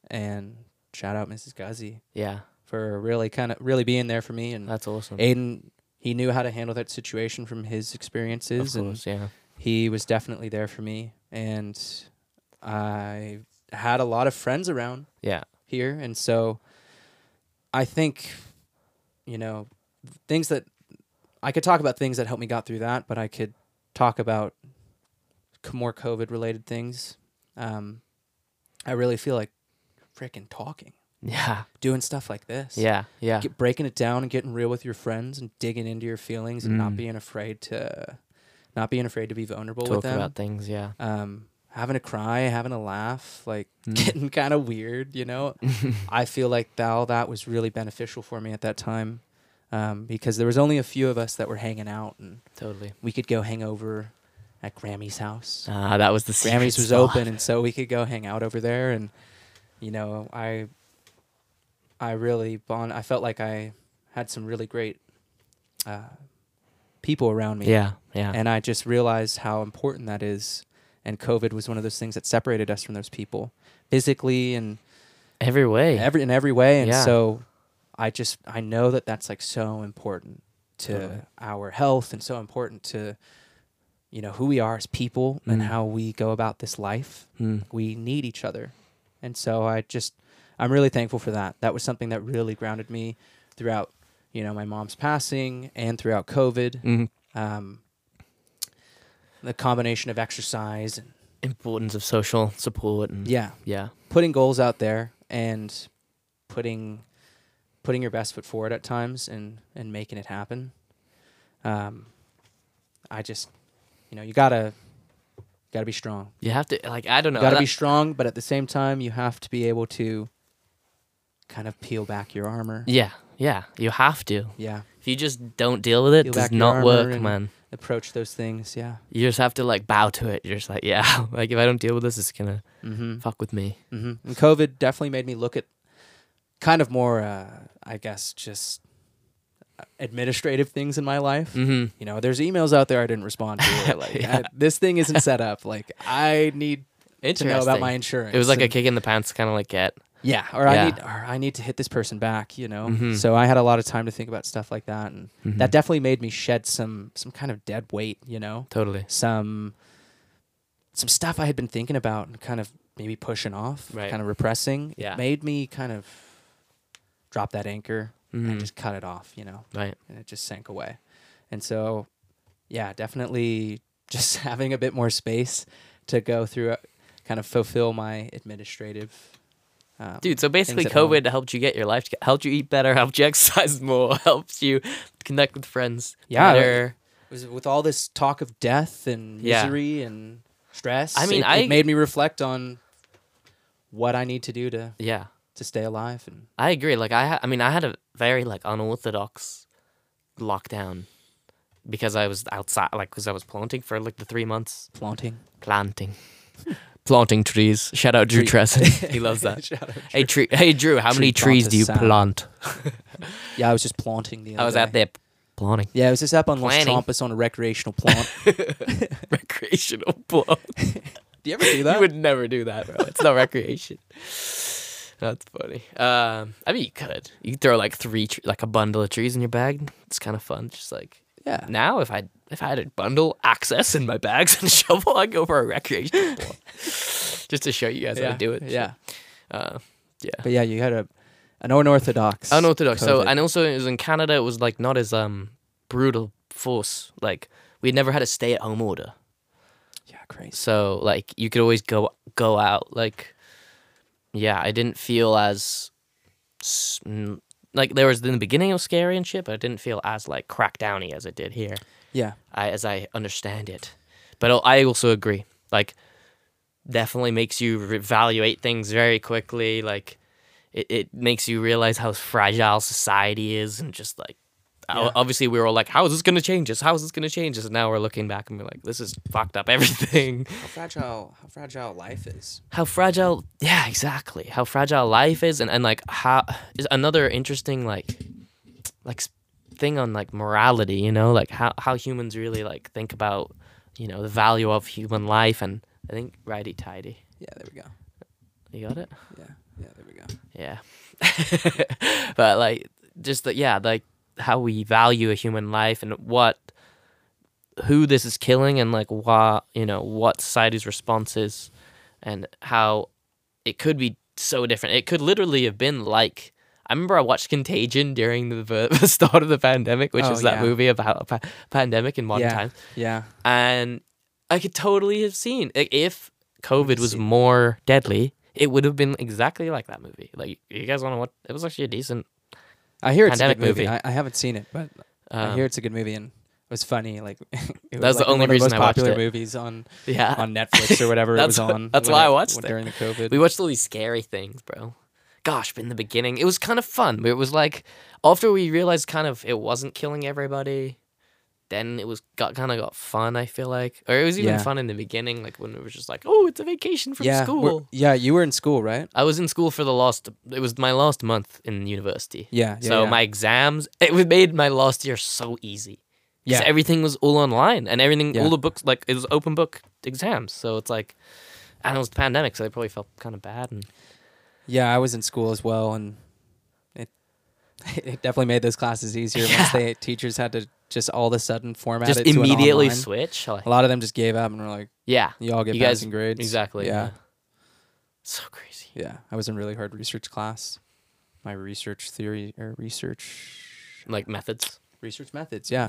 and shout out Mrs. Guzzi Yeah. for really kind of really being there for me and That's awesome. Aiden. He knew how to handle that situation from his of experiences, and course, yeah. he was definitely there for me. And I had a lot of friends around Yeah. [laughs] here and so i think you know things that i could talk about things that helped me got through that but i could talk about c- more covid related things um, i really feel like freaking talking Yeah. doing stuff like this Yeah. Yeah. Get, breaking it down and getting real with your friends and digging into your feelings and not Mm. being afraid to not being afraid to be vulnerable with Talk them about things, yeah. um, having a cry, having a laugh, like Mm. [laughs] getting kind of weird, you know. I feel like that, all that was really beneficial for me at that time um, because there was only a few of us that were hanging out, and Totally. we could go hang over at Grammy's house. Ah, that was the secret Grammy's was spot. open, and so we could go hang out over there. And you know, I, I really bond. I felt like I had some really great uh, people around me Yeah. Yeah. and I just realized how important that is. And COVID was one of those things that separated us from those people, physically and every way. every in every way. And Yeah. so, I just I know that that's like so important to Totally. our health and so important to, you know, who we are as people and Mm. how we go about this life. Mm. We need each other, and so I just I'm really thankful for that. That was something that really grounded me Hmm. throughout, you know, my mom's passing and throughout COVID Mm. um, the combination of exercise and importance of social support and yeah, yeah. putting goals out there and putting putting your best foot forward at times and and making it happen. Um, I just, you know, you gotta gotta be strong. You have to like I don't know. gotta that- be strong, but at the same time, you have to be able to kind of peel back your armor. yeah, yeah. You have to. Yeah, If you just don't deal with it, Peel it back does your not armor work, and- man. approach those things. Yeah. You just have to like bow to it. You're just like, yeah, [laughs] like if I don't deal with this, it's gonna Mm-hmm. fuck with me. hmm And COVID definitely made me look at kind of more, uh, I guess, just administrative things in my life. Mm-hmm. You know, there's emails out there I didn't respond to. or, [laughs] Like Yeah. I- this thing isn't set up. Like I need to know about my insurance. It was like a and- kick in the pants, kind of like get. yeah, or I Yeah. need or I need to hit this person back. You know. Mhm. So I had a lot of time to think about stuff like that, and that Mhm. definitely made me shed some some kind of dead weight. You know totally some some stuff I had been thinking about and kind of maybe pushing off, Right. kind of repressing. Yeah. It made me kind of drop that anchor Mhm. and just cut it off, you know, right. and it just sank away. And so, yeah, definitely just [laughs] having a bit more space to go through, uh, kind of fulfill my administrative. Um, Dude, so basically, at home. COVID helped you get your life, toge- helped you eat better, [laughs] helped you exercise more, [laughs] helped you connect with friends. Yeah, better. was with all this talk of death and Yeah. misery and stress. I mean, it, I- it made me reflect on what I need to do to yeah. to stay alive and I agree. Like I, ha- I mean, I had a very like unorthodox lockdown because I was outside, like because I was planting for like the three months. [laughs] flaunting. Planting, planting trees. Shout out Drew Tree- [laughs] Tresson. he loves that. Shout out. Hey, tree. Hey, Drew. How Tree many trees plants do you is sound. plant? Yeah, I was just planting the other I was day. out there [laughs] planting. [laughs] Yeah, I was just up on Los Planting. Trompas on a [laughs] recreational plant. Recreational plant. do you ever do that? You would never do that, bro. It's not [laughs] recreation. That's funny. Um, I mean, you could. You could throw like three, tre- like a bundle of trees in your bag. It's kind of fun. Just like yeah. now, if I if I had a bundle access in my bags [laughs] and a shovel, I'd go for a recreational walk. [laughs] Just to show you guys how yeah. to do it. Yeah. Uh, But yeah, you had a an [laughs] unorthodox. unorthodox. So COVID. and also it was in Canada. It was like not as um brutal force. Like we'd never had a stay at home order. Yeah, crazy. so like you could always go go out like yeah i didn't feel as s- n- like there was in the beginning it was scary and shit but i didn't feel as like crackdowny as it did here Yeah. I, as i understand it but al- i also agree like definitely makes you reevaluate things very quickly like it, it makes you realize how fragile society is and just like o- Yeah. obviously we were all like how is this going to change us how is this going to change us and now we're looking back and we're like this is fucked up everything How fragile how fragile life is. how fragile yeah exactly how fragile life is and, and like how is another interesting like like s- thing on like morality you know like how, how humans really like think about you know the value of human life and i think righty tidy Yeah, there we go. you got it Yeah. Yeah, there we go. yeah [laughs] but like just that yeah like how we value a human life and what who this is killing and like what you know what society's response is and how it could be so different it could literally have been like I remember I watched Contagion during the, the [laughs] start of the pandemic, which Oh, is that yeah. movie about a pa- pandemic in modern Yeah. times, Yeah. and I could totally have seen like, if COVID was see. more deadly, it would have been exactly like that movie. Like you guys want to watch? It was actually a decent. I hear it's Pandemic a good movie. movie. I, I haven't seen it, but I um, hear it's a good movie and it was funny. Like [laughs] it That's the like, one only of reason most I watched popular it. movies on [laughs] yeah, on Netflix [laughs] or whatever it That's was wh- on. that's when why I watched it. during the COVID. we watched all these scary things, bro. Gosh, but in the beginning, it was kind of fun. It was like after we realized kind of it wasn't killing everybody, then it was got kind of got fun. I feel like, or it was even Yeah. fun in the beginning, like when it was just like, oh, it's a vacation from yeah, we're- school. Yeah, you were in school, right? I was in school for the last. It was my last month in university. Yeah. yeah so yeah. my exams, it was made my last year so easy. Yeah. Yeah. everything was all online and everything, Yeah. all the books, like it was open book exams. So it's like, and it was the pandemic, so I probably felt kind of bad. And Yeah, I was in school as well, and it [laughs] it definitely made those classes easier once they teachers had to just all of a sudden format just it to an immediately online. Oh. switch. Like, A lot of them just gave up and were like, yeah. "You all get You guys- passing grades." Exactly. Yeah. So crazy. Yeah, I was in really hard research class. My research theory or research Like methods. research methods. Yeah.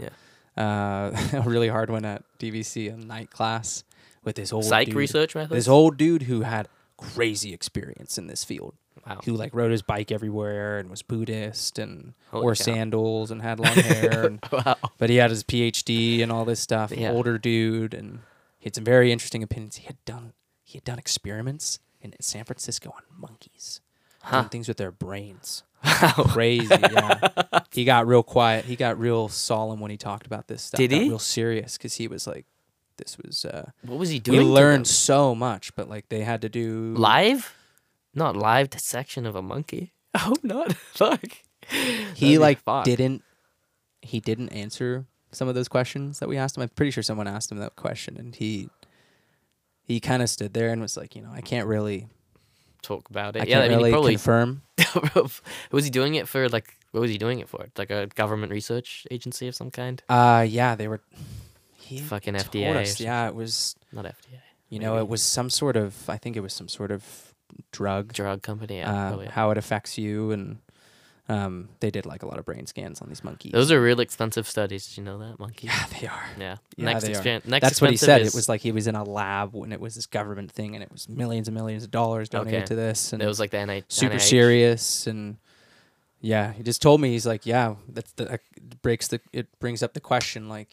Yeah. uh, [laughs] a really hard one at DVC in night class with this old Psych dude, research methods. This old dude who had crazy experience in this field. Wow. Who like rode his bike everywhere and was Buddhist and Holy wore cow. sandals and had long hair. And, [laughs] Wow. But he had his PhD and all this stuff. Yeah. Older dude and he had some very interesting opinions. He had done he had done experiments in San Francisco on monkeys. Doing things with their brains. Crazy, [laughs] yeah. he got real quiet. He got real solemn when he talked about this stuff. Did got he? Real serious because he was like, "This was." uh What was he We doing? to learned them? so much, but like they had to do live, not live dissection of a monkey. [laughs] I hope not. Fuck. That'd He be like fucked. didn't. He didn't answer some of those questions that we asked him. I'm pretty sure someone asked him that question, and he he kind of stood there and was like, you know, I can't really, talk about I it. can't yeah, I mean, really he probably confirm. [laughs] was he doing it for like what was he doing it for? Like a government research agency of some kind? Uh, yeah, they were. He Fucking told FDA or us, something. yeah, it was. Not FDA. You know, Maybe. it was some sort of. I think it was some sort of drug. Drug company. Yeah, uh, probably. how it affects you and um, they did like a lot of brain scans on these monkeys Those are real expensive studies. Did you know that monkey? yeah they are Yeah. Yeah, next they are. experiment. Next that's what he expensive said is- it was like he was in a lab when it was this government thing and it was millions and millions of dollars donated Okay. to this and It was like the NIH. super NIH. serious and yeah he just told me he's like yeah that's the that breaks the it brings up the question like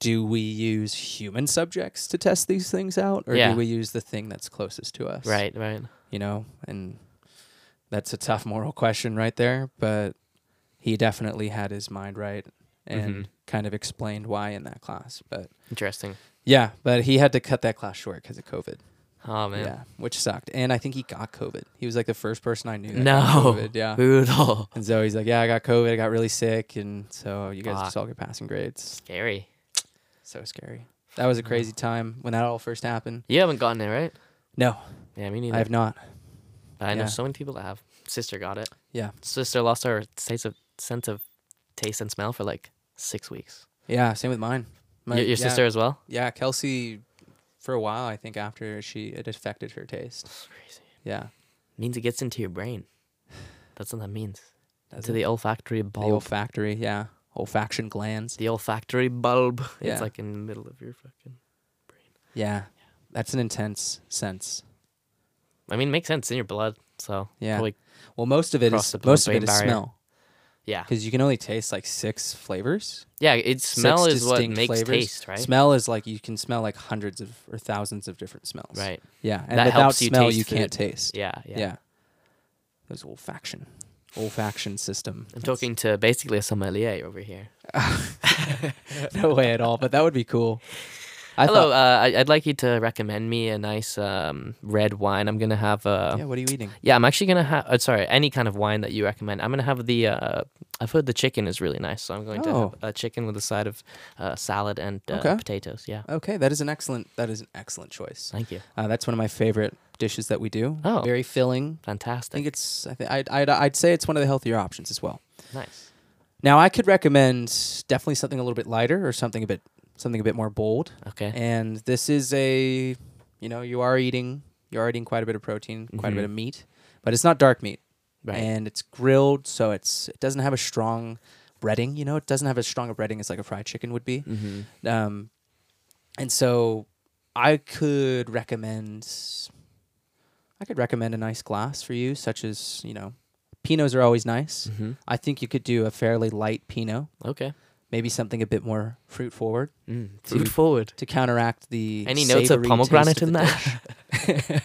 do we use human subjects to test these things out or Yeah. do we use the thing that's closest to us Right, right. you know, and that's a tough moral question right there, but he definitely had his mind right Mhm. and kind of explained why in that class. But Interesting. yeah, but he had to cut that class short because of COVID. Oh man. Yeah, which sucked. And I think he got COVID. He was like the first person I knew. That got No. COVID. [laughs] Yeah. Brutal. And so he's like, yeah, I got COVID. I got really sick. And so you guys Fuck. just all get passing grades. Scary. So scary. That Mm. was a crazy time when that all first happened. You haven't gotten it, right? No, Yeah, me neither. I have not. I know yeah. so many people that have. Sister got it. Yeah. Sister lost her taste of sense of taste and smell for like six weeks. Yeah, same with mine. My- your your yeah. sister as well. Yeah, Kelsey, for a while, I think after she it affected her taste. Crazy. Yeah, means it gets into your brain. That's what that means. Does to the olfactory the bulb. olfactory, yeah, olfaction glands. the olfactory bulb. [laughs] Yeah. It's like in the middle of your fucking. Yeah, that's an intense sense. I mean, it makes sense in your blood. So Yeah. probably- Well, most of it Across is the blood most of it brain is barrier. smell yeah, because you can only taste like six flavors. yeah. It smell six is what distinct makes flavors. taste, right? Smell is like you can smell like hundreds of or thousands of different smells. Right. Yeah, and That without helps you smell, taste you can't food. taste. Yeah, yeah. Yeah. yeah. There's olfaction, olfaction system. I'm That's- talking to basically a sommelier over here. [laughs] no way at all, but that would be cool. I Hello, thought- uh, I- I'd like you to recommend me a nice um, red wine. I'm gonna have uh, yeah, yeah. what are you eating? I'm actually gonna have. Uh, sorry, any kind of wine that you recommend. I'm gonna have the. Uh, I've heard the chicken is really nice, so I'm going Oh. to have a chicken with a side of uh, salad and uh, Okay. potatoes. Yeah, Okay, that is an excellent that is an excellent choice. thank you. Uh, that's one of my favorite dishes that we do. Oh. very filling. I Fantastic. think it's I think I'd, I'd I'd say it's one of the healthier options as well. nice. Now I could recommend definitely something a little bit lighter or something a bit something a bit more bold. Okay. And this is a you know you are eating you are eating quite a bit of protein, quite a bit Mhm. of meat, but it's not dark meat. Right. And it's grilled, so it's it doesn't have a strong breading. You know, it doesn't have as strong a breading as like a fried chicken would be. mm-hmm. Um, and so I could recommend, I could recommend a nice glass for you, such as you know, pinots are always nice. Mm-hmm. I think you could do a fairly light pinot, Okay. maybe something a bit more fruit forward Mm. Food Food forward. to counteract the Any notes of savory taste pomegranate of in the there? dish.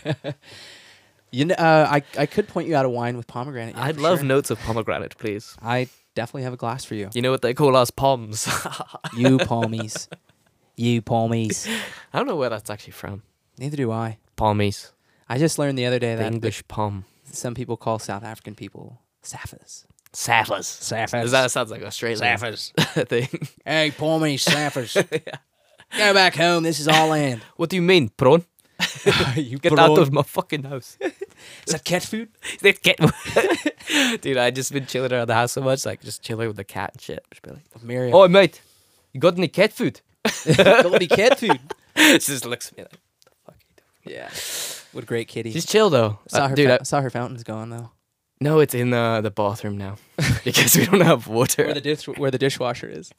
[laughs] you know, uh, I I could point you out a wine with pomegranate. yeah, I'd for love sure. notes of pomegranate, please. I definitely have a glass for you. You know what they call us poms. [laughs] you palmies, you palmies. [laughs] I don't know where that's actually from. Neither do I. Palmies. I just learned the other day The that English palm. some people call South African people sappers. Saffers. Sappers. Is that sounds like Australian [laughs] thing? Hey, poor [laughs] me, sappers. Go back home. This is our land. What do you mean, prawn? you Get out of my fucking [laughs] house. Is that cat food? This cat- [laughs] Dude, I just been chilling around the house so much, like just chilling with the cat and shit. Just be like, Miriam. [laughs] oh [laughs] mate, you got any cat food? [laughs] don't be cat food. just looks at me like, "The fuck are you doing?" Yeah. What a great kitty. She's chill though. saw, Uh, her dude, fou- I- saw her fountains gone, though. No, it's in uh, the the bathroom now [laughs] because we don't have Where water. the dish where the dishwasher is.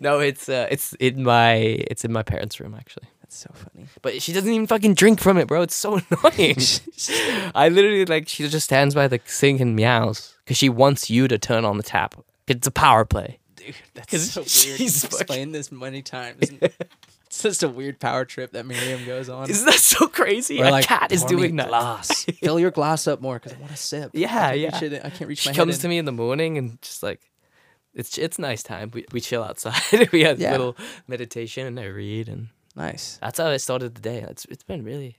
no, it's uh, it's in my it's in my parents' room actually. That's so funny. But she doesn't even fucking drink from it, bro. It's so [laughs] [laughs] annoying. I literally like she just stands by the sink and meows because she wants you to turn on the tap. It's a power play. Dude, that's 'Cause so weird. she's She's explained this many times. [laughs] it's just a weird power trip that Miriam goes on. Isn't that so crazy? Or a like, cat is "Pour me doing that. [laughs] Glass. Fill your glass up more because I want to sip. I Yeah, can't yeah. reach it- I can't [laughs] reach She my comes head to me in the morning and just like, it's it's nice time. We we chill outside. [laughs] we had Yeah. a little meditation and I read and Nice. that's how I started the day. It's it's been really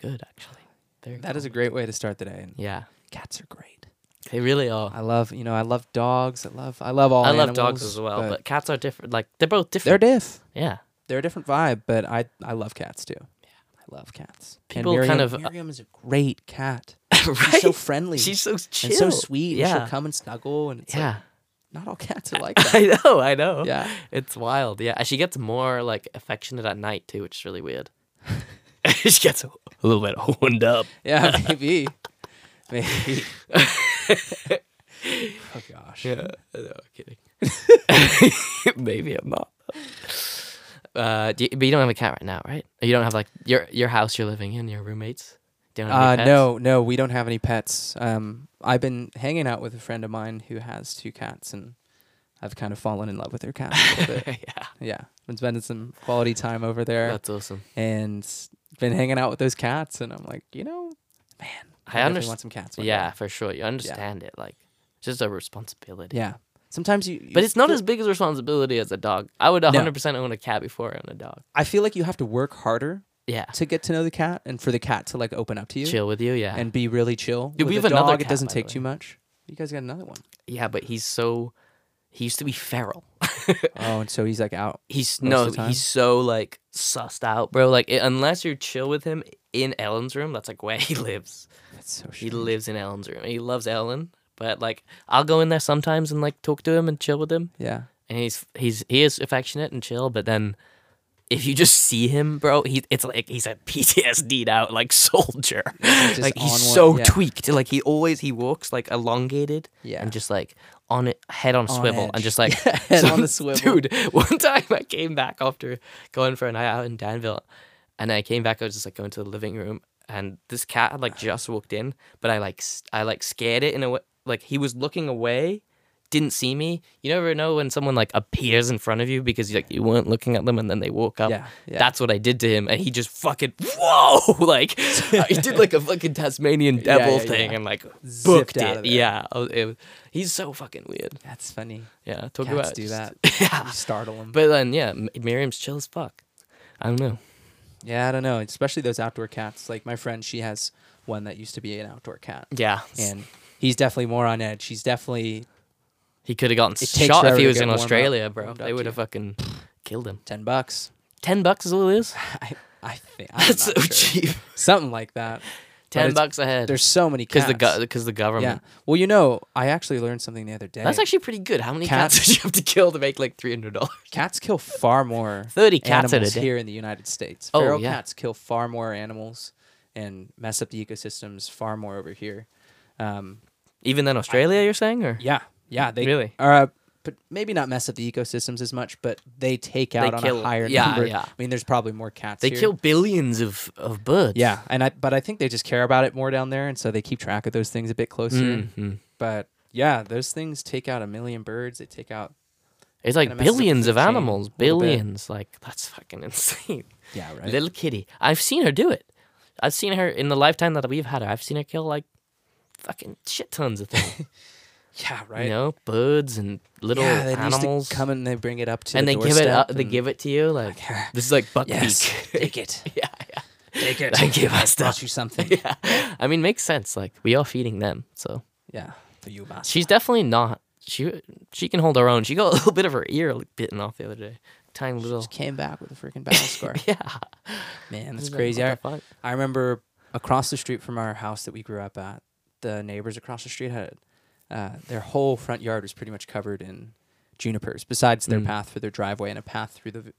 good actually. Very That is a great way to start the day. And yeah. cats are great. They really are. I love you know I love dogs. I love I love all. I love animals, dogs as well, but, cats are different. Like they're both they're different. diff. [laughs] yeah. [laughs] They're a different vibe. But I I love cats too. Yeah, I love cats. And People kind Miriam- of- uh, Miriam is a great [laughs] cat. right. She's so friendly. She's so chill. and so sweet. and Yeah. she'll come and snuggle. And it's like, yeah. [laughs] not all cats are like that. I know. I know. yeah. It's wild. Yeah. And She gets more like affectionate at night too, which is really [laughs] weird. [laughs] she gets a little bit horned up. [laughs] Yeah, maybe. maybe. [laughs] oh gosh. Yeah, no, kidding. [laughs] Maybe I'm not. Uh, do you, but you don't have a cat right now, right? You don't have like your your house you're living in, your roommates. Don't have Uh, any pets? no, no, we don't have any pets. Um, I've been hanging out with a friend of mine who has two cats, and I've kind of fallen in love with her cat a little bit. [laughs] yeah, yeah, been spending some quality time over there, that's awesome. and been hanging out with those cats, and I'm like, you know, man, I I, definitely underst- want some cats. one day. Yeah, for sure. You understand it, like it's just a responsibility. yeah. Sometimes you, But you it's not feel- as big as a responsibility as a dog. I would 100% own a cat before I own a dog. I feel like you have to work harder Yeah. to get to know the cat, and for the cat to like open up to you. Chill with you, yeah. and be really chill. Dude, With we a have another dog, it cat, doesn't by take the too much. You guys got another [laughs] one. yeah, but he's so he used to be feral. [laughs] Oh, and so he's like out. He's most of no, the time? he's so like sussed out, bro. Like it, unless you're chill with him in Ellen's room, that's like where he [laughs] lives. That's so He shit. lives in Ellen's room. He loves Ellen, but like I'll go in there sometimes and like talk to him and chill with him, yeah. and he's he's he is affectionate and chill, but then. If you just see him, bro, he it's like he's a [laughs] PTSD'd out like soldier. just like he's on one- so [laughs] yeah. tweaked. Like he always he walks like elongated Yeah. and just like on it head on, On swivel edge. and just like [laughs] [laughs] Head on the swivel. Dude, one time I came back after going for a night out in Danville, and I came back. I was just like going to the living room, and this cat Uh. had like just walked in, but I like s- I like scared it in a way. Like he was looking away, didn't see me. You never know when someone like appears in front of you because like you weren't looking at them, and then they walk up. Yeah, yeah. That's what I did to him, and he just fucking whoa! [laughs] Like [laughs] he did like a fucking Tasmanian Yeah, devil yeah, thing, yeah. and like Zipped booked out of it. there. Yeah, I was- it was- he's so fucking weird. That's funny. Yeah, talk Cats about do just- [laughs] that. Yeah. You startle him. But then, yeah, M- Miriam's chill as fuck. I don't know. yeah, I don't know. Especially those outdoor cats. Like my friend, she has one that used to be an outdoor cat, Yeah, and he's definitely more on edge. He's definitely he could have gotten takes shot forever if he to was get in warmed up- Australia, bro. warmed up They to would you. have [sighs] fucking killed him. ten bucks. [laughs] Ten bucks is all it [laughs] is. I I think I'm That's so not sure. cheap. Something like that. Ten it's- bucks a head. There's so many Because cats. the because the yeah. government. Well, you know, I actually learned something the other day. That's actually pretty good. How many Cats- cats, [laughs] did you have to kill to make like three hundred dollars? cats kill [laughs] far more 30 cats in a animals day. here in the United States. Oh, Feral yeah. cats kill far more animals and mess up the ecosystems far more over here. Um, Even then, Australia, you're saying, or yeah, yeah, they Really? are. Uh, but maybe not mess up the ecosystems as much, but they take out on kill- a higher yeah, number. yeah. I mean, there's probably more cats. they here. kill billions of of birds. Yeah, and I but I think they just care about it more down there, and so they keep track of those things a bit closer. Mhm. But yeah, those things take out a million birds. They take out It's like Kinda messes up the billions food of chain animals. a little bit. Billions. Like that's fucking insane. yeah [laughs] right. Little kitty. I've seen her do it. I've seen her in the lifetime that we've had her. I've seen her kill like fucking shit tons of things. yeah right. You know, birds and little yeah, they animals. used to come and they bring it up to and the they give it doorstep up. They and- [laughs] give it to you like this is like buckbeak. Yes, take it. yeah, yeah. Take [laughs] it. They give [laughs] us brought that. you something. [laughs] Yeah. I mean, makes sense. Like we are feeding them, so Yeah, for you, master. she's definitely not. She she can hold her own. She got [laughs] a little bit of her ear like, bitten off the other day. Tiny little. Just came back with a freaking battle scar. [laughs] Yeah, Man, that's Like, crazy. I, what the fuck? I remember across the street from our house that we grew up at, the neighbors across the street had uh, their whole front yard was pretty much covered in junipers, besides their Mm. path for their driveway and a path through the v-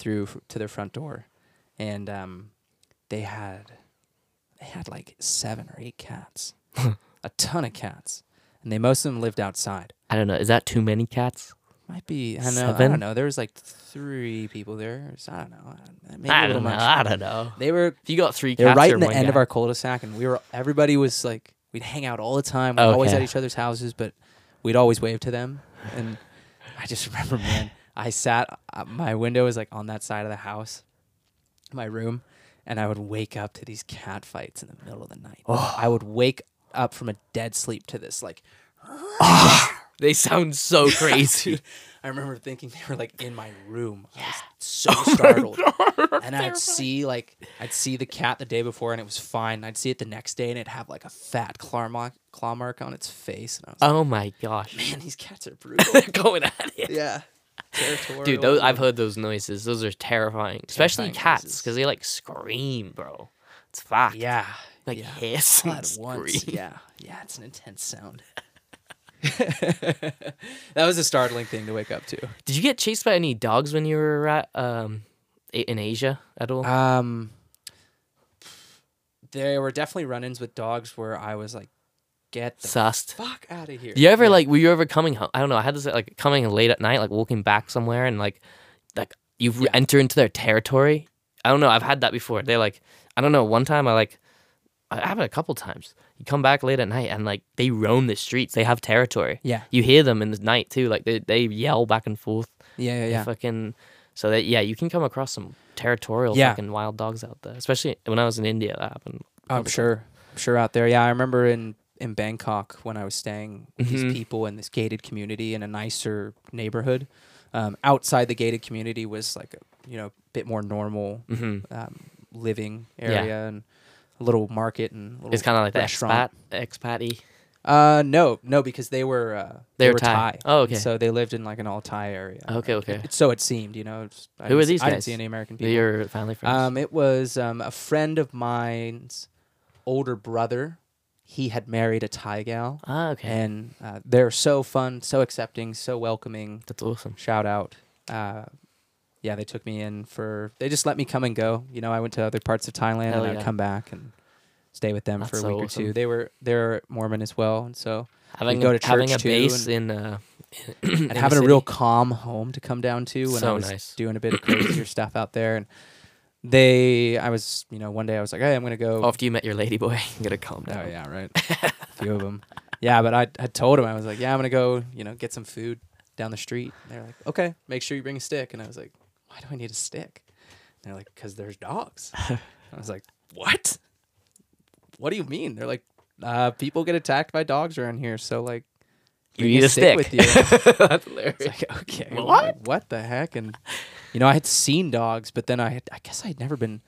through f- to their front door, and [laughs] um, they had they had like seven or eight cats. a ton of cats, and they most of them lived outside. I don't know. Is that too many cats? Might be I don't know. I Seven? don't know. There was like three people there. or so- I don't know. uh, Maybe I a little don't know. much. I don't know. They were If you got three they were cats, right or in the one end of guy- our cul-de-sac, and we were everybody was like we'd hang out all the time. We are always Okay. at [laughs] each other's houses, but we'd always wave to them. And [laughs] I just remember, man, I sat uh, my window was like on that side of the house, my room, and I would wake up to these cat fights in the middle of the night. I would wake up from a dead sleep to this like They sound [laughs] so crazy. I remember thinking they were like in my room. I was [laughs] so startled. [laughs] and I'd see like I'd see the cat the day before and it was fine. And I'd see it the next day and it'd have like a fat claw mark, claw mark on its face. And I was like, oh my gosh. [laughs] man, these cats are brutal. [laughs] They're going at it. yeah. Territorial. Dude, those, I've heard those noises. Those are terrifying, especially Terrifying cats, noises. because they like scream, bro. It's fucked. Yeah. like yeah. hiss All and at scream. once. Yeah. Yeah, it's an intense sound. [laughs] that was a startling thing to wake up to. Did you get chased by any dogs when you were at, um i- in Asia at all? Um, there were definitely run-ins with dogs where I was like, "Get the Sussed. fuck out of here!" You ever Yeah. like were you ever coming home? I don't know. I had this like coming late at night, like walking back somewhere, and like like you re- enter into their territory. I don't know. I've had that before. They like I don't know. One time I like I have it a couple times. You come back late at night and like they roam the streets. They have territory. Yeah. You hear them in the night too. Like they they yell back and forth. yeah, yeah, They yeah. Fucking so that yeah, you can come across some territorial Yeah. fucking wild dogs out there. Especially when I was in India, that happened. I'm sure, I'm sure out there. Yeah, I remember in in Bangkok when I was staying with Mhm. these people in this gated community in a nicer neighborhood. Um, outside the gated community was like a, you know bit more normal hmm um, living Yeah. area and a little market and little It's kind of like that expat restaurant. expatty. Uh, no, no, because they were uh, They were Thai. Oh, okay. So they lived in like an all Thai area. Okay, okay. It- so it seemed, you know. it's- I Who didn't were s- these I didn't guys? see any American people. Your family friends. um, it was um, a friend of mine's older brother. He had married a Thai gal, ah, okay. and uh, they're so fun, so accepting, so welcoming. That's awesome. Shout out. Uh, yeah, they took me in for. They just let me come and go. You know, I went to other parts of Thailand Hell and I would yeah. come back and stay with them for That's a so week or two. awesome. They were they're Mormon as well, and so Having go a, to having church a too base in uh, and having a real calm home to come down to when I So was nice. doing a bit of crazier stuff out there. And they, I was, you know, one day I was like, hey, I'm gonna go. Oh, after you met your lady boy, [laughs] you gotta calm Oh, down. [laughs] yeah, right. a few of them. Yeah, but I had told him I was like, yeah, I'm gonna go, you know, get some food down the street. And they're like, okay, make sure you bring a stick. And I was like, why do I need a stick? And they're like, because [laughs] there's dogs. And I was like, what? What do you mean? They're like, uh, people get attacked by dogs around here, so like, You bring need a stick. [laughs] with you. That's hilarious. It's like, okay, What? well, like, what the heck? And you know, I had seen dogs, but then I, had, I guess I'd never been.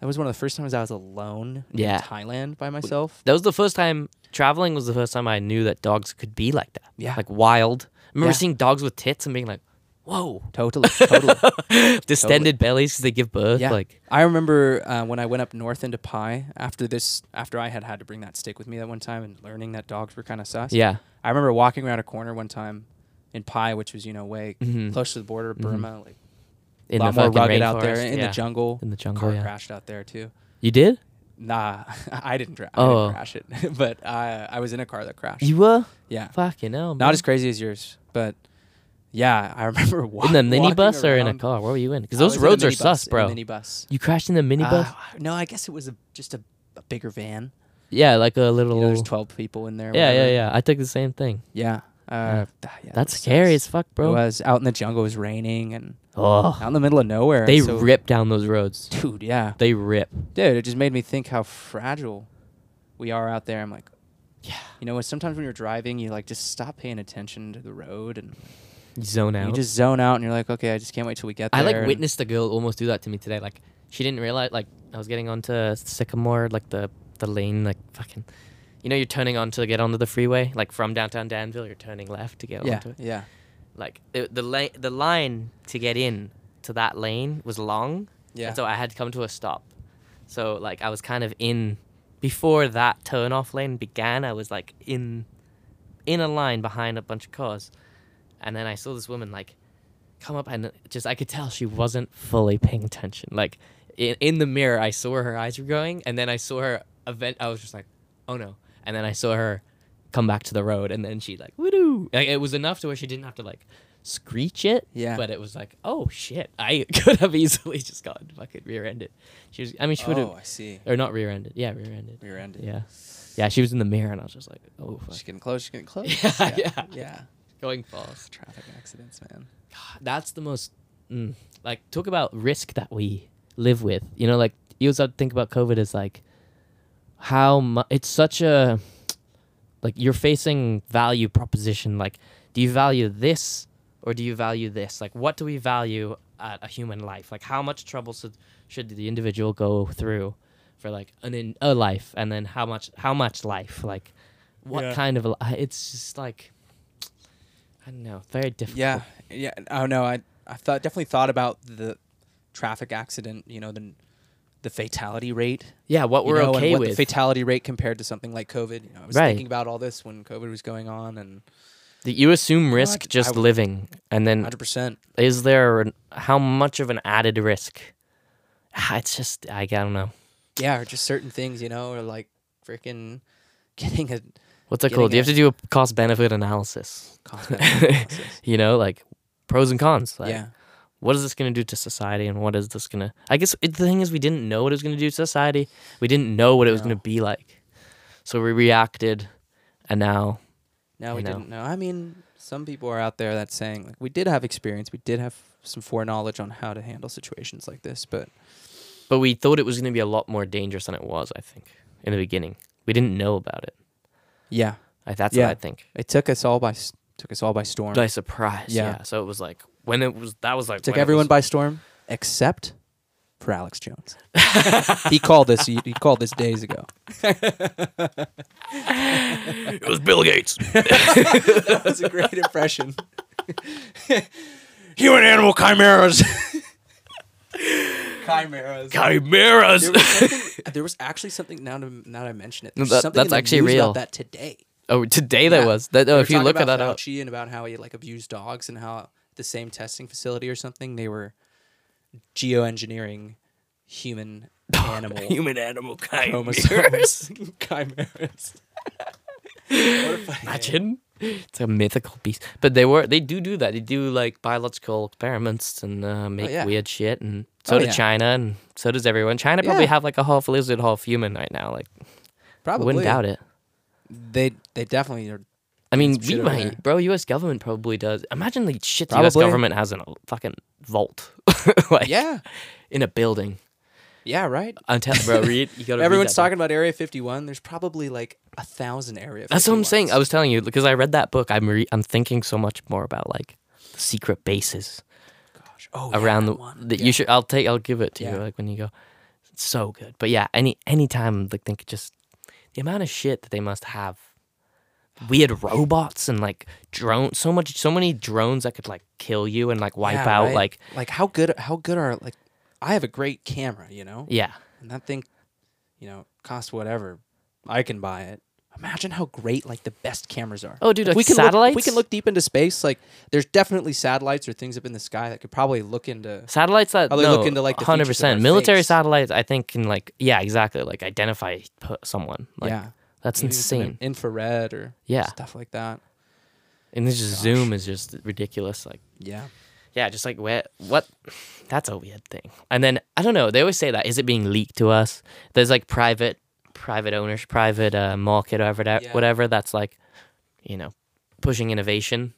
That was one of the first times I was alone Yeah. in Thailand by myself. That was the first time traveling was the first time I knew that dogs could be like that. Yeah. Like wild. I remember Yeah. seeing dogs with tits and being like, [gasps] whoa. [laughs] Totally, totally. Distended bellies because they give birth. Yeah, Like, I remember uh, when I went up north into Pai after this, after I had had to bring that stick with me that one time and learning that dogs were kind of sus. yeah. I remember walking around a corner one time in Pai, which was you know way Mhm. close to the border of Burma, like In a lot the more fucking rugged out there rainforest, in yeah. the jungle. In the jungle, car yeah. crashed out there too. You did? Nah, [laughs] I didn't, dra- I Oh. didn't crash it, [laughs] but uh, I was in a car that crashed. You were? yeah, Fucking hell. not man. as crazy as yours, but yeah, I [laughs] remember wa- In walking the minibus or in a around. car? Where were you in? Because I those was in a roads are minibus, sus, in a bro. Minibus. You crashed in the minibus? Uh, no, I guess it was a, just a, a bigger van. yeah, like a You little. know, there's twelve people in there. yeah, yeah, whatever. yeah. I took the same thing. yeah. Uh, th- yeah, That's it scary as sucks. fuck, It bro. was out in the jungle. It was raining and out Oh, in the middle of nowhere. they so- rip down those roads. dude. Yeah, They rip. dude. It just made me think how fragile we are out there. I'm like, Yeah. you know, sometimes when you're driving, you like just stop paying attention to the road and You zone you out. just zone out and you're like, okay, I just can't wait till we get there. I like and- witnessed a girl almost do that to me today. Like she didn't realize. Like I was getting onto Sycamore, like the the lane, like fucking. You know, you're turning onto to get onto the freeway, like from downtown Danville. You're turning left to get Yeah, onto it. yeah. Like the the, la- the line to get in to that lane was long. Yeah. And so I had to come to a stop. So like I was kind of in before that turn off lane began, I was like in in a line behind a bunch of cars. And then I saw this woman like come up and just I could tell she wasn't fully paying attention. Like in, in the mirror I saw her eyes were going and then I saw her event I was just like, "Oh no." And then I saw her come back to the road, and then she like woo like, It was enough to where she didn't have to like screech it. Yeah. But it was like, oh shit, I [laughs] could have easily just gotten fucking rear-ended. She was. I mean, she would have Oh, I see. or not rear-ended. Yeah, rear-ended. Rear-ended. Yeah, yeah. She was in the mirror, and I was just like, oh fuck, She's getting close. She's getting close. [laughs] Yeah, yeah. yeah. yeah. going fast. Traffic accidents, man. that's the most mm, like talk about risk that we live with you know like you also think about covid as like how mu- it's such a like you're facing value proposition like do you value this or do you value this like what do we value at a human life like how much trouble should, should the individual go through for like an in, a life and then how much how much life like what Yeah. kind of a, li- it's just like i don't know very difficult Yeah, yeah. Oh no, I I thought definitely thought about the traffic accident. You know, the the fatality rate. Yeah, what you we're know, and okay what with. the fatality rate compared to something like COVID. You know, I was Right. thinking about all this when COVID was going on, and That you assume I risk d- I just w- living, and then 100. percent is there an, how much of an added risk? [sighs] Ah, It's just I, I don't know. Yeah, or just certain things. You know, or like freaking [laughs] getting a What's that Getting called? You have a- to do a cost benefit analysis. [laughs] cost benefit analysis. You know, like pros and cons. [laughs] Like, yeah, What is this going to do to society, and what is this going to? I guess it, the thing is, we didn't know what it was going to do to society. We didn't know what it was No. going to be like, so we reacted, and now now you we know. didn't know. I mean, some people are out there that's saying like we did have experience, we did have some foreknowledge on how to handle situations like this, but But we thought it was going to be a lot more dangerous than it was, I think, in the beginning. We didn't know about it. yeah, I, that's Yeah. what I think. it took us all by s- took us all by storm. By surprise. Yeah. Yeah. So it was like, when it was, that was like, took when it everyone was- by storm except for Alex [laughs] Jones. he called this. He, he called this days ago. [laughs] It was Bill [laughs] Gates. [laughs] that was a great impression. Human animal chimeras. chimeras. [laughs] Chimeras. There was, something- there was actually something now. To, now that I mention it, No, there's that- something in that's the actually news real. About that today. oh, today there Yeah. was. That, oh, They were if you talking look at about that up. Fauci and about how he like abused dogs and how the same testing facility or something they were geoengineering [laughs] human animal Human animal [laughs] chromosomes [laughs] chimeras. Imagine. It's a mythical beast. But they were, they do do that. They do like biological experiments and uh, make Oh, yeah. weird shit. And so Oh, did yeah. China and so does everyone. China probably Yeah. have like a half lizard, half human right now. Like, Probably wouldn't doubt it. They they definitely are. I mean, some we shit over might, there. bro. U.S. government probably does. Imagine the shit the U.S. Probably. government has in a fucking vault, [laughs] like Yeah, in a building. yeah, right. I'm telling, bro. Read. You gotta. read Everyone's that book. talking about Area 51. There's probably like a thousand Area. That's what I'm saying. 51s. I was telling you because I read that book. I'm re- I'm thinking so much more about like the secret bases Gosh. Oh, yeah, around that the one. that Yeah. you should. I'll take. I'll give it to Yeah. you. Like when you go, it's so good. But yeah, any any time like think just the amount of shit that they must have. Weird robots and like drone, so much, so many drones that could like kill you and like wipe Yeah, out right. like like how good how good are like I have a great camera, you know, yeah. and that thing, you know, costs whatever. I can buy it. Imagine how great like the best cameras are. Oh, dude, If like we can Look, if we satellites? can look deep into space. Like there's definitely satellites or things up in the sky that could probably look into. Satellites that How they no, look into, like, the features of hundred percent their military face. satellites. I think can like yeah, exactly like identify p- someone. Like, yeah, that's Maybe some in- insane. Infrared or Yeah. stuff like that. And this just Zoom is just ridiculous. Like Yeah. yeah, just like where what? [sighs] That's a weird thing. And then I don't know. They always say that is it being leaked to us? There's like private private owners, private uh, market, or whatever, Yeah. whatever. That's like you know pushing innovation.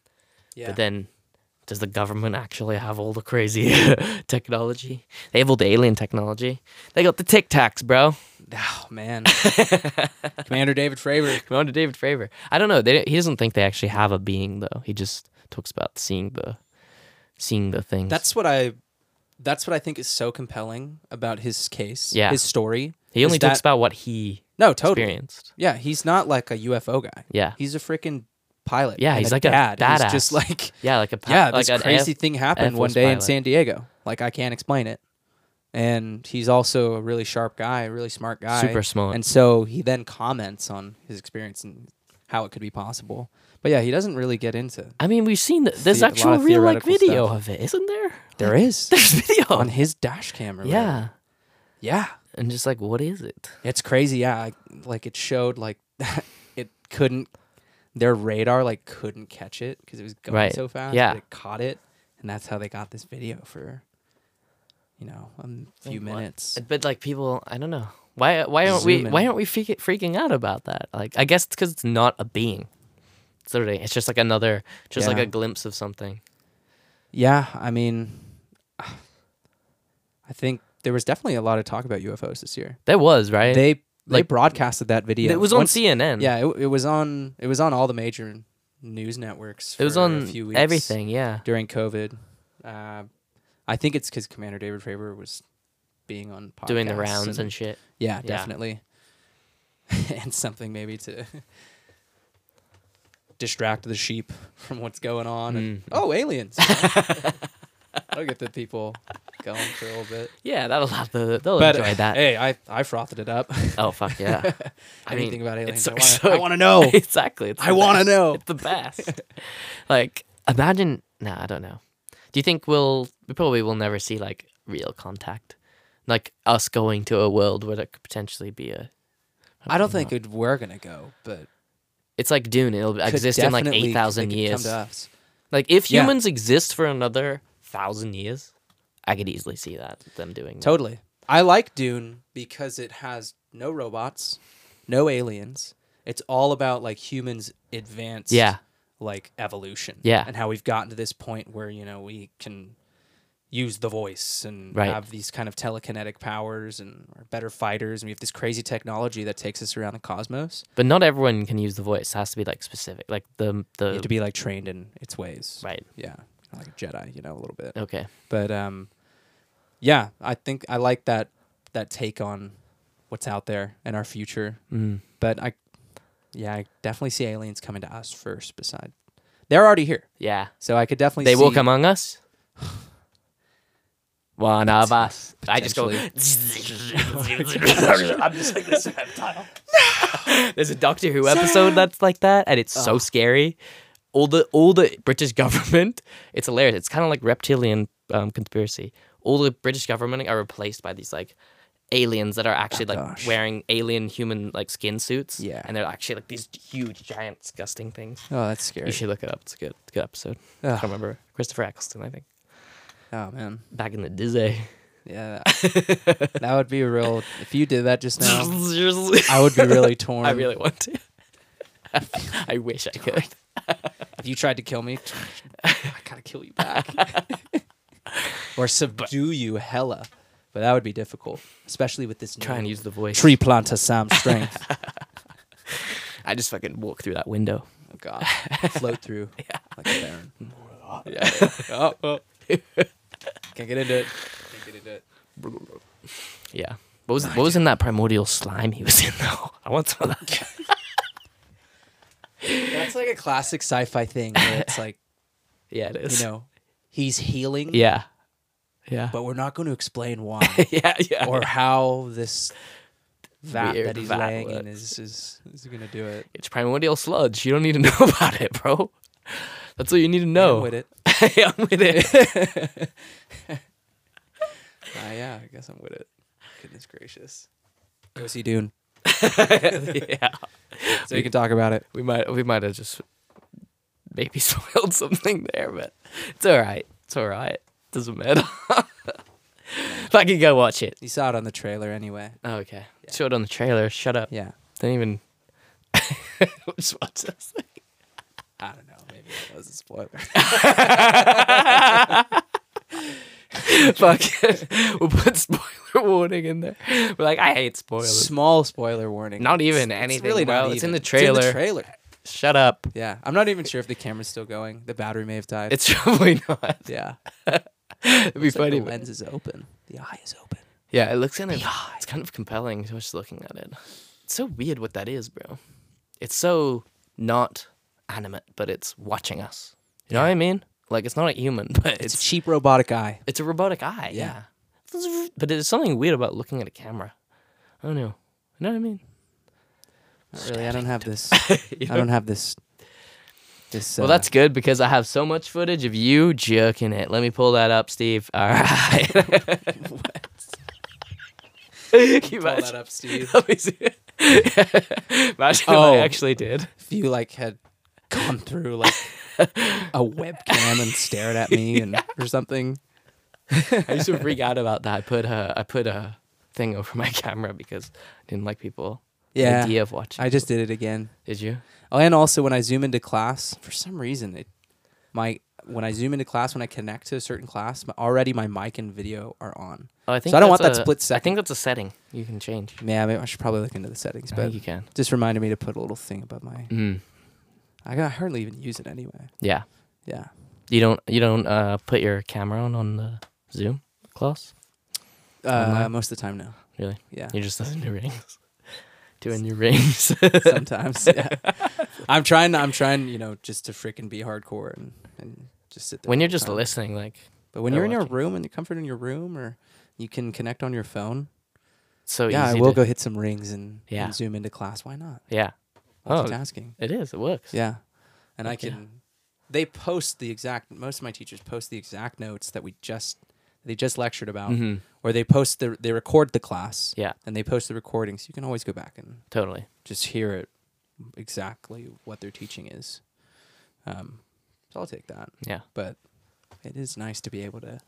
Yeah. But then, does the government actually have all the crazy [laughs] technology? They have all the alien technology. They got the Tic Tacs, bro. Oh [laughs] man, Commander David Fravor. Come on to David Fravor. I don't know. They, he doesn't think they actually have a being, though. He just talks about seeing the, seeing the things. That's what I. That's what I think is so compelling about his case. Yeah. His story. he only is that- talks about what he No, totally. experienced. Yeah, he's not like a UFO guy. Yeah, He's a freaking pilot. Yeah, and he's like a dad. He's just badass. [laughs] like yeah, like a pa- yeah, like this an crazy F- thing happened Air one Force day in pilot. San Diego. Like I can't explain it. And he's also a really sharp guy, a really smart guy. Super smart. And so he then comments on his experience and how it could be possible. But yeah, he doesn't really get into. I mean, we've seen that. There's The- a lot actual of real like theoretical video stuff. of it, isn't there? [laughs] There is There's video. [laughs] on his dash camera. Oh. yeah, Yeah. and just like what is it? [laughs] It's crazy, yeah. I- Like it showed like it couldn't their radar like couldn't catch it because it was going Right. so fast. Yeah. but it caught it, and that's how they got this video for, you know, a m- few Like what? minutes. But like people, I don't know. Why why aren't we Zoom why in. aren't we freak- freaking out about that? Like I guess it's because it's not a being. It's literally it's just like another just like Yeah. a glimpse of something. Yeah, I mean, I think there was definitely a lot of talk about UFOs this year. There was right. They they like- broadcasted that video. It was on Once- CNN. Yeah, it, it was on. It was on all the major news networks. For it was a few on weeks everything. Yeah, during COVID. Uh, I think it's because Commander David Faber was being on podcasts doing the rounds and and shit. yeah, Yeah. definitely. [laughs] and something maybe to [laughs] distract the sheep from what's going on. And, Mhm. [laughs] oh, aliens! [laughs] I'll get the people going for a little bit. Yeah, that'll have the they'll But enjoy that. [laughs] hey, I I frothed it up. Oh fuck [laughs] yeah! I mean, Anything about aliens? so- I wanna- so- I want to know. [laughs] exactly. It's Oh. I the wanna best. know. It's the best. [laughs] like imagine. Nah, I don't know. Do you think we'll we probably will never see like real contact, like us going to a world where there could potentially be a. I don't think it, we're gonna go, but it's like Dune. It'll could exist in like definitely- eight thousand they could Come years. to us. Like if Yeah. humans exist for another thousand years, I could easily see that them doing. that. Totally. I like Dune because it has no robots, no aliens. It's all about like humans advanced Yeah. like evolution. Yeah. And how we've gotten to this point where, you know, we can use the voice and Right. have these kind of telekinetic powers and are better fighters and we have this crazy technology that takes us around the cosmos. But not everyone can use the voice. It has to be like specific. Like the You the have to be like trained in its ways. right. Yeah. Like a Jedi, you know, a little bit. Okay. but um yeah i think i like that that take on what's out there and our future Mm. but i yeah i definitely see aliens coming to us first beside they're already here Yeah. so i could definitely They see walk among [sighs] us. One of us. I just go. Potentially. [laughs] I'm just like this [laughs] reptile. [laughs] There's a Doctor Who episode that's like that, and it's so scary. All the all the British [laughs] government. It's hilarious. It's kind of like reptilian um, conspiracy. All the British government are replaced by these like aliens that are actually like gosh. wearing alien human like skin suits. Yeah. and they're actually like these huge, giant, disgusting things. oh that's scary You should look it up. It's a good, good episode. I Ugh. can't remember Christopher Eccleston, I think, oh man back in the dizzy. [laughs] yeah that would be a real if you did that just now I [laughs] [laughs] i would be really torn really want [laughs] to. I wish I could. if you tried to kill me [laughs] i gotta kill you back [laughs] or subdue you hella but that would be difficult especially with this Try new and use the voice. tree planter Sam strength. I just fucking walk through that window. [laughs] oh God, float [laughs] through like a baron. Yeah. [laughs] Oh, oh. can't get into it. Can't get into it. yeah. What was what was in that primordial slime he was in though? [laughs] I want some of that. That's like a classic sci-fi thing. Where it's [laughs] like yeah, it is. [laughs] you know, he's healing, Yeah. Yeah. but we're not going to explain [laughs] why [laughs] yeah. Yeah. or how this vat Weird that he's vat laying in works. is is, is going to do it. it's primordial sludge. You don't need to [laughs] know about it, bro. That's all you need to know. I'm with it. [laughs] I'm with it. Ah, yeah, I guess I'm with it. Goodness gracious. Go see Dune, [laughs] [laughs] yeah. so you can talk about it. We might we might have just maybe [laughs] spoiled something there, but it's all right. It's all right. Doesn't matter. [laughs] Fucking go watch it. You saw it on the trailer anyway. Oh, Okay. Show it on the trailer. Shut up. Yeah, Don't even [laughs] just watch this. I don't know. Maybe that was a spoiler. [laughs] [laughs] Fuck. it. we'll put spoiler warning in there. We're like, I hate spoilers. Small spoiler warning. Not even It's anything, really bro. not It's in the even. trailer. trailer. Shut up. Yeah, I'm not even sure if the camera's still going. The battery may have died. It's [laughs] probably not. yeah. It'd be It's like funny. the but- lens is open. The eye is open. yeah, it looks kind of it's kind of compelling just looking at it. It's so weird what that is, bro. It's so not animate, but it's watching us. You know what I mean? Like it's not a human, but It's, it's a cheap robotic eye. It's a robotic eye. Yeah. Yeah. But there's something weird about looking at a camera. I don't know. You know what I mean? Not really, I don't have this. [laughs] I don't have this. This. Well, uh, that's good because I have so much footage of you jerking it. Let me pull that up, Steve. All right. [laughs] what? you pull that [laughs] [laughs] imagine? up, Steve. Let me see. imagine if I Oh. actually did. if you like had come through like a webcam and stared at me and or something. [laughs] I used to freak out about that. I put a I put a thing over my [laughs] camera because I didn't like people. The Yeah, idea of watching. I just did it again. Did you? Oh, and also when I zoom into class, for some reason, it my when I zoom into class when I connect to a certain class, my, already my mic and video are on. Oh, I think. So I don't want that's that a- split I think second. that's a setting you can change. Yeah, maybe I should probably look into the settings, I think but you can. just reminded me to put a little thing above my. Mm. I got- I hardly even use it anyway. Yeah. Yeah, You don't. You don't uh, put your camera on on the Zoom class. uh, Online? most of the time now. Really? [laughs] Yeah, You're just doing your rings. [laughs] Doing your rings. [laughs] sometimes. yeah, I'm trying. I'm trying. You know, just to freaking be hardcore and and just sit there. when all you're the just Oh, time. listening, like but when or you're in your watching. room and you're comfortable in your room, or you can connect on your phone. it's so yeah, I Oh, easy will to- go hit some rings and, Yeah. and zoom into class. Why not? Yeah. Oh. Multitasking. It is. It works. Yeah, and I Heck yeah. can. They post the exact. Most of my teachers post the exact notes that we just they just lectured about, hmm or they post the they record the class. Yeah. and they post the recordings. You can always go back and Totally. just hear it exactly what their teaching is. Um, so I'll take that. Yeah. But it is nice to be able to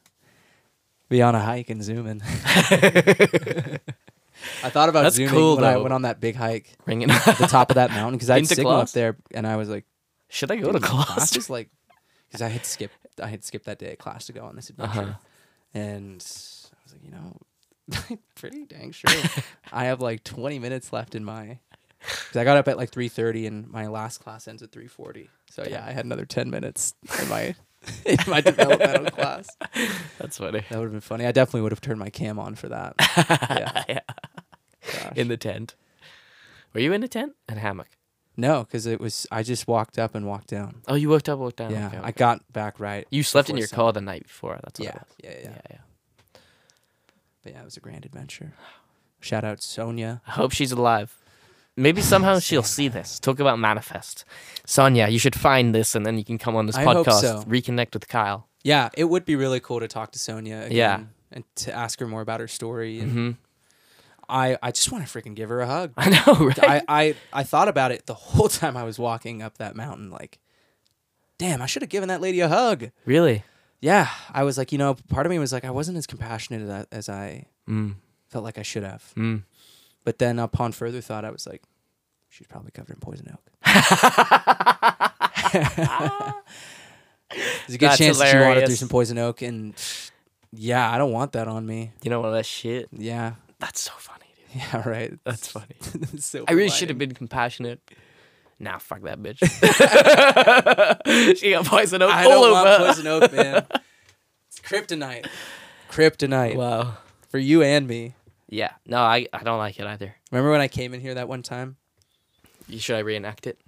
be on a hike and [laughs] zoom in. [laughs] I thought about That's zooming cool, when I though. went on that big hike, Ringing. at the top of that mountain, because I had Into signal class? up there, and I was like, [laughs] Should I go to "Dude, class? is like, because I had skipped, I had skipped that day at class to go on this adventure, Uh-huh. and I was like, you know, [laughs] pretty dang sure I have like 20 minutes left in my. Because I got up at like 3:30 and my last class ends at 3:40, so yeah, I had another 10 minutes in my [laughs] in my [laughs] developmental class. [laughs] That's funny. [laughs] That would have been funny. I definitely would have turned my cam on for that. Yeah. yeah. [laughs] Gosh. In the tent. Were you in a tent? And hammock. no, because it was. I just walked up and walked down. Oh, you worked up, walked down. yeah, okay, I okay. got back right. You slept in before your car the night before. That's what Yeah, it was. yeah, yeah, yeah. Yeah, yeah. But yeah, it was a grand adventure. Shout out Sonia. I hope she's alive. [sighs] Maybe somehow she'll see this. Talk about manifest. Sonia, you should find this, and then you can come on this I hope podcast, so. reconnect with Kyle. Yeah, it would be really cool to talk to Sonia again Yeah. and to ask her more about her story. And hmm I, I just want to freaking give her a hug. [laughs] I know, right? I, I, I thought about it the whole [laughs] time I was walking up that mountain. Like, damn, I should have given that lady a hug. really? Yeah, I was like, you know, part of me was like, I wasn't as compassionate as I, as I Mm. felt like I should have. Mm. But then upon further thought, I was like, she's probably covered in poison [laughs] oak. [laughs] There's a good That's chance that she wanted through hilarious. some poison oak, and yeah, I don't want that on me. You know all that shit? Yeah, [laughs] That's so funny, dude. yeah, right. [laughs] That's funny. so [laughs] I really polite. should have been compassionate. Nah, fuck that [laughs] bitch. she got poison oak I all don't want over. poison [laughs] oak, man. It's kryptonite. Kryptonite Wow. for you and me. Yeah. No, I, I don't like it either. Remember when I came in here that [laughs] one time? You should I reenact it?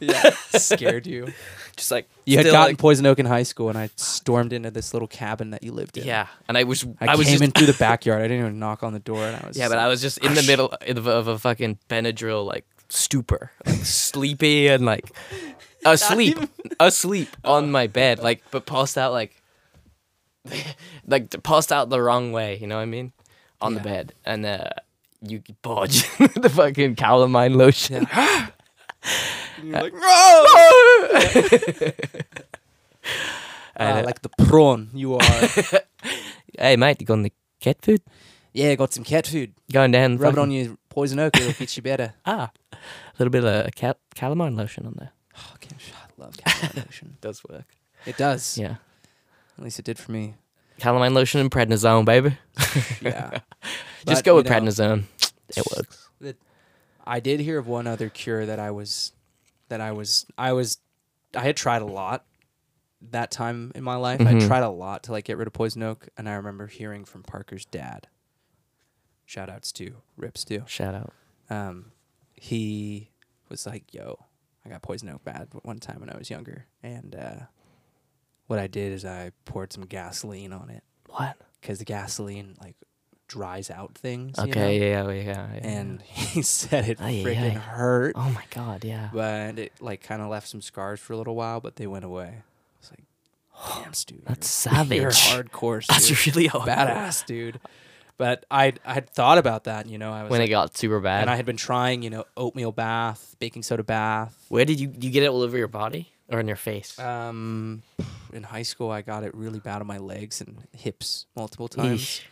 Yeah, [laughs] scared you. Just like You had still, gotten like- poison oak in high school, and I stormed into this little cabin that you lived in. yeah, and I was I, I, was came just, in through the backyard. I didn't even knock on the door, and I [laughs] was yeah, but I was just in the middle of, of a fucking Benadryl like stupor, like sleepy and like asleep, asleep on my bed, like but passed out like [laughs] like passed out the wrong way. You know what I mean? On the Yeah. bed, and uh, you [laughs] bodge the fucking calamine lotion. [laughs] like, Ah, like the prawn you are. Hey mate, you got any cat food? [laughs] yeah, got some cat food. Going down, Rub it fucking- on your poison oak, it'll get you better. Ah, a little bit of cal- calamine lotion on there. [laughs] Fucking sh- I love cat [laughs] lotion. Does work. It does. Yeah. At least it did for [laughs] me. Calamine lotion and prednisone, baby. [laughs] Yeah. Just But, go you with know, prednisone. It works. I did hear of one other cure that I was, that I was, I was, I had tried a lot that time in my life. I Mhm. tried a lot to like get rid of poison oak, and I remember hearing from Parker's dad. Shout outs to Rip Stew. Shout out. um, he was like, "Yo, I got poison oak bad one time when I was younger, and uh, what I did is I poured some gasoline on it What? because the gasoline like dries out things." you Okay, know? yeah, yeah, yeah, yeah. And [laughs] he said it Ay, ay, ay. freaking hurt, oh my god, yeah. but it like kind of left some scars for a little while, but they went away. It's like, damn, [gasps] dude, That's you're, [laughs] savage. You're hardcore, That's dude. really hard. badass, dude. But I I had thought about that. You know, I was when like- it got super bad. and I had been trying, you know, oatmeal bath, baking soda bath. Where did you you get it all over your body or on your face? Um, in high school, I got it really bad on my legs and hips multiple times.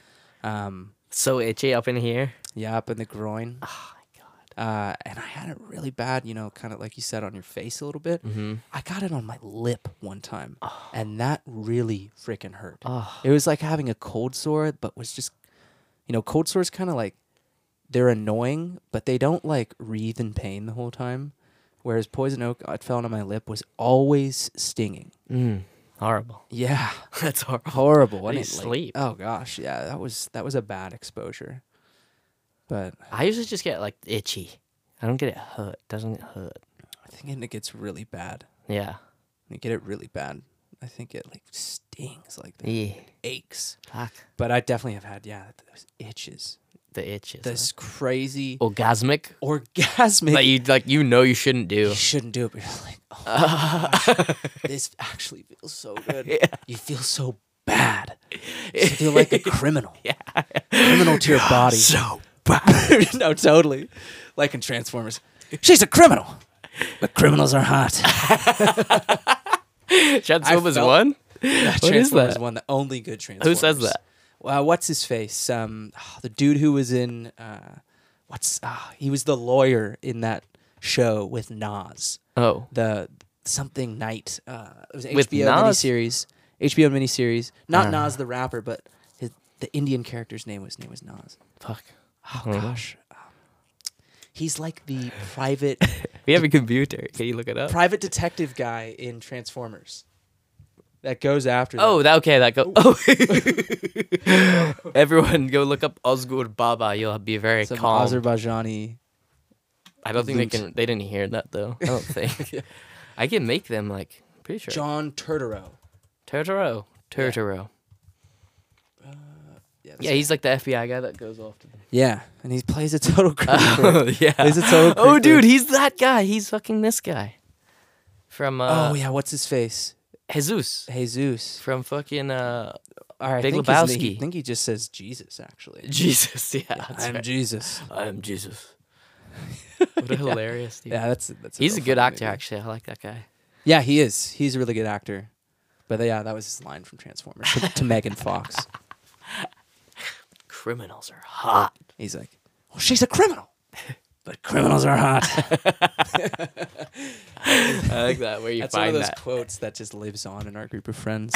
Eesh. Um, So itchy up in here. yeah, up in the groin. Oh my god. Uh, and I had it really bad, you know, kind of like you said on your face a little bit. Mm-hmm. I got it on my lip one time, and that really freaking hurt. Oh. It was like having a cold sore, but was just, you know, cold sores kind of like they're annoying, but they don't like wreathe in pain the whole time. Whereas poison oak, uh, it fell onto my lip, was always stinging. Mm. Horrible. [laughs] Yeah, [laughs] That's horrible. horrible. How do you wasn't it? Like- sleep? oh gosh, yeah, that was that was a bad exposure. But I usually just get like itchy. I don't get it hurt. Doesn't it hurt? I think it gets really bad. Yeah. When you get it really bad, I think it like stings, like the Yeah. aches. Fuck. But I definitely have had yeah those itches, The itches. this crazy huh? [laughs] Orgasmic. orgasmic. That you Oh. like you know you shouldn't do. [laughs] you shouldn't do it, but you're like, oh, [laughs] my gosh, this actually feels [laughs] so good. You feel so bad. You feel like a criminal. [laughs] yeah. Criminal [laughs] to your body. So bad. [laughs] no, totally. Like in Transformers. She's a criminal. But criminals are [laughs] hot. Transformers felt- one. What is Transformers that? one, the only good Who Transformers. says that? Well, what's his face? Um, the dude who was in uh, what's ah, he was the lawyer in that show with Nas. Oh. The something night. Uh, it was an With HBO Nas? Uh. miniseries. HBO miniseries. Not Nas the rapper, but his, the Indian character's name was his name was Nas. Fuck. Hmm. Oh don't know. gosh. Um, he's like the private [laughs] We have a computer. Can you look it up? private detective guy in Transformers that goes after. them. Oh, that, okay. That go. Oh. [laughs] Everyone, go look up Osgood Baba. You'll be very some calm. Azerbaijani. I don't think they loot. can. They didn't hear that though. I don't think. [laughs] I can make them like pretty sure. John Turturro. Turturro. Turturro. that's Yeah, he's like the FBI guy that goes [laughs] off to them. Yeah, and he plays a total creeper. [laughs] yeah. He's a total creeper. Oh, dude, he's that guy. He's fucking this guy from uh, oh yeah, what's his face? Jesus Jesus. from fucking uh, [laughs] All right, Big I think his Lebowski. name- I think he just says Jesus actually. Jesus. Yeah, that's I'm right. Jesus. I'm [laughs] Jesus. what a hilarious dude. Yeah, that's that's. He's a real good funny actor, movie. actually. I like that guy. Yeah, he is. He's a really good actor. But yeah, that was his line from Transformers [laughs] to, to Megan Fox. Criminals are hot. He's like, "Well, she's a criminal, but criminals are hot." [laughs] I like that. Where you That's one of find those that? quotes that just lives on in our group [laughs] of friends.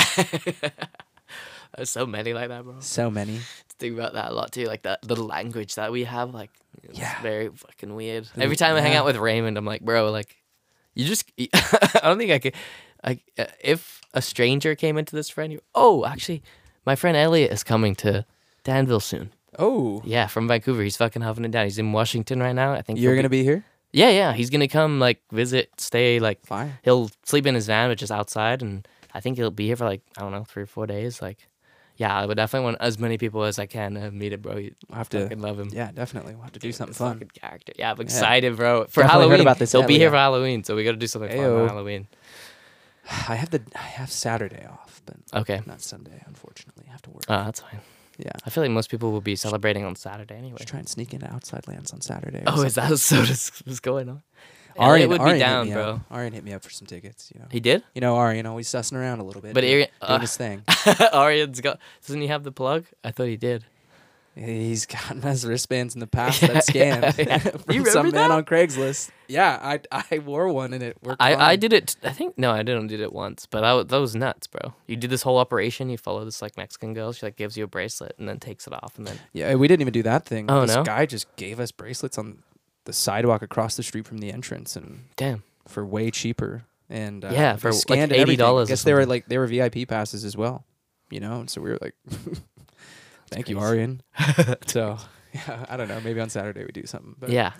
There's so many like that, bro. so many. think about that a lot too. Like that the language that we have, like it's Yeah. very fucking weird. The- Every time I hang yeah. out with Raymond, I'm like, bro, like you just. [laughs] I don't think I could. I, uh, if a stranger came into this friend, you oh, actually, my friend Elliot is coming to Danville soon. Oh, Yeah, from Vancouver. He's fucking having it down. He's in Washington right now. I think you're he'll gonna be here. be- Yeah, yeah. He's gonna come like visit, stay like Fine. he'll sleep in his van, which is outside, and I think he'll be here for like I don't know three or four days. Like, yeah, I would definitely want as many people as I can to meet it, bro. You I have to. fucking love him. Yeah, definitely. We'll have to do Dude, something this fun. fucking character. Yeah, I'm excited, bro. For Definitely heard Halloween, about this, he'll be yeah, here yeah. for Halloween, so we got to do something fun Ayo. for Halloween. [sighs] I have the I have Saturday off, but Okay, not Sunday, unfortunately. I have to work. oh, that's fine. yeah. I feel like most people will be celebrating on Saturday anyway. Should try and sneak into outside lands on Saturday. or [laughs] Oh, is something. that so? [laughs] What's what's going on? Arian- Elliot would Arian be hit down, me bro. Up. Arian hit me up for some tickets, you know. He did, You know, Arian always sussing around a little bit. but doing- Arian, doing uh, his thing. [laughs] Arian's got. Doesn't he have the plug? I thought he did. He's gotten [laughs] us wristbands in the past that scam [laughs] yeah. from You some remember man that? on Craigslist. Yeah, I I wore one and it worked. I, I fine. did it. I think no, I didn't did it once, but I, wa- that was nuts, bro. You did this whole operation. You follow this like Mexican girl. She like gives you a bracelet and then takes it off, and then Yeah, we didn't even do that thing. Oh, this no? guy just gave us bracelets on the sidewalk across the street from the entrance and damn, for way cheaper. And uh, Yeah, they for, like, scanned and everything. $80 or Guess they were something. like they were VIP passes as well, you know. And so we were like, [laughs] "Thank you, crazy. Aryan." [laughs] so yeah, I don't know. Maybe on Saturday we do something. But yeah,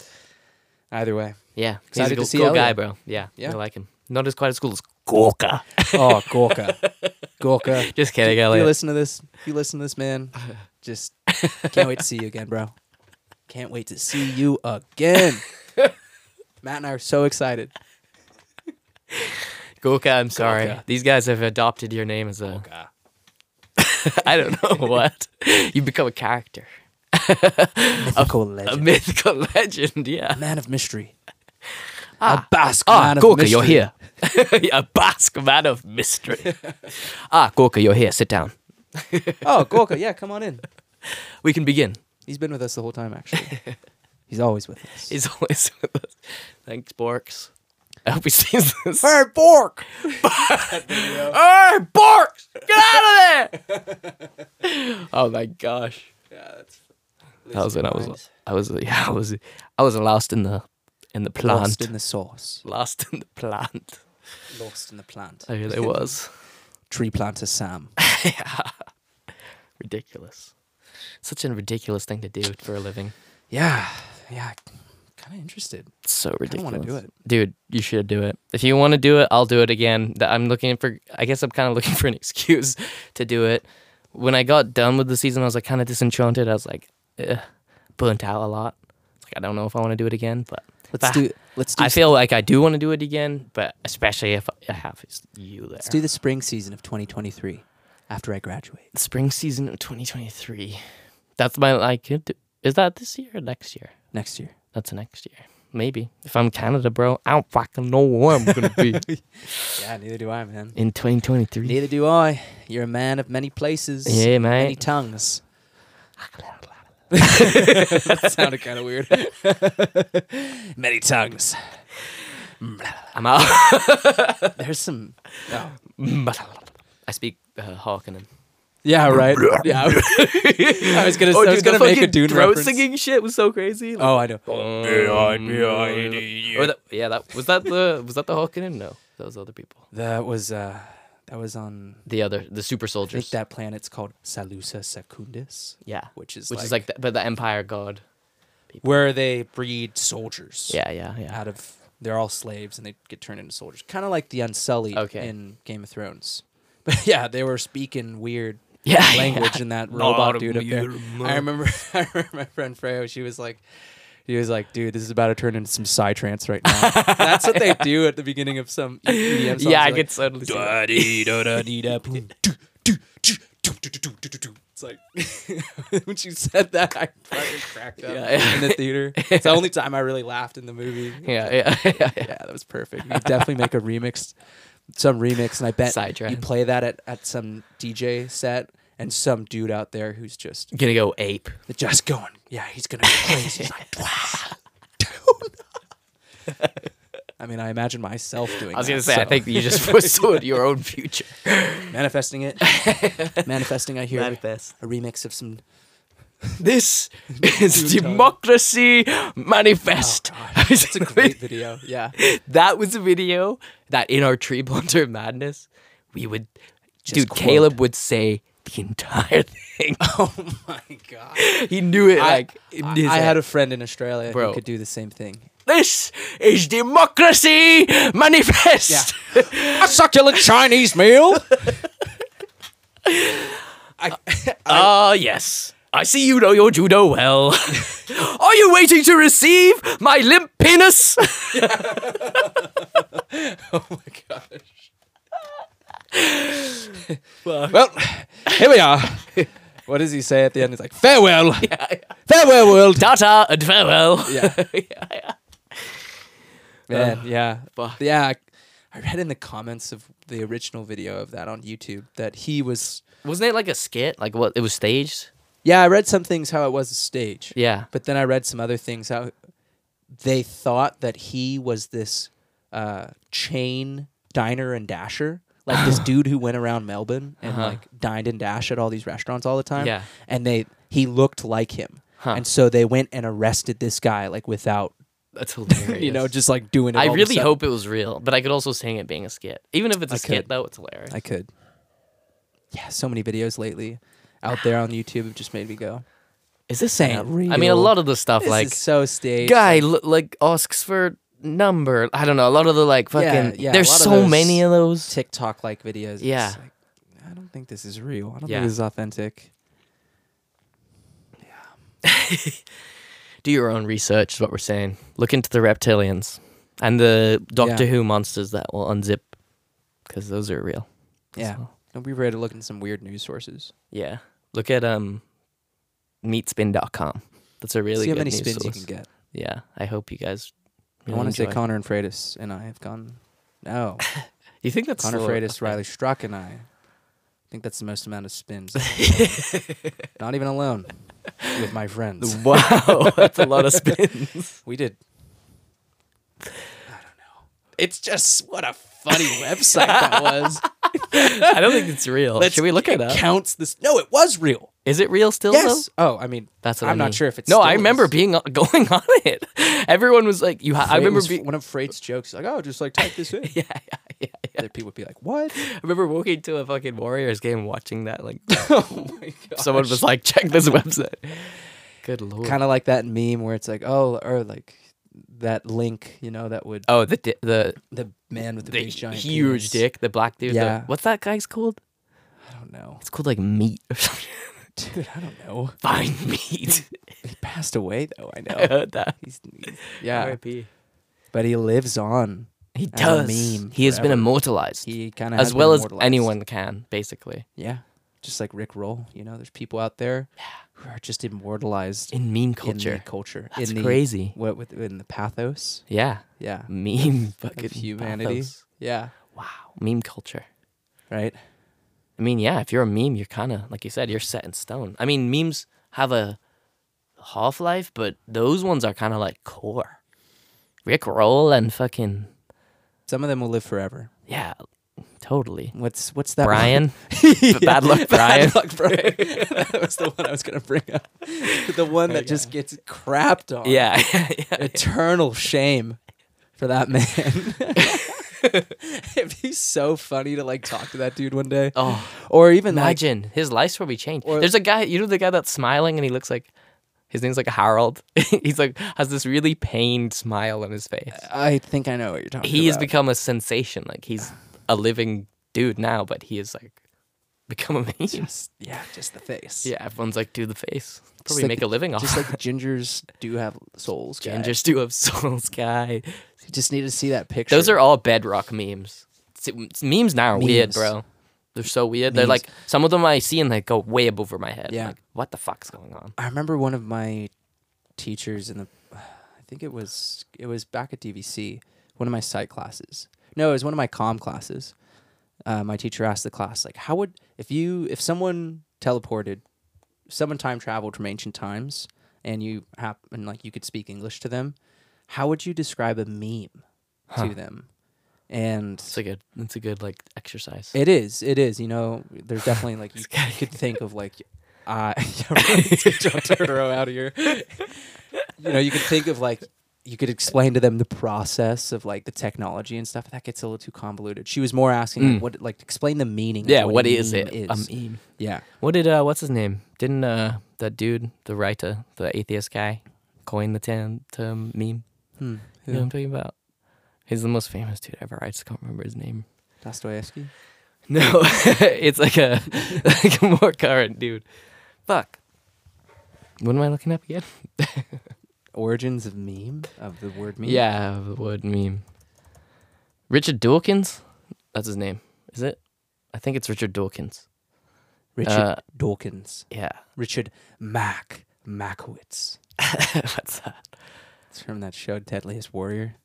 Either [laughs] way. yeah. Excited to He's a see cool, cool guy, Elliot. bro. Yeah, Yeah. I like him. Not as quite as cool as [laughs] Gorka. Oh, Gorka, [laughs] Gorka. Just kidding, If you Elliot. listen to this, if you listen to this, [laughs] man, just can't wait to see you again, bro. Can't wait to see you [laughs] again. Matt and I are so excited. Gorka, I'm sorry. Gorka. These guys have [laughs] [laughs] adopted your name as a. I don't know what. you become a character. Mythical a legend. mythical legend. Yeah. man of mystery. Ah. a Basque [laughs] Ah, man of Gorka, mystery. you're here. [laughs] a Basque man of [laughs] mystery. ah, Gorka, you're here. Sit down. [laughs] Oh, Gorka, yeah, come on in. We can begin. He's been with us the whole [laughs] time, actually. He's always with us. He's [laughs] always with us. Thanks, Borks. I hope he sees [laughs] this. Hey, Bork! Hey, Borks! Get out of there! [laughs] oh my gosh. That was when I was, I was, yeah, I was, I was lost in the, in the plant. Lost in the sauce. Lost in the plant. Lost in the plant. I [laughs] really was. Tree planter Sam. [laughs] ridiculous. Such a ridiculous thing to do for a living. Yeah, yeah. Kind of interested. It's so Kinda ridiculous. wanna do it. Dude, you should do it. If you want to do it, I'll do it again. Th- I'm looking for, I guess I'm kind of [laughs] looking for an excuse to do it. When I got done with the season, I was like kind of disenchanted. I was like, eh, burnt out a lot. It's like, I don't know if I want to do it again, but Let's Ah, do. Let's do. I feel like I do want to do it again, but especially if I have you there. Let's do the spring season of 2023 after I graduate. spring season of 2023. That's my like. it- Is that this year or next year? [laughs] Next year. That's next year, maybe. If I'm Canada, bro, I don't fucking know where I'm gonna [laughs] be Yeah, neither do I, man. in 2023. Neither do I. You're a man of many places. Yeah, Many mate. tongues. [laughs] that sounded kind of weird. [laughs] many tongues. I'm out. [laughs] There's some. Oh. I speak uh, Harkonnen. [laughs] Yeah, right. yeah. [laughs] I was Oh, gonna. I was gonna make a Dune throat reference. singing shit was so crazy. um, Oh, I know. Mm-hmm. Or Oh, that- yeah, that was that the was that the Harkonnen? No, that was other people. That was. uh That was on. The other the super I think soldiers. that planet's called Salusa Secundus, yeah, which is which like, is like the, but the Empire God. where they breed soldiers. Yeah, yeah, yeah. Out of they're all slaves and they get turned into soldiers, kind of like the Unsullied Okay. in Game of Thrones. [laughs] But yeah, they were speaking weird [laughs] Yeah, language in that robot dude up there. I remember, [laughs] I remember my friend Freyo. She was like, he was like, dude, this is about to turn into some psytrance right now. [laughs] That's what they do at the beginning of some EDM songs. Yeah, I They're could totally see that. It's like [laughs] when she said that, I fucking cracked up Yeah, yeah. in the theater. It's the only time I really laughed in the movie. [laughs] Yeah, yeah, yeah, yeah. Yeah, that was perfect. You definitely make a remix, some remix, and I bet Sidetrack. you play that at, at some DJ set, and some dude out there who's just Gonna go ape. just going, yeah, he's [laughs] gonna go crazy. He's like, "Dwah, dude." [laughs] I mean, I imagine myself doing. I was that, gonna say, I so- think you [laughs] just foresaw your own future. manifesting [laughs] it, manifesting. I hear Manifest. a remix of some This is democracy manifest. Oh, [laughs] [laughs] It's a great [laughs] video. Yeah. that was a video that in our tree planter madness, we would, dude, quote. Caleb would say the entire [laughs] thing. Oh my god. he knew it I, like in I, his I had head. a friend in Australia Bro. who could do the same thing. This is democracy [laughs] manifest. a succulent Chinese [laughs] meal. I, Ah, yes. I see you know your judo [laughs] well. Are you waiting to receive my limp penis? [laughs] oh my gosh. well, [sighs] here [laughs] we are. What does he say at the end? He's like, farewell. Farewell, world. Tata and farewell. [laughs] Yeah. yeah, yeah. Man, yeah. fuck. Yeah. I- I read in the comments of the original video of that on YouTube that he was. Wasn't it like a skit? Like what? It was staged. Yeah, I read some things how it was a stage. Yeah. But then I read some other things how they thought that he was this uh, chain diner and dasher, [gasps] like this dude who went around Melbourne and like dined and dashed at all these restaurants all the time. Uh-huh. Yeah. And they he looked like him. Huh. And so they went and arrested this guy like without That's hilarious. [laughs] you know just like doing it. I all of a really sudden. hope it was real, but I could also see it being a skit. Even if it's a I skit, could. though, it's hilarious. I could. Yeah, so many videos lately out there on YouTube have just made me go. is this ain't I mean, a real. lot of the stuff, This like is so staged. guy l- like asks for number. I don't know. A lot of the like fucking. yeah, a there's lot of so those many of those. TikTok like videos. It's Yeah. like, I don't think this is real. I don't Yeah. think this is authentic. Do your own research. Is what we're saying. Look into the reptilians and the Doctor Yeah. Who monsters that will unzip, because those are real. Yeah. So, Don't be afraid to look in some weird news sources. yeah. Look at um. meatspin.com. That's a really See how good many news spins source. you can get. Yeah, I hope you guys. I want to say enjoy. Connor and Freitas, and I have gone. No, You think that's Connor slow? Freitas, Okay. Riley Struck, and I. I think that's the most amount of [laughs] spins. Not even alone with my friends. [laughs] [laughs] Wow, that's a lot of spins. We did. I don't know. It's just what a [laughs] funny website that was. I don't think it's real. Let's- Should we look it It up? counts this. No, it was real. Is it real still? Yes. Though? Oh, I mean, That's what I I'm not mean. sure if it's No, I still remember is. being going on [laughs] it. Everyone was like, "You." Ha- I Freight remember was being. one of Freight's jokes. Like, oh, just like type this [laughs] in. [laughs] Yeah, yeah, yeah, yeah. Other people would be like, what? I remember walking to a fucking Warriors game and watching that. [laughs] Like, Oh [laughs] someone was like, "Check this website." Good lord. kind of like that meme where it's like, oh, or like that link, you know, that would oh, the di- the the man with the, the big giant huge penis. dick, the black dude. the- Yeah. what's that guy's called? I don't know, It's called like meat or [laughs] something. dude. I don't know. Fine meat. He passed away though. I I [laughs] know. heard that. He's, he's- yeah, R.I.P. but he lives on. He As a does. meme he has been forever. immortalized He kind of as well as anyone can, basically. Yeah, just like Rick Roll. You know, there's people out there who are just immortalized In meme in culture. the culture. That's in the, crazy. Mm. What with in the pathos? Yeah. Yeah, [laughs] Meme fucking humanity. pathos. yeah, Wow. Meme culture. right. I mean, yeah, if you're a meme, you're kind of, like you said, you're set in stone. I mean, memes have a half life, but those ones are kind of like core. Rick Roll and fucking, Some of them will live forever. yeah, totally. What's what's that? one? [laughs] Brian. Bad luck, Brian. Bad luck, Brian. [laughs] that was the one I was gonna bring up. The one that just gets crapped on. yeah. [laughs] yeah. Eternal shame for that [laughs] man. It'd be so funny to like talk to that dude one day, Oh, or even [laughs] like imagine his life's probably changed. Or- There's a guy, you know, the guy that's smiling and he looks like his name's like Harold. [laughs] He's like has this really pained smile on his face. I think I know what you're talking about. he has become a sensation. Like he's a living dude now, but he is like [laughs] become a meme. just yeah, just the face. yeah, everyone's like do the face. Probably like make the- a living off. Just Just like the gingers do have souls. [laughs] guy. Gingers do have souls, guy. Just need to see that picture. Those are all bedrock memes. See, m- memes now are weird, Memes. bro. They're so weird. They're Memes. like some of them I see and they go way up over my head. I'm Yeah. Like, what the fuck's going on? I remember one of my teachers in the, I think it was it was back at DVC, one of my psych classes. No, it was one of my comm classes. Uh, my teacher asked the class like, "How would if you if someone teleported, someone time traveled from ancient times, and you happen like you could speak English to them, how would you describe a meme to them?" And It's a good. It's a good like exercise. It is. It is. You know, there's definitely [laughs] like you, you could think of like, uh, [laughs] yeah, right, let's get John Turturro out of here. You know, you could think of like you could explain to them the process of like the technology and stuff. That gets a little too convoluted. She was more asking like, what like explain the meaning. Mm. yeah. of what a is meme it? Is. A meme. yeah. What did uh? What's his name? Didn't uh that dude, the writer, the atheist guy, coin the term term meme? Hmm. You know what I'm talking about? He's the most famous dude ever. I just can't remember his [laughs] name. Dostoevsky. No, [laughs] it's like a [laughs] like a more current dude. Fuck. What am I looking up again? Origins of meme of the word meme. Yeah, the word meme. Richard Dawkins. That's his name. Is it? I think it's Richard Dawkins. Richard Uh, Dawkins. Yeah. [laughs] Richard Mack Mackowitz. What's that? It's from that show Deadliest Warrior.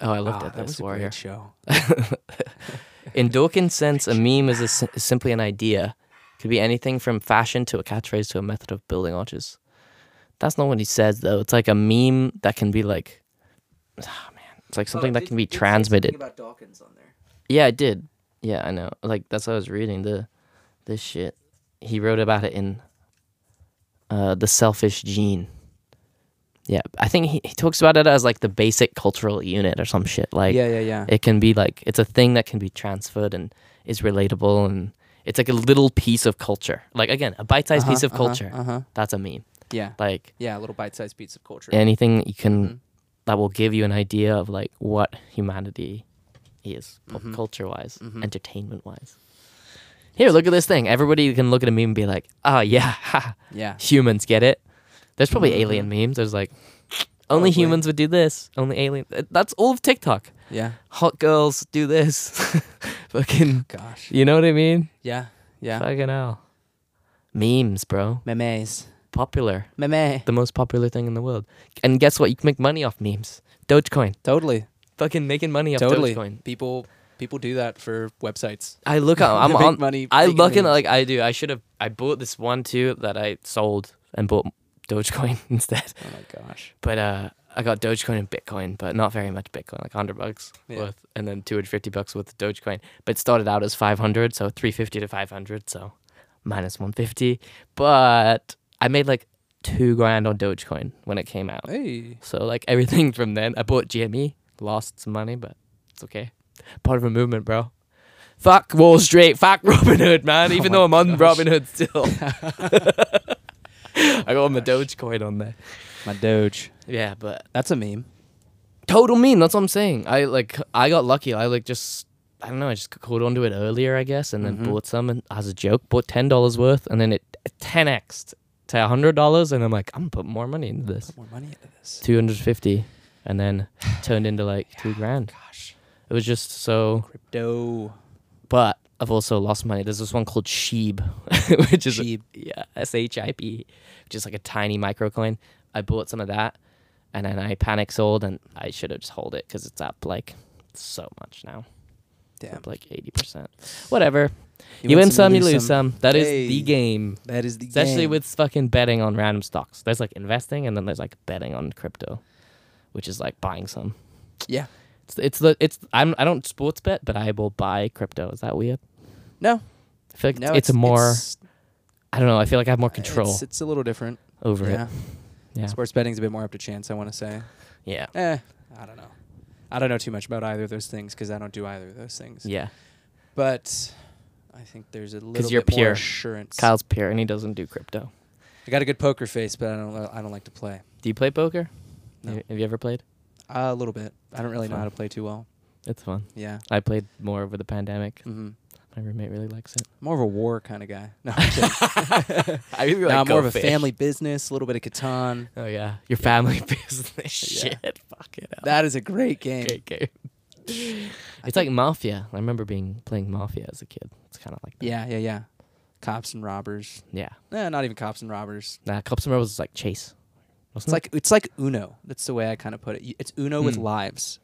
Oh, I looked Ah, at that this was a warrior. great show. In Dawkins' sense, a meme is, a, si- is simply an idea. Could be anything from fashion to a catchphrase to a method of building arches. That's not what he says, though. It's like a meme that can be like, ah, man, it's Oh, like something that can be transmitted. about Dawkins on there. Yeah, I did. Yeah, I know. Like that's what I was reading the this shit. He wrote about it in uh The Selfish Gene. Yeah, I think he, he talks about it as like the basic cultural unit or some shit. Like yeah, yeah, yeah. it can be like it's a thing that can be transferred and is relatable and it's like a little piece of culture. Like again, a bite-sized piece of culture. Uh huh. That's a meme. Yeah. Like Yeah, a little bite-sized piece of culture. anything you can Mhm. that will give you an idea of like what humanity is pop Mhm. culture wise Mhm. entertainment wise here look at this thing everybody can look at a meme and be like oh yeah ha, Yeah. humans get it there's probably Mhm. alien memes there's like only Probably. humans would do this only alien Uh, that's all of tiktok Yeah. hot girls do this [laughs] fucking Gosh. you know what i mean Yeah. Yeah. fucking hell memes bro Memes. popular, Meh. the most popular thing in the world. And guess what? You can make money off memes. Dogecoin, Totally. fucking making money off Totally. Dogecoin. People people do that for websites. I look [laughs] at I'm They make on money I making look at memes. like I do. I should have I bought this one too that I sold and bought Dogecoin [laughs] instead. Oh my gosh. But uh I got Dogecoin and Bitcoin, but not very much Bitcoin, like 100 bucks Yeah. worth and then 250 bucks worth of Dogecoin. But it started out as 500, so 350 to 500, so minus 150. But I made like 2 grand on Dogecoin when it came out. Hey. So like everything [laughs] from then, I bought GME, lost some money, but it's okay. Part of a movement, bro. Fuck Wall Street, fuck Robin Hood, [laughs] man. Even Oh though my I'm on gosh. Robin Hood [laughs] still, [laughs] I got my Dogecoin on there. My Doge. Yeah, but That's a meme. total mean. That's what I'm saying. I like I got lucky. I like just I don't know. I just caught onto it earlier, I guess, and then Mhm. bought some and as a joke, bought ten dollars worth, and then it ten xed to hundred dollars, and I'm like, I'm gonna put more money into this. Put more money into this. 250 and then turned into like two grand. Gosh. It was just so, Crypto. but I've also lost money. There's this one called Sheeb, [laughs] which is Sheeb. yeah, S H I B, which is like a tiny micro coin. I bought some of that and then I panic sold and I should have just hold it because it's up like so much now, Damn. up like 80%. Whatever. You, win some, you lose some. That is Hey. the game. That is the Especially game. with fucking betting on random stocks. There's like investing and then there's like betting on crypto, which is like buying some. Yeah. It's it's the it's I'm I don't sports bet, but I will buy crypto. Is that weird? No. I feel like No, it's, a more it's- I don't know, I feel like I have more control It's, it's a little different. over Yeah. it. Yeah. Sports betting's a bit more up to chance, I want to say. Yeah. Eh, I don't know. I don't know too much about either of those things because I don't do either of those things. Yeah. But I think there's a little you're bit more pure. assurance. Kyle's pure and he doesn't do crypto. I got a good poker face, but I don't. li- I don't like to play. Do you play poker? No. Have- Have you ever played? a little bit. I don't really know how Fun. to play too well. It's fun. Yeah. I played more over the pandemic. hmm My roommate really [laughs] likes it. More of a war kind of guy. No, [laughs] I'm, kidding. I [laughs] really No, I'm more of a family business. A little bit of Catan. Oh yeah. Your family [laughs] business shit. Yeah. Fuck it up. That is a great game. Great game. It's like Mafia. I remember being playing Mafia as a kid. It's kind of like that. Yeah, yeah, yeah. Cops and robbers. Yeah. Eh, not even cops and robbers. Nah, Cops and Rebels is like Chase. It's like it's like Uno. That's the way I kind of put it. Y- It's Uno with Hmm. lives.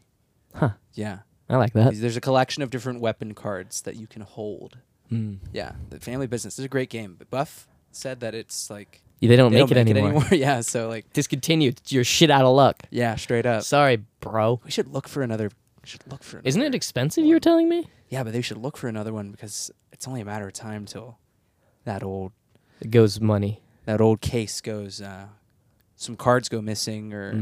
Huh. Yeah. I like that. There's a collection of different weapon cards that you can hold. Hmm. Yeah, the family business is a great game. But Buff said that it's like Yeah, they don't they make, don't it, make anymore. it anymore. [laughs] yeah, so [laughs] like Discontinued. You're shit out of luck. yeah, straight up. Sorry, bro. We should look for another. we Should look for. Another. Isn't it expensive? You were telling me. yeah, but they should look for another one because it's only a matter of time till that old It goes money. that old case goes. Uh, some cards go missing, or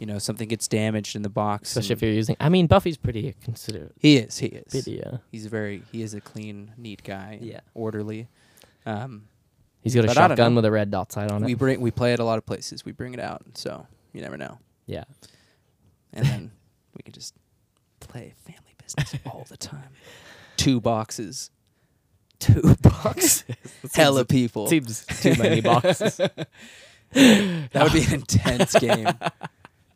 you know something gets damaged in the box. Mm. Especially if and- you're using. I mean, Buffy's pretty considerate. he is, he is. Video. He's very. He is a clean, neat guy. and Yeah. Orderly. Um, He's got a But I don't shotgun know. with a red dot sight on it. we bring. We play it a lot of places. We bring it out, so you never know. yeah. and [laughs] then we can just play family [laughs] business all the time. Two boxes, two [laughs] boxes, hella people. Seems too many [laughs] boxes. That would be an [laughs] intense game.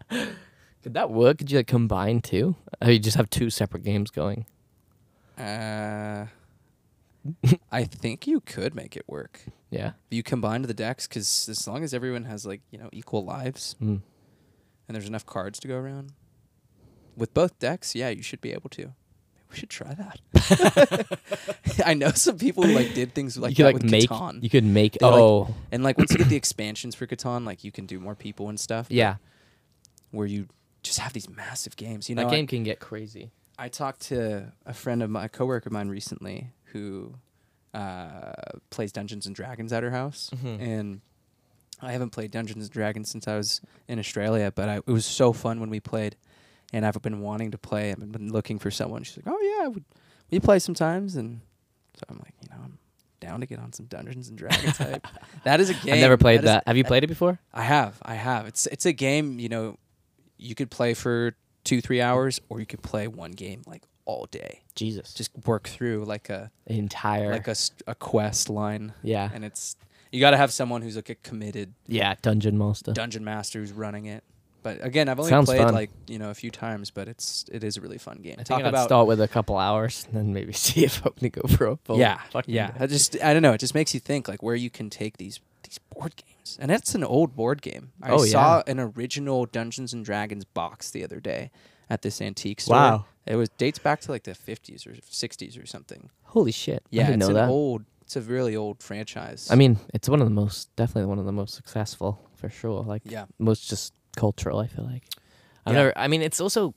Could that work? Could you like combine two? Or you just have two separate games going? Uh, I think you could make it work. Yeah. You combine the decks because as long as everyone has like you know equal lives Mm. and there's enough cards to go around with both decks, yeah, you should be able to. We should try that. [laughs] I know some people who, like did things like you could that like with make. Catan. You could make. They're like- oh. And like once you get the expansions for Catan, like you can do more people and stuff. but yeah. Where you just have these massive games. You know, that I- game can get crazy. I, talked to a friend of my a coworker of mine recently who uh, plays Dungeons and Dragons at her house, Hmm. and I haven't played Dungeons and Dragons since I was in Australia, but I, it was so fun when we played, and I've been wanting to play. I've been looking for someone. She's like, "Oh yeah, we, we play sometimes," and so I'm like, you know, I'm down to get on some Dungeons and [laughs] Dragons hype. That is a game. I've never played is- that. Have you played it before? I have, I have. It's it's a game. You know, you could play for two, three hours, or you could play one game like all day. Jesus. Just Just work through like a entire. like a, s- a quest line, yeah. and it's you got to have someone who's like a committed Yeah. Dungeon [laughs] Monster. dungeon master who's running it. But again, I've only Sounds played fun. like you know a few times, but it's it is a really fun game. I think Talk I'd about start with a couple hours and then maybe [laughs] see if I'm gonna go for a full yeah, fucking yeah. day. I just I don't know. It just makes you think like where you can take these these board games. games, and it's an old board game. I Oh, saw an original Dungeons and Dragons box the other day at this antique store. Wow. It was dates back to like the 50s or 60s or something. Holy shit! Yeah, I didn't it's know an that. old. It's a really old franchise. I mean, it's one of the most, definitely one of the most successful for sure. Like yeah, most just cultural. I feel like I've Yeah. never. I mean, it's also,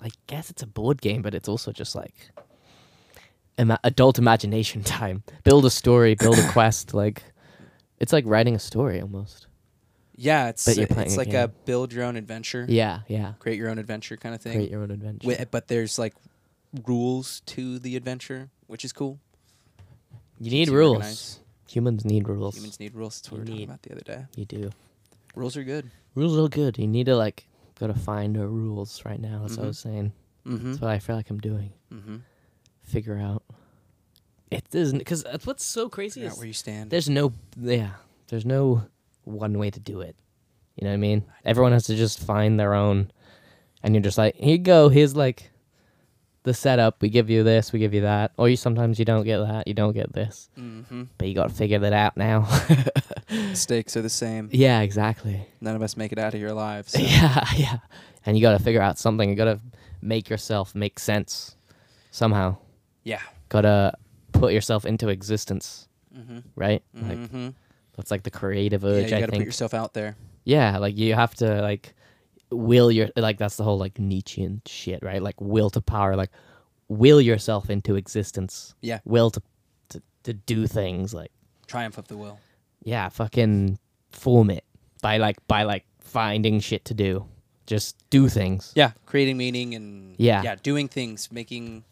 I guess it's a board game, but it's also just like ima- adult imagination [laughs] time. Build a story, build [coughs] a quest. Like it's like writing a story almost. yeah. It's But you're playing it's a like a game. build your own adventure, Yeah, yeah. create your own adventure kind of thing. Create your own adventure. Wi- but there's like rules to the adventure, which is cool. you need Keeps you rules. organized. Humans need rules. Humans need rules. That's what we were talking Need- about the other day. You do. Rules are good. Rules are good. You need to like go to find the rules right now. That's what I Mhm. was saying. Mm-hmm. That's what I feel like I'm doing. Mm-hmm. Figure out. It isn't because that's what's so crazy Figure is out where you stand. there's no yeah there's no one way to do it you know what i mean everyone has to just find their own and you're just like here you go here's like the setup we give you this we give you that or you sometimes you don't get that you don't get this mm-hmm. but you gotta figure that out now [laughs] Stakes are the same. yeah exactly None of us make it out of here alive. [laughs] So. yeah yeah and you gotta figure out something you gotta make yourself make sense somehow yeah. gotta put yourself into existence Mm-hmm. right like mm-hmm. that's like the creative Yeah, urge you got i to put think yourself out there. Yeah, like you have to like will your like that's the whole like Nietzschean shit, right? Like will to power, like will yourself into existence. Yeah. Will to to, to do things like Triumph of the will. yeah, fucking form it by like by like finding shit to do. Just do things. Yeah. Creating meaning and Yeah. yeah, doing things, making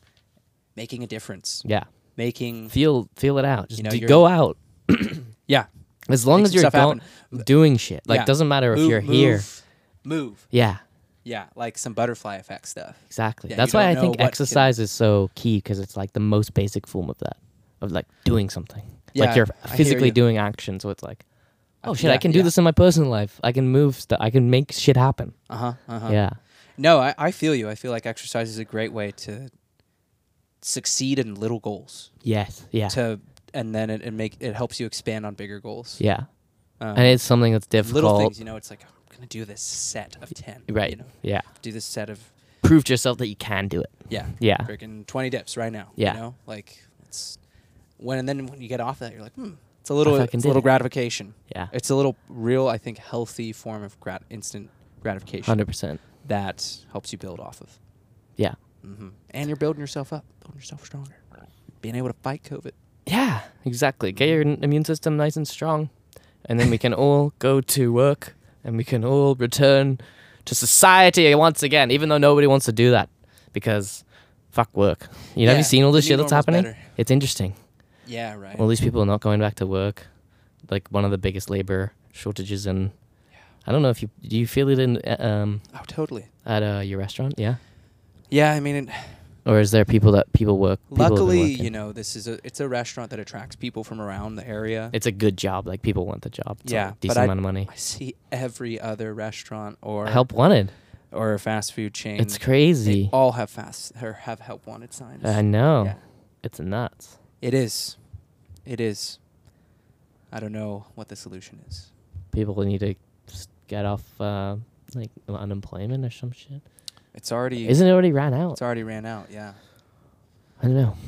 making a difference, Yeah. making Feel feel it out. Just You know, do- you're- go out. yeah, As long Make as some you're stuff go- happen. doing shit. Like Yeah. doesn't matter if move, you're here. move, move. Yeah. Yeah, like some butterfly effect stuff. Exactly. Yeah, you That's why don't I know think what can- exercise is so key because it's like the most basic form of that, of like doing something. Yeah, like you're I hear physically you. doing action, so it's like, oh shit, yeah, I can do yeah. this in my personal life. I can move stuff. I can make shit happen. Uh huh. Uh huh. Yeah. No, I, I feel you. I feel like exercise is a great way to succeed in little goals. Yes. Yeah. To and then it, it make it helps you expand on bigger goals. yeah. Um, And it's something that's difficult. little things, you know, it's like I'm gonna do this set of ten. right. You know, Yeah. do this set of Prove to yourself that you can do it. yeah, Yeah. freaking twenty dips right now. Yeah. You know? Like it's when and then when you get off that you're like, hmm. It's a little fucking it's did a little it. gratification. Yeah. It's a little real, I think, healthy form of grat- instant gratification Hundred percent. that helps you build off of. Yeah. Mm-hmm. And you're building yourself up, building yourself stronger, being able to fight COVID. Yeah. Exactly. Get your Mm-hmm. n- immune system nice and strong, and then we can all go to work, and we can all return to society once again. Even though nobody wants to do that, because fuck work. You know, have Yeah, you seen all the this new shit that's normal's happening? better. It's interesting. Yeah, right. All these people are not going back to work. Like one of the biggest labor shortages in. I don't know if you do you feel it in uh, um oh, totally. at uh, your restaurant, yeah, Yeah, I mean, it, or is there people that people work? people have been luckily, working? you know, this is a it's a restaurant that attracts people from around the area. it's a good job. Like people want the job. It's Yeah, like a but decent I- amount of money. I see every other restaurant or Help wanted. or a fast food chain. It's They crazy. all have fast or have help wanted signs. I know. Yeah. It's nuts. It is, it is. I don't know what the solution is. People need to s- get off uh, like unemployment or some shit. It's already Isn't it already ran out? it's already ran out. Yeah, I don't know.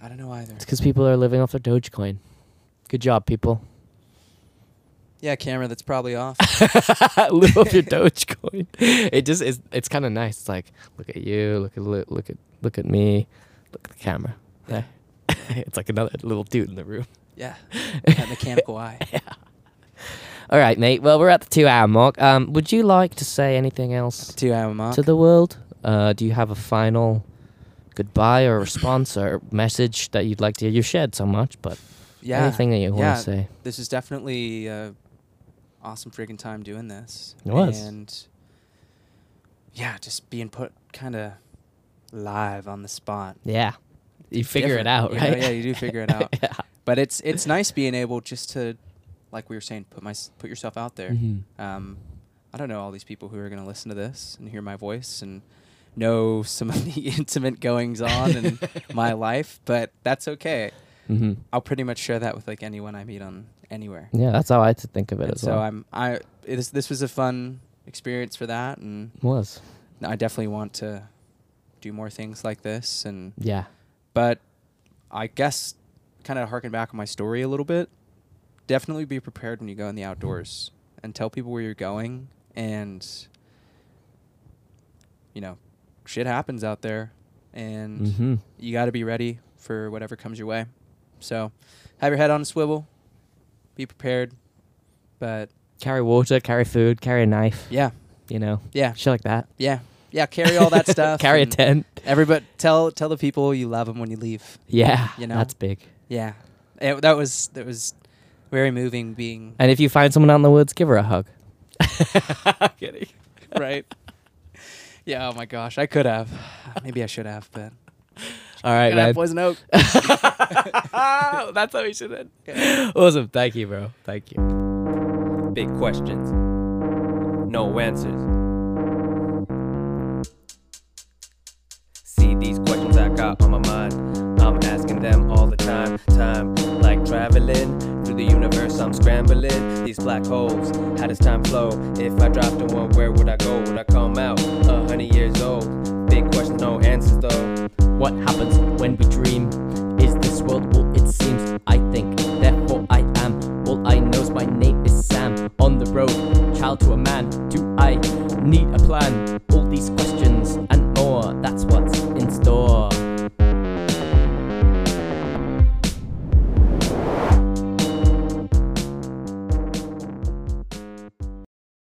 I don't know either. It's because people are living off their Dogecoin. Good job, [laughs] people. [laughs] Yeah, camera that's probably off. live off [laughs] your Dogecoin. It just is. It's kind of nice. It's like look at you, look at look, look at look at me, look at the camera. Yeah. [laughs] it's like another little dude in the room. Yeah, that [laughs] mechanical eye. All right, mate. Well, we're at the two-hour mark. Um, would you like to say anything else Two hour mark. to the world? Uh, do you have a final goodbye or response or message that you'd like to hear? You shared so much, but yeah. anything that you want to yeah. say. This is definitely uh, awesome freaking time doing this. It was. And yeah, just being put kind of live on the spot. Yeah, you figure it Different, out, you know? right? Yeah, you do [laughs] figure it out. yeah. But it's [laughs] it's nice being able just to, like we were saying, put my put yourself out there. Mhm. Um, I don't know all these people who are going to listen to this and hear my voice and [laughs] [laughs] know some of the intimate goings on in my life, but that's okay. hmm I'll pretty much share that with like anyone I meet on anywhere. Yeah, that's how I t- think of it And as so well. I'm I it is, this was a fun experience for that, and Was I definitely want to do more things like this. And yeah, but I guess kind of harken back on my story a little bit. Definitely be prepared when you go in the outdoors and tell people where you're going and you know, shit happens out there and mm-hmm. you got to be ready for whatever comes your way. So, have your head on a swivel. Be prepared. But carry water, carry food, carry a knife. yeah, You know, yeah, shit like [laughs] that. yeah. Yeah, carry [laughs] all that stuff. carry a and tent. Everybody tell tell the people you love them when you leave. Yeah, You you know? know, that's big. Yeah, It- that was that was very moving. Being And if you find someone out in the woods, give her a hug. Kidding. [laughs] right. Yeah. Oh my gosh, I could have. Maybe I should have, but All right, could have [laughs] man. poison oak. [laughs] That's how we should [laughs] end. Awesome. Thank you, bro. Thank you. Big questions. No answers. See these questions I got on my mind. I'm asking them all the time. Time like traveling through the universe, I'm scrambling. These black holes, how does time flow? If I dropped in one, where would I go? Would I come out a hundred years old? Big questions, no answers though. What happens when we dream? Is this world all it seems? I think, therefore I am. All I know's my name is Sam. On the road, child to a man. Do I need a plan? All these questions and more, that's what's in store.